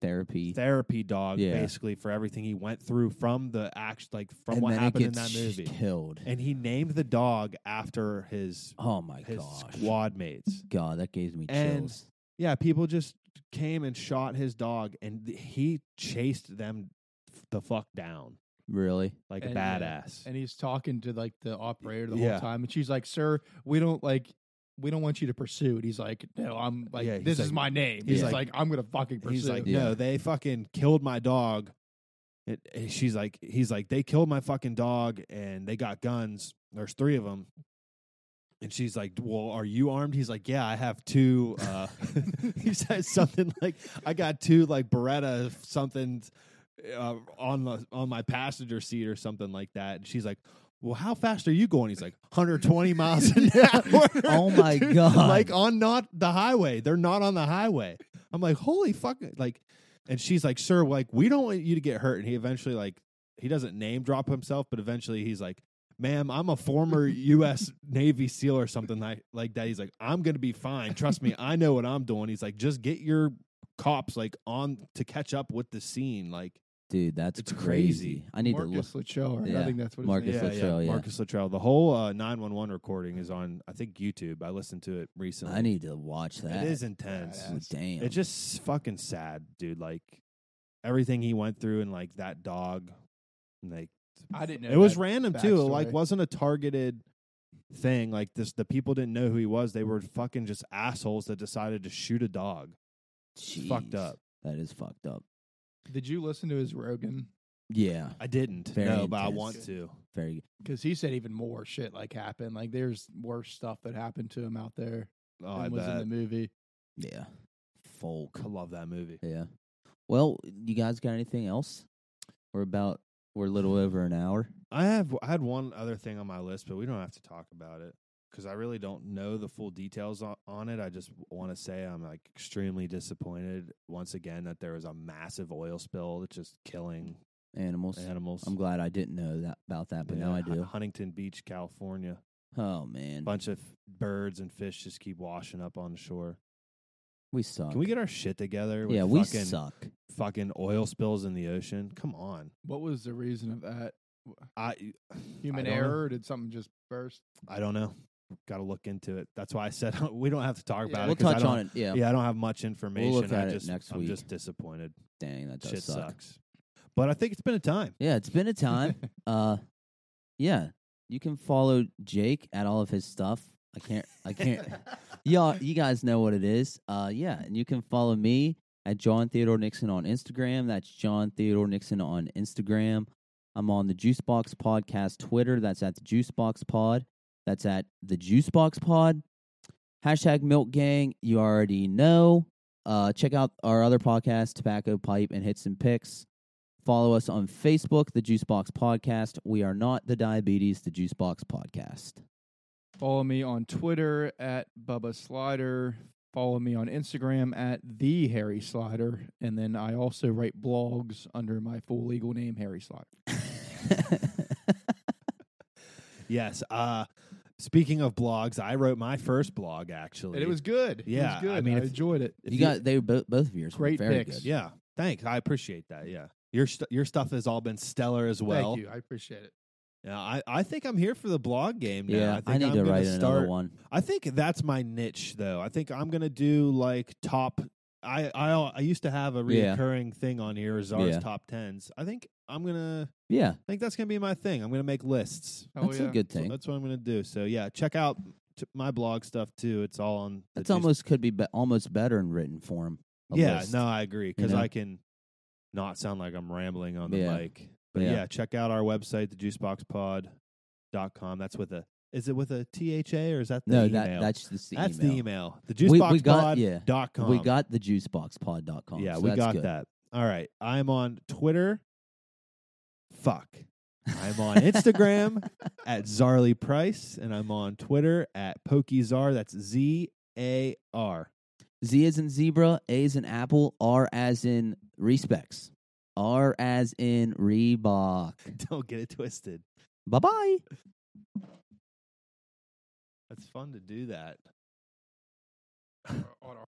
[SPEAKER 1] therapy.
[SPEAKER 2] therapy dog,
[SPEAKER 1] E Yeah.
[SPEAKER 2] basically for everything he went through from the act, like from
[SPEAKER 1] and
[SPEAKER 2] what
[SPEAKER 1] then
[SPEAKER 2] happened
[SPEAKER 1] it
[SPEAKER 2] in
[SPEAKER 1] gets
[SPEAKER 2] that
[SPEAKER 1] sh-
[SPEAKER 2] movie.
[SPEAKER 1] Killed.
[SPEAKER 2] And he named the dog after his
[SPEAKER 1] oh my
[SPEAKER 2] his
[SPEAKER 1] gosh.
[SPEAKER 2] squad mates.
[SPEAKER 1] God, that gave me
[SPEAKER 2] And-
[SPEAKER 1] chills.
[SPEAKER 2] Yeah, people just came and shot his dog, and th- he chased them f- the fuck down
[SPEAKER 1] Really?
[SPEAKER 2] like
[SPEAKER 3] And,
[SPEAKER 2] a
[SPEAKER 3] yeah,
[SPEAKER 2] badass.
[SPEAKER 3] And he's talking to like the operator the
[SPEAKER 2] Yeah.
[SPEAKER 3] whole time, and she's like, "Sir, we don't like." We don't want you to pursue. And he's like, no, I'm like,
[SPEAKER 2] Yeah, he's
[SPEAKER 3] this
[SPEAKER 2] like-
[SPEAKER 3] is my name.
[SPEAKER 2] he's
[SPEAKER 3] He's
[SPEAKER 2] like-
[SPEAKER 3] like, I'm gonna fucking pursue.
[SPEAKER 2] He's like,
[SPEAKER 1] Yeah.
[SPEAKER 2] no, they fucking killed my dog. It, and she's like, he's like, they killed my fucking dog, and they got guns. There's three of them. And she's like, well, are you armed? He's like, yeah, I have two. Uh, he says something like, I got two like Beretta something uh, on the on my passenger seat or something like that. And she's like. Well, how fast are you going? He's like 120 miles an hour.
[SPEAKER 1] Oh my
[SPEAKER 2] Dude,
[SPEAKER 1] God.
[SPEAKER 2] Like on not the highway. They're not on the highway. I'm like, holy fuck! Like, and she's like, sir, like we don't want you to get hurt. And he eventually, like, he doesn't name drop himself, but eventually he's like, ma'am, I'm a former U.S. Navy SEAL or something like like that. He's like, I'm gonna be fine. Trust me, I know what I'm doing. He's like, just get your cops like on to catch up with the scene. Like,
[SPEAKER 1] Dude, that's
[SPEAKER 2] It's
[SPEAKER 1] crazy.
[SPEAKER 2] crazy.
[SPEAKER 1] I need to look.
[SPEAKER 3] Marcus Lachauer.
[SPEAKER 1] Yeah.
[SPEAKER 3] I think that's what his
[SPEAKER 1] Marcus
[SPEAKER 3] name is.
[SPEAKER 2] yeah,
[SPEAKER 1] Luttrell,
[SPEAKER 2] yeah,
[SPEAKER 1] yeah.
[SPEAKER 2] Marcus Luttrell. The whole uh, nine one one recording is on, I think, YouTube. I listened to it recently.
[SPEAKER 1] I need to watch that.
[SPEAKER 2] It is intense.
[SPEAKER 1] Oh, Damn.
[SPEAKER 2] It's just fucking sad, dude. Like everything he went through, and like that dog, and, like
[SPEAKER 3] I didn't know.
[SPEAKER 2] it was
[SPEAKER 3] that.
[SPEAKER 2] random too. It, like
[SPEAKER 3] backstory.
[SPEAKER 2] wasn't a targeted thing. Like this, the people didn't know who he was. They were fucking just assholes that decided to shoot a dog. It's fucked
[SPEAKER 1] Jeez.
[SPEAKER 2] up.
[SPEAKER 1] That is fucked up.
[SPEAKER 3] Did you listen to his Rogan?
[SPEAKER 1] Yeah.
[SPEAKER 2] I didn't.
[SPEAKER 1] Very
[SPEAKER 2] no, but I
[SPEAKER 1] intense.
[SPEAKER 2] want to.
[SPEAKER 1] Very good.
[SPEAKER 3] Because he said even more shit like happened. Like there's worse stuff that happened to him out there.
[SPEAKER 2] Oh,
[SPEAKER 3] than
[SPEAKER 2] I
[SPEAKER 3] was in the
[SPEAKER 2] bet.
[SPEAKER 3] movie.
[SPEAKER 1] Yeah. Folk.
[SPEAKER 2] I love that movie.
[SPEAKER 1] Yeah. Well, you guys got anything else? We're about we're a little over an hour.
[SPEAKER 2] I have. I had one other thing on my list, but we don't have to talk about it because I really don't know the full details on, on it. I just want to say I'm like extremely disappointed once again that there was a massive oil spill that's just killing
[SPEAKER 1] Animals.
[SPEAKER 2] animals.
[SPEAKER 1] I'm glad I didn't know that about that, but now
[SPEAKER 2] Yeah,
[SPEAKER 1] I
[SPEAKER 2] Hu-
[SPEAKER 1] do.
[SPEAKER 2] Huntington Beach, California.
[SPEAKER 1] Oh man,
[SPEAKER 2] Bunch of birds and fish just keep washing up on the shore.
[SPEAKER 1] we suck.
[SPEAKER 2] Can we get our shit together? With
[SPEAKER 1] yeah, we
[SPEAKER 2] fucking,
[SPEAKER 1] suck.
[SPEAKER 2] Fucking oil spills in the ocean. Come on.
[SPEAKER 3] What was the reason of that?
[SPEAKER 2] I
[SPEAKER 3] Human
[SPEAKER 2] I don't know.
[SPEAKER 3] error? Or did something just burst?
[SPEAKER 2] I don't know. Got to look into it. That's why I said we don't have to talk
[SPEAKER 3] Yeah.
[SPEAKER 2] about
[SPEAKER 1] We'll
[SPEAKER 2] it. 'cause I
[SPEAKER 1] touch
[SPEAKER 2] don't-
[SPEAKER 1] on it. Yeah.
[SPEAKER 2] Yeah, I don't have much information.
[SPEAKER 1] look at
[SPEAKER 2] I
[SPEAKER 1] it
[SPEAKER 2] just,
[SPEAKER 1] next
[SPEAKER 2] I'm
[SPEAKER 1] week.
[SPEAKER 2] just disappointed.
[SPEAKER 1] Dang, that does
[SPEAKER 2] Shit
[SPEAKER 1] suck.
[SPEAKER 2] sucks. But I think it's been a time.
[SPEAKER 1] Yeah, it's been a time. uh, yeah, you can follow Jake at all of his stuff. I can't. I can't. y'all, you guys know what it is. Uh, yeah, and you can follow me at John Theodore Nixon on Instagram. That's John Theodore Nixon on Instagram. I'm on the Juicebox Podcast Twitter. That's at the Juicebox Pod. That's at the Juicebox Pod. Hashtag Milk Gang. You already know. Uh, check out our other podcast, Tobacco Pipe and Hits and Picks. Follow us on Facebook, The Juicebox Podcast. We are not the Diabetes, The Juicebox Podcast.
[SPEAKER 3] Follow me on Twitter at Bubba Slider. Follow me on Instagram at the Harry Slider. And then I also write blogs under my full legal name, Harry Slider.
[SPEAKER 2] Yes. Uh, speaking of blogs, I wrote my first blog actually.
[SPEAKER 3] And it was good. It was
[SPEAKER 2] Yeah, I
[SPEAKER 3] good. I
[SPEAKER 2] mean,
[SPEAKER 3] mean, I
[SPEAKER 2] if-
[SPEAKER 3] enjoyed it.
[SPEAKER 2] If
[SPEAKER 1] you got they were both both of yours
[SPEAKER 3] Great
[SPEAKER 1] were very
[SPEAKER 3] picks.
[SPEAKER 1] good.
[SPEAKER 2] Yeah. Thanks. I appreciate that. Yeah. Your st- your stuff has all been stellar as well.
[SPEAKER 3] Thank you. I appreciate it.
[SPEAKER 2] Yeah, I, I think I'm here for the blog game now.
[SPEAKER 1] Yeah,
[SPEAKER 2] I, think
[SPEAKER 1] I,
[SPEAKER 2] am
[SPEAKER 1] need to
[SPEAKER 2] gonna
[SPEAKER 1] write another
[SPEAKER 2] start
[SPEAKER 1] one.
[SPEAKER 2] I think that's my niche, though. I think I'm gonna do like top. I I I used to have a
[SPEAKER 1] Yeah.
[SPEAKER 2] reoccurring thing on here, Czar's
[SPEAKER 1] Yeah.
[SPEAKER 2] top tens. I think I'm gonna.
[SPEAKER 1] Yeah,
[SPEAKER 2] I think that's gonna be my thing. I'm gonna make lists.
[SPEAKER 3] Oh,
[SPEAKER 1] that's
[SPEAKER 3] yeah.
[SPEAKER 1] a good
[SPEAKER 2] So
[SPEAKER 1] thing.
[SPEAKER 2] that's what I'm gonna do. So yeah, check out t- my blog stuff too. It's all on. the
[SPEAKER 1] that's
[SPEAKER 2] Tues-
[SPEAKER 1] almost could be, be almost better in written form. a
[SPEAKER 2] Yeah,
[SPEAKER 1] list.
[SPEAKER 2] no, I agree because
[SPEAKER 1] know?
[SPEAKER 2] I can not sound like I'm rambling on the
[SPEAKER 1] Yeah.
[SPEAKER 2] mic. But yeah.
[SPEAKER 1] Yeah.
[SPEAKER 2] check out our website, thejuiceboxpod.com. That's with a Is it with a THA or is that the
[SPEAKER 1] No,
[SPEAKER 2] email?
[SPEAKER 1] that that's just the
[SPEAKER 2] That's
[SPEAKER 1] email.
[SPEAKER 2] the email. The
[SPEAKER 1] We- we got-
[SPEAKER 2] juiceboxpod dot com.
[SPEAKER 1] We got the juiceboxpod.com.
[SPEAKER 2] Yeah,
[SPEAKER 1] so
[SPEAKER 2] we
[SPEAKER 1] that's
[SPEAKER 2] got
[SPEAKER 1] good.
[SPEAKER 2] that. All right. I'm on Twitter. Fuck. I'm on Instagram at Zarly Price, and I'm on Twitter at PokeZar. That's Z A R.
[SPEAKER 1] Z is in zebra, A is in apple, R as in respects, R as in Reebok.
[SPEAKER 2] Don't get it twisted.
[SPEAKER 1] Bye bye.
[SPEAKER 2] That's fun to do that.
[SPEAKER 3] on our